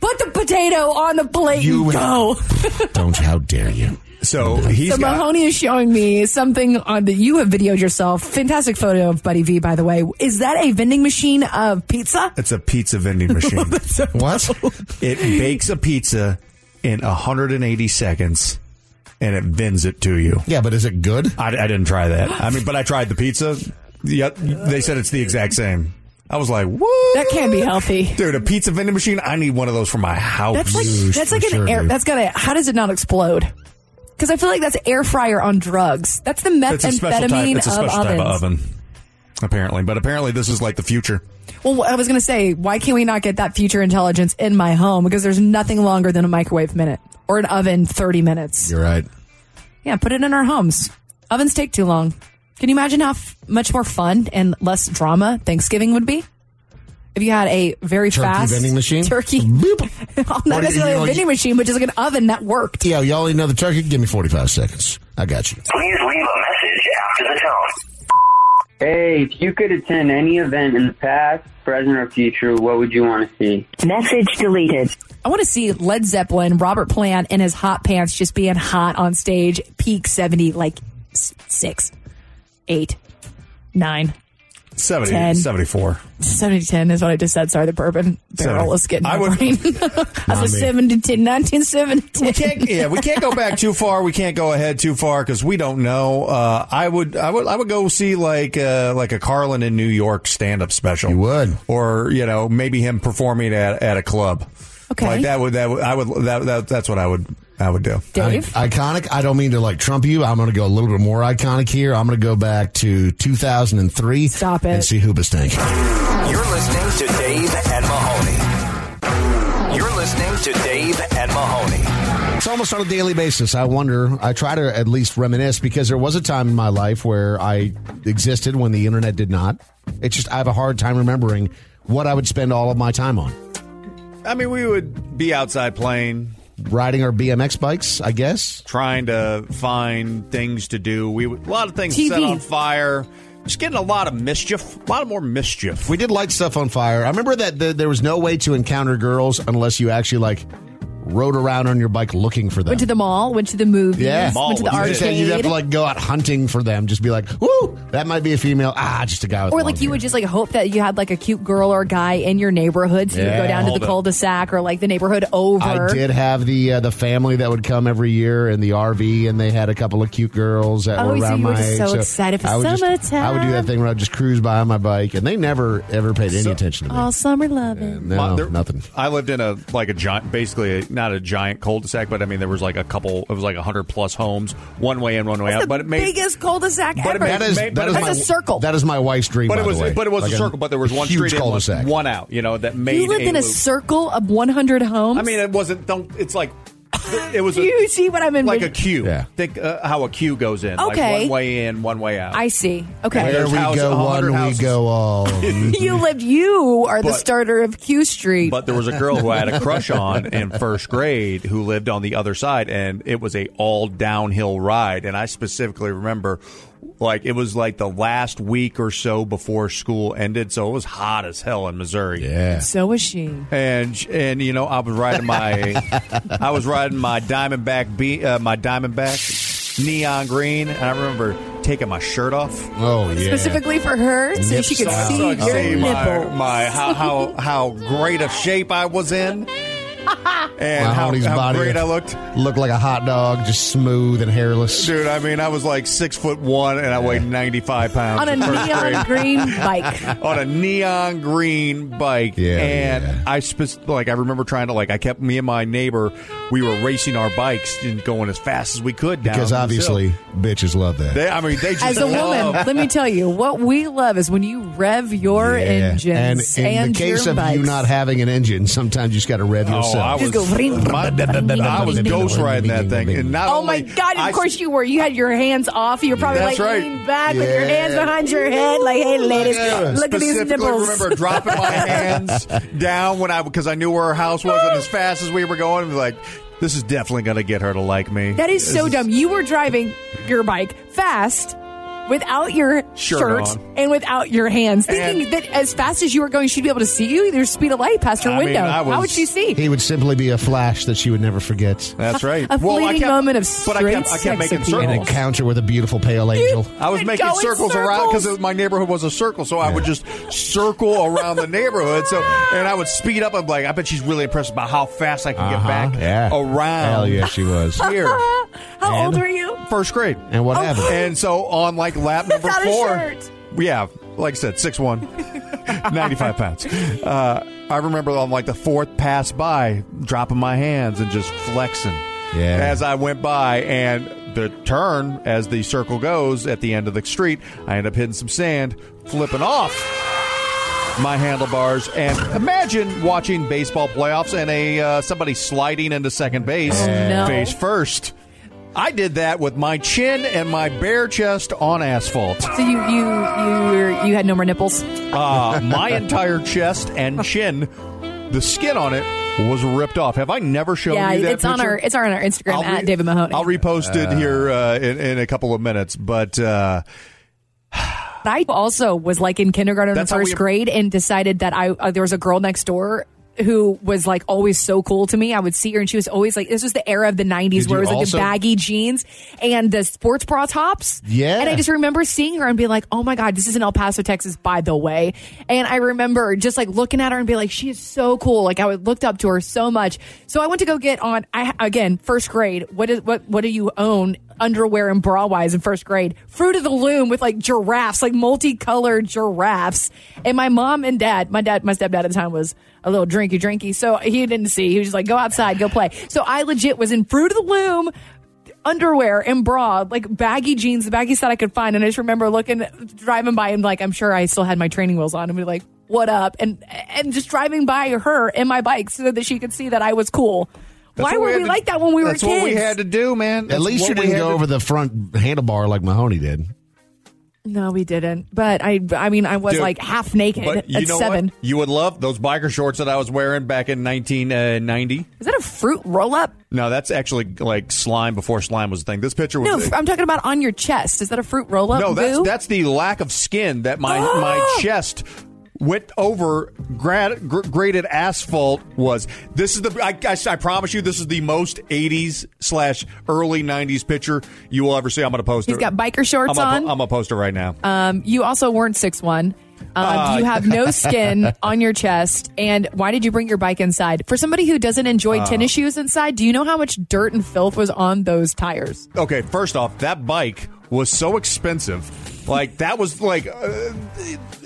S7: Put the potato on the plate
S5: You
S7: and
S5: would-
S7: go.
S5: (laughs) Don't how dare you?
S6: so he's
S7: So
S6: got
S7: Mahoney is showing me something on that you have videoed yourself. Fantastic photo of Buddy V, by the way. Is that a vending machine of pizza?
S6: It's a
S7: (laughs)
S6: pizza vending machine.
S5: What?
S6: it bakes a pizza in 180 seconds and it vends it to you.
S5: Yeah, but is it good?
S6: I, I didn't try that. I mean, but I tried the pizza. Yeah, they said it's the exact same. I was like, what?
S7: That can't be healthy.
S6: Dude, a pizza vending machine? I need one of those for my house.
S7: That's like
S5: Used
S7: that's
S5: for
S7: like an
S5: sure,
S7: air.
S5: dude.
S7: That's got to. How does it not explode? Because I feel like that's air fryer on drugs. That's the
S6: it's a special type.
S7: methamphetamine
S6: It's a special
S7: of
S6: type
S7: ovens.
S6: of oven, apparently. But apparently, this is like the future.
S7: Well, I was going to say, why can't we not get that future intelligence in my home? Because there's nothing longer than a microwave minute. or an oven 30 minutes.
S5: You're right.
S7: Yeah, put it in our homes. Ovens take too long. Can you imagine how f- much more fun and less drama Thanksgiving would be? If you had a very
S5: Turkey
S7: fast
S5: vending machine?
S7: turkey,
S5: (laughs)
S7: not
S5: Or, you
S7: necessarily
S5: know,
S7: a vending
S5: you-
S7: machine, but just like an oven that worked.
S5: Yeah, y'all eat another turkey? Give me 45 seconds. I got you.
S2: Please leave a message after the tone.
S18: Hey, if you could attend any event in the past, present, or future, what would you want to see?
S25: Message deleted.
S7: I want to see Led Zeppelin, Robert Plant in his hot pants, just being hot on stage, peak 70, like s- six, eight, nine.
S6: 70,
S7: Ten.
S6: 74.
S7: 70 10 is what I just said. Sorry, the bourbon barrel
S6: Seventy.
S7: is getting
S6: I
S7: my
S6: would- (laughs)
S7: brain. (laughs) I was
S6: me.
S7: like 70 10, 1970. We can't,
S6: yeah, we can't go back too far. We can't go ahead too far because we don't know. Uh, I would, I would, I would go see like uh, like a Carlin in New York stand up special. You
S5: would,
S6: or you know, maybe him performing at, at a club.
S7: Okay,
S6: like that would that would I would that, that that's what I would I would do.
S5: I- iconic. I don't mean to like trump you. I'm going to go a little bit more iconic here. I'm going to go back to 2003. Stop it. And see who stank.
S3: You're listening to Dave and Mahoney. You're listening to Dave and Mahoney.
S5: It's almost on a daily basis. I wonder, I try to at least reminisce because there was a time in my life where I existed when the internet did not. It's just, I have a hard time remembering what I would spend all of my time on.
S6: I mean, we would be outside playing,
S5: Riding our BMX bikes, I guess.
S6: trying to find things to do. We would, a lot of things set
S5: TV.
S6: on fire. Just getting a lot of mischief, a lot of more mischief.
S5: We did light stuff on fire. I remember that the, there was no way to encounter girls unless you actually like rode around on your bike looking for
S7: (laughs)
S5: them.
S7: Went to the mall, went to the movie,
S5: yeah,
S7: went to the
S5: You just-
S7: arcade.
S5: You'd have to like go out hunting for them. Just be like, "Woo, that might be a female. Ah, just a guy." With
S7: or
S5: long
S7: like you
S5: hair."
S7: would just like hope that you had like a cute girl or guy in your neighborhood, so you
S5: Yeah.
S7: go down to the
S5: Hold up.
S7: cul-de-sac or like the neighborhood over.
S5: I did have the uh, the family that would come every year in the RV, and they had a couple of cute girls that
S7: Oh,
S5: were
S7: so
S5: around
S7: you were
S5: my
S7: just
S5: age.
S7: so excited for
S5: I would Just, I would do that
S7: summertime.
S5: thing where I'd just cruise by on my bike, and they never ever paid any attention to me.
S7: All summer loving.
S5: No,
S6: um, My- there-
S5: nothing.
S6: I lived in a like a giant, basically a, not a giant cul-de-sac, but I mean there was like a couple. It was like hundred plus homes, one way in, one way out. But it made,
S7: biggest cul-de-sac
S6: But it
S7: ever.
S6: made- That is- made- that but is it- my-
S7: That's a circle.
S5: That is my wife's dream.
S6: but
S5: by
S6: it was,
S5: the way.
S6: but it was
S5: Like
S6: a circle. But there was one
S5: huge
S6: street in, one-
S5: cul-de-sac.
S6: one out. You know that made.
S7: You lived in a
S6: loop.
S7: circle of 100 homes.
S6: I mean, it wasn't. Don't. It's like it
S7: (laughs)
S6: was.
S7: Do you see what I'm in?
S6: like a queue. Think uh, how a queue goes in. Like
S7: Okay.
S6: one way in, one way out.
S7: I see. Okay.
S5: Where we
S6: house-
S5: go
S6: 100
S5: one,
S6: houses.
S5: we
S6: (laughs)
S5: go all.
S7: (laughs) you lived. You are the
S6: But-
S7: starter of Q Street.
S6: But there was a girl who I had a crush on in first grade who lived on the other side, and it was a all downhill ride. And I specifically remember, like it was like the last week or so before school ended, so it was hot as hell in Missouri.
S5: Yeah.
S7: So was she.
S6: And and you know I was riding my I was riding my Diamondback be uh, my Diamondback neon green, and I remember taking my shirt off.
S5: Oh yeah.
S7: Specifically for her, so she could
S6: Nip
S7: see
S6: suck.
S7: your
S6: See my,
S7: nipple.
S6: my how, how how great a shape I
S7: (laughs)
S6: was in, and
S5: my
S6: how,
S5: homie's
S6: how
S5: body
S6: great I looked.
S5: Looked like a hot dog, just smooth and hairless.
S6: Dude, I mean, I was like six foot one, and I weighed ninety five pounds
S7: On a
S6: in first
S7: neon (laughs)
S6: grade.
S7: green bike.
S6: on a neon green bike. and I spec- like I remember trying to like I kept me and my neighbor. We were racing our bikes and going as fast as we could down this
S5: Because
S6: hill.
S5: obviously, bitches love that.
S6: They, I mean, they just
S7: As a woman,
S6: love-
S7: let me tell you, what we love is when you rev your
S5: And
S7: engines
S5: in
S7: and,
S5: the case
S7: your
S5: of
S7: bikes.
S5: you not having an engine, sometimes you just got to rev yourself.
S6: Oh, I was, my-
S7: (laughs)
S6: I was ghost riding that thing, and not
S7: oh
S6: only
S7: my god! Of
S6: I-
S7: course you were. You had your hands off. You're probably
S6: That's
S7: like
S6: right.
S7: leaning back with your
S6: Yeah. Oh
S7: hands behind your head, like, "Hey, ladies, look at these
S6: Specifically
S7: nipples."
S6: remember
S7: (laughs)
S6: dropping my hands down when I because I knew where her house was, and as fast as we were going, like this is definitely going to get her to like me.
S7: That is
S6: This
S7: so dumb. You were driving your bike fast without your
S6: Shirt
S7: shirt,
S6: on.
S7: and without your hands, thinking that as fast as you were going, she'd be able to see you. There's speed of light past her
S5: I mean,
S7: window.
S5: I
S7: How
S5: was-
S7: would she see?
S5: He would simply be a flash that she would never forget.
S6: That's right.
S7: A
S6: Well, I
S7: fleeting
S6: kept-
S7: moment of
S6: but
S7: straight
S6: I kept- I kept
S7: sex
S6: making
S7: appeal.
S5: An encounter with a beautiful pale angel.
S6: I was
S7: would
S6: making
S7: go in
S6: circles around
S7: circles.
S6: because my neighborhood was a circle, so I would just circle around the neighborhood. So, and I would speed up. I'm like, I bet she's really impressed by how fast I can
S5: Uh-huh,
S6: get back
S5: yeah.
S6: around.
S5: Hell yeah, she was.
S6: Here,
S7: (laughs) How
S6: And-
S7: old were you?
S6: first grade, Oh.
S5: And what happened?
S6: And so on, like lap
S7: (laughs)
S6: number
S7: Without a
S6: four.
S7: shirt.
S6: Yeah, like I said,
S7: (laughs)
S6: six one. 95 pounds. Uh, I remember on like the fourth pass by, dropping my hands and just flexing
S5: Yeah.
S6: as I went by. And the turn, as the circle goes at the end of the street, I end up hitting some sand, flipping off. my handlebars. And imagine watching baseball playoffs and a uh, somebody sliding into second base
S7: Oh, no.
S6: face first. I did that with my chin and my bare chest on asphalt.
S7: So you you you were, you had no more nipples.
S6: Uh, (laughs) my entire chest and chin, the skin on it was ripped off. Have I never shown
S7: yeah,
S6: you that?
S7: it's on
S6: picture?
S7: our it's on our Instagram
S6: I'll
S7: at
S6: re-
S7: David Mahoney.
S6: I'll repost it here uh, in, in a couple of minutes, but uh,
S7: But I also was like in kindergarten and
S6: That's how
S7: first
S6: we-
S7: grade and decided that I uh, there was a girl next door who was like always so cool to me. I would see her and she was always like this was the era of the 90s
S14: Did
S7: where it was
S14: you
S7: like
S14: also-
S7: the baggy jeans and the sports bra tops.
S14: Yeah.
S7: And I just remember seeing her and being like, "Oh my god, this is in El Paso, Texas, by the way." And I remember just like looking at her and being like, "She is so cool." Like I would looked up to her so much. So I went to go get on I again, first grade. What is what what do you own underwear and bra wise in first grade? Fruit of the Loom with like giraffes, like multicolored giraffes. And my mom and dad, my dad, my stepdad at the time was a little drinky drinky, so he didn't see. He was just like, "Go outside, go play." So I legit was in Fruit of the Loom underwear and bra, like baggy jeans, the baggiest that I could find. And I just remember looking, driving by, and like I'm sure I still had my training wheels on, and be like, "What up?" and and just driving by her and my bike so that she could see that I was cool.
S6: That's
S7: Why
S6: what
S7: were we,
S6: had to-
S7: like that when we
S6: That's
S7: were kids?
S6: what we had to do, man.
S14: At
S6: (laughs) That's
S14: least
S6: what
S14: you
S6: we
S14: didn't
S6: had
S14: go
S6: to
S14: over the front handlebar like Mahoney did.
S7: no, we didn't. But I, I mean, I was
S6: Dude,
S7: like half naked
S6: But you
S7: at
S6: know
S7: seven.
S6: what? You would love those biker shorts that I was wearing back in 1990.
S7: Is that a fruit roll up?
S6: No, that's actually like slime before slime was a thing. This picture was
S7: No, I'm talking about on your chest. Is that a fruit roll up?
S6: no, that's that's the lack of skin
S7: (gasps)
S6: that my my chest went over gra- gr- graded asphalt was. This is the I, I, I promise you this is the most 80s slash early 90s picture you will ever see. I'm going to post
S7: He's
S6: it.
S7: got biker shorts
S6: I'm
S7: on.
S6: Gonna, I'm going to post it right now.
S7: Um, you also weren't six one.
S6: Ah.
S7: Um, you have no skin on your chest. And why did you bring your bike inside? For somebody who doesn't enjoy
S6: Ah.
S7: tennis shoes inside, do you know how much dirt and filth was on those tires?
S6: Okay, first off, that bike was so expensive. Like that was like uh,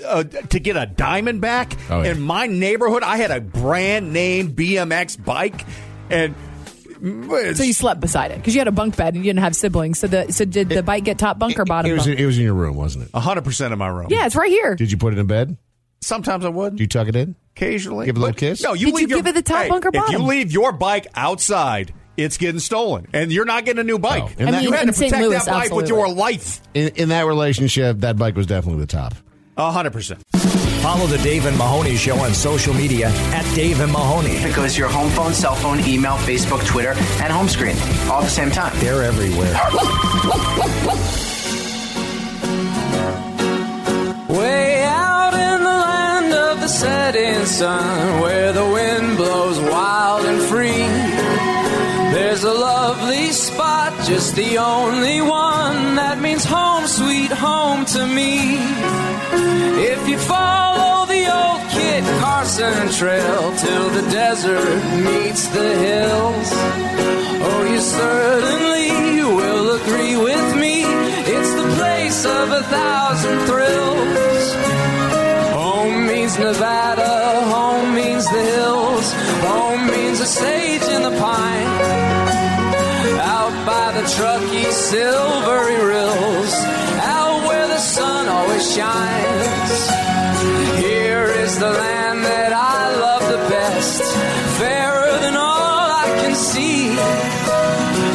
S6: uh, to get a diamond back
S14: Oh, yeah.
S6: in my neighborhood. I had a brand name BMX bike, and
S7: So you slept beside it because you had a bunk bed and you didn't have siblings. So the so did the bike get top bunk or bottom
S14: It was
S7: bunk?
S14: it was in your room, wasn't it?
S6: hundred percent in my room.
S7: yeah, it's right here.
S14: Did you put it in bed?
S6: Sometimes I would.
S14: Do you tuck it in?
S6: Occasionally,
S14: Give it a little
S6: But-
S14: kiss?
S6: No, you
S7: Did
S6: leave
S7: you
S6: your-
S7: give it the top
S6: hey,
S7: bunk or
S6: If you
S7: bottom?
S6: leave your bike outside, it's getting stolen, and you're not getting a new bike.
S14: And I that- mean,
S6: you had
S7: Oh, in
S6: to
S7: St.
S6: protect
S7: Louis,
S6: that bike with
S7: absolutely.
S6: your life.
S14: In, in that relationship, that bike was definitely the top.
S6: hundred percent.
S2: Follow the Dave and Mahoney Show on social media at Dave and Mahoney.
S17: Because your home phone, cell phone, email, Facebook, Twitter, and home screen all at the same time.
S2: They're everywhere.
S13: Way out in the land of the setting sun, where the wind blows wild and free. There's a lovely spot, just the only one that means home, sweet home to me. If you follow the old Kit Carson trail till the desert meets the hills, oh, you certainly will agree with me. It's the place of a thousand thrills. Home means Nevada, home means the hills, home means the sage and the pine out by the Truckee silvery rills, out where the sun always shines. Here is the land that I love the best, fairer than all I can see.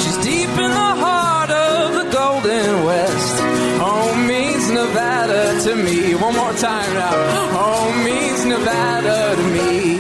S13: She's deep in the heart of the golden west. Home means Nevada to me. One more time now. Home means Nevada to me.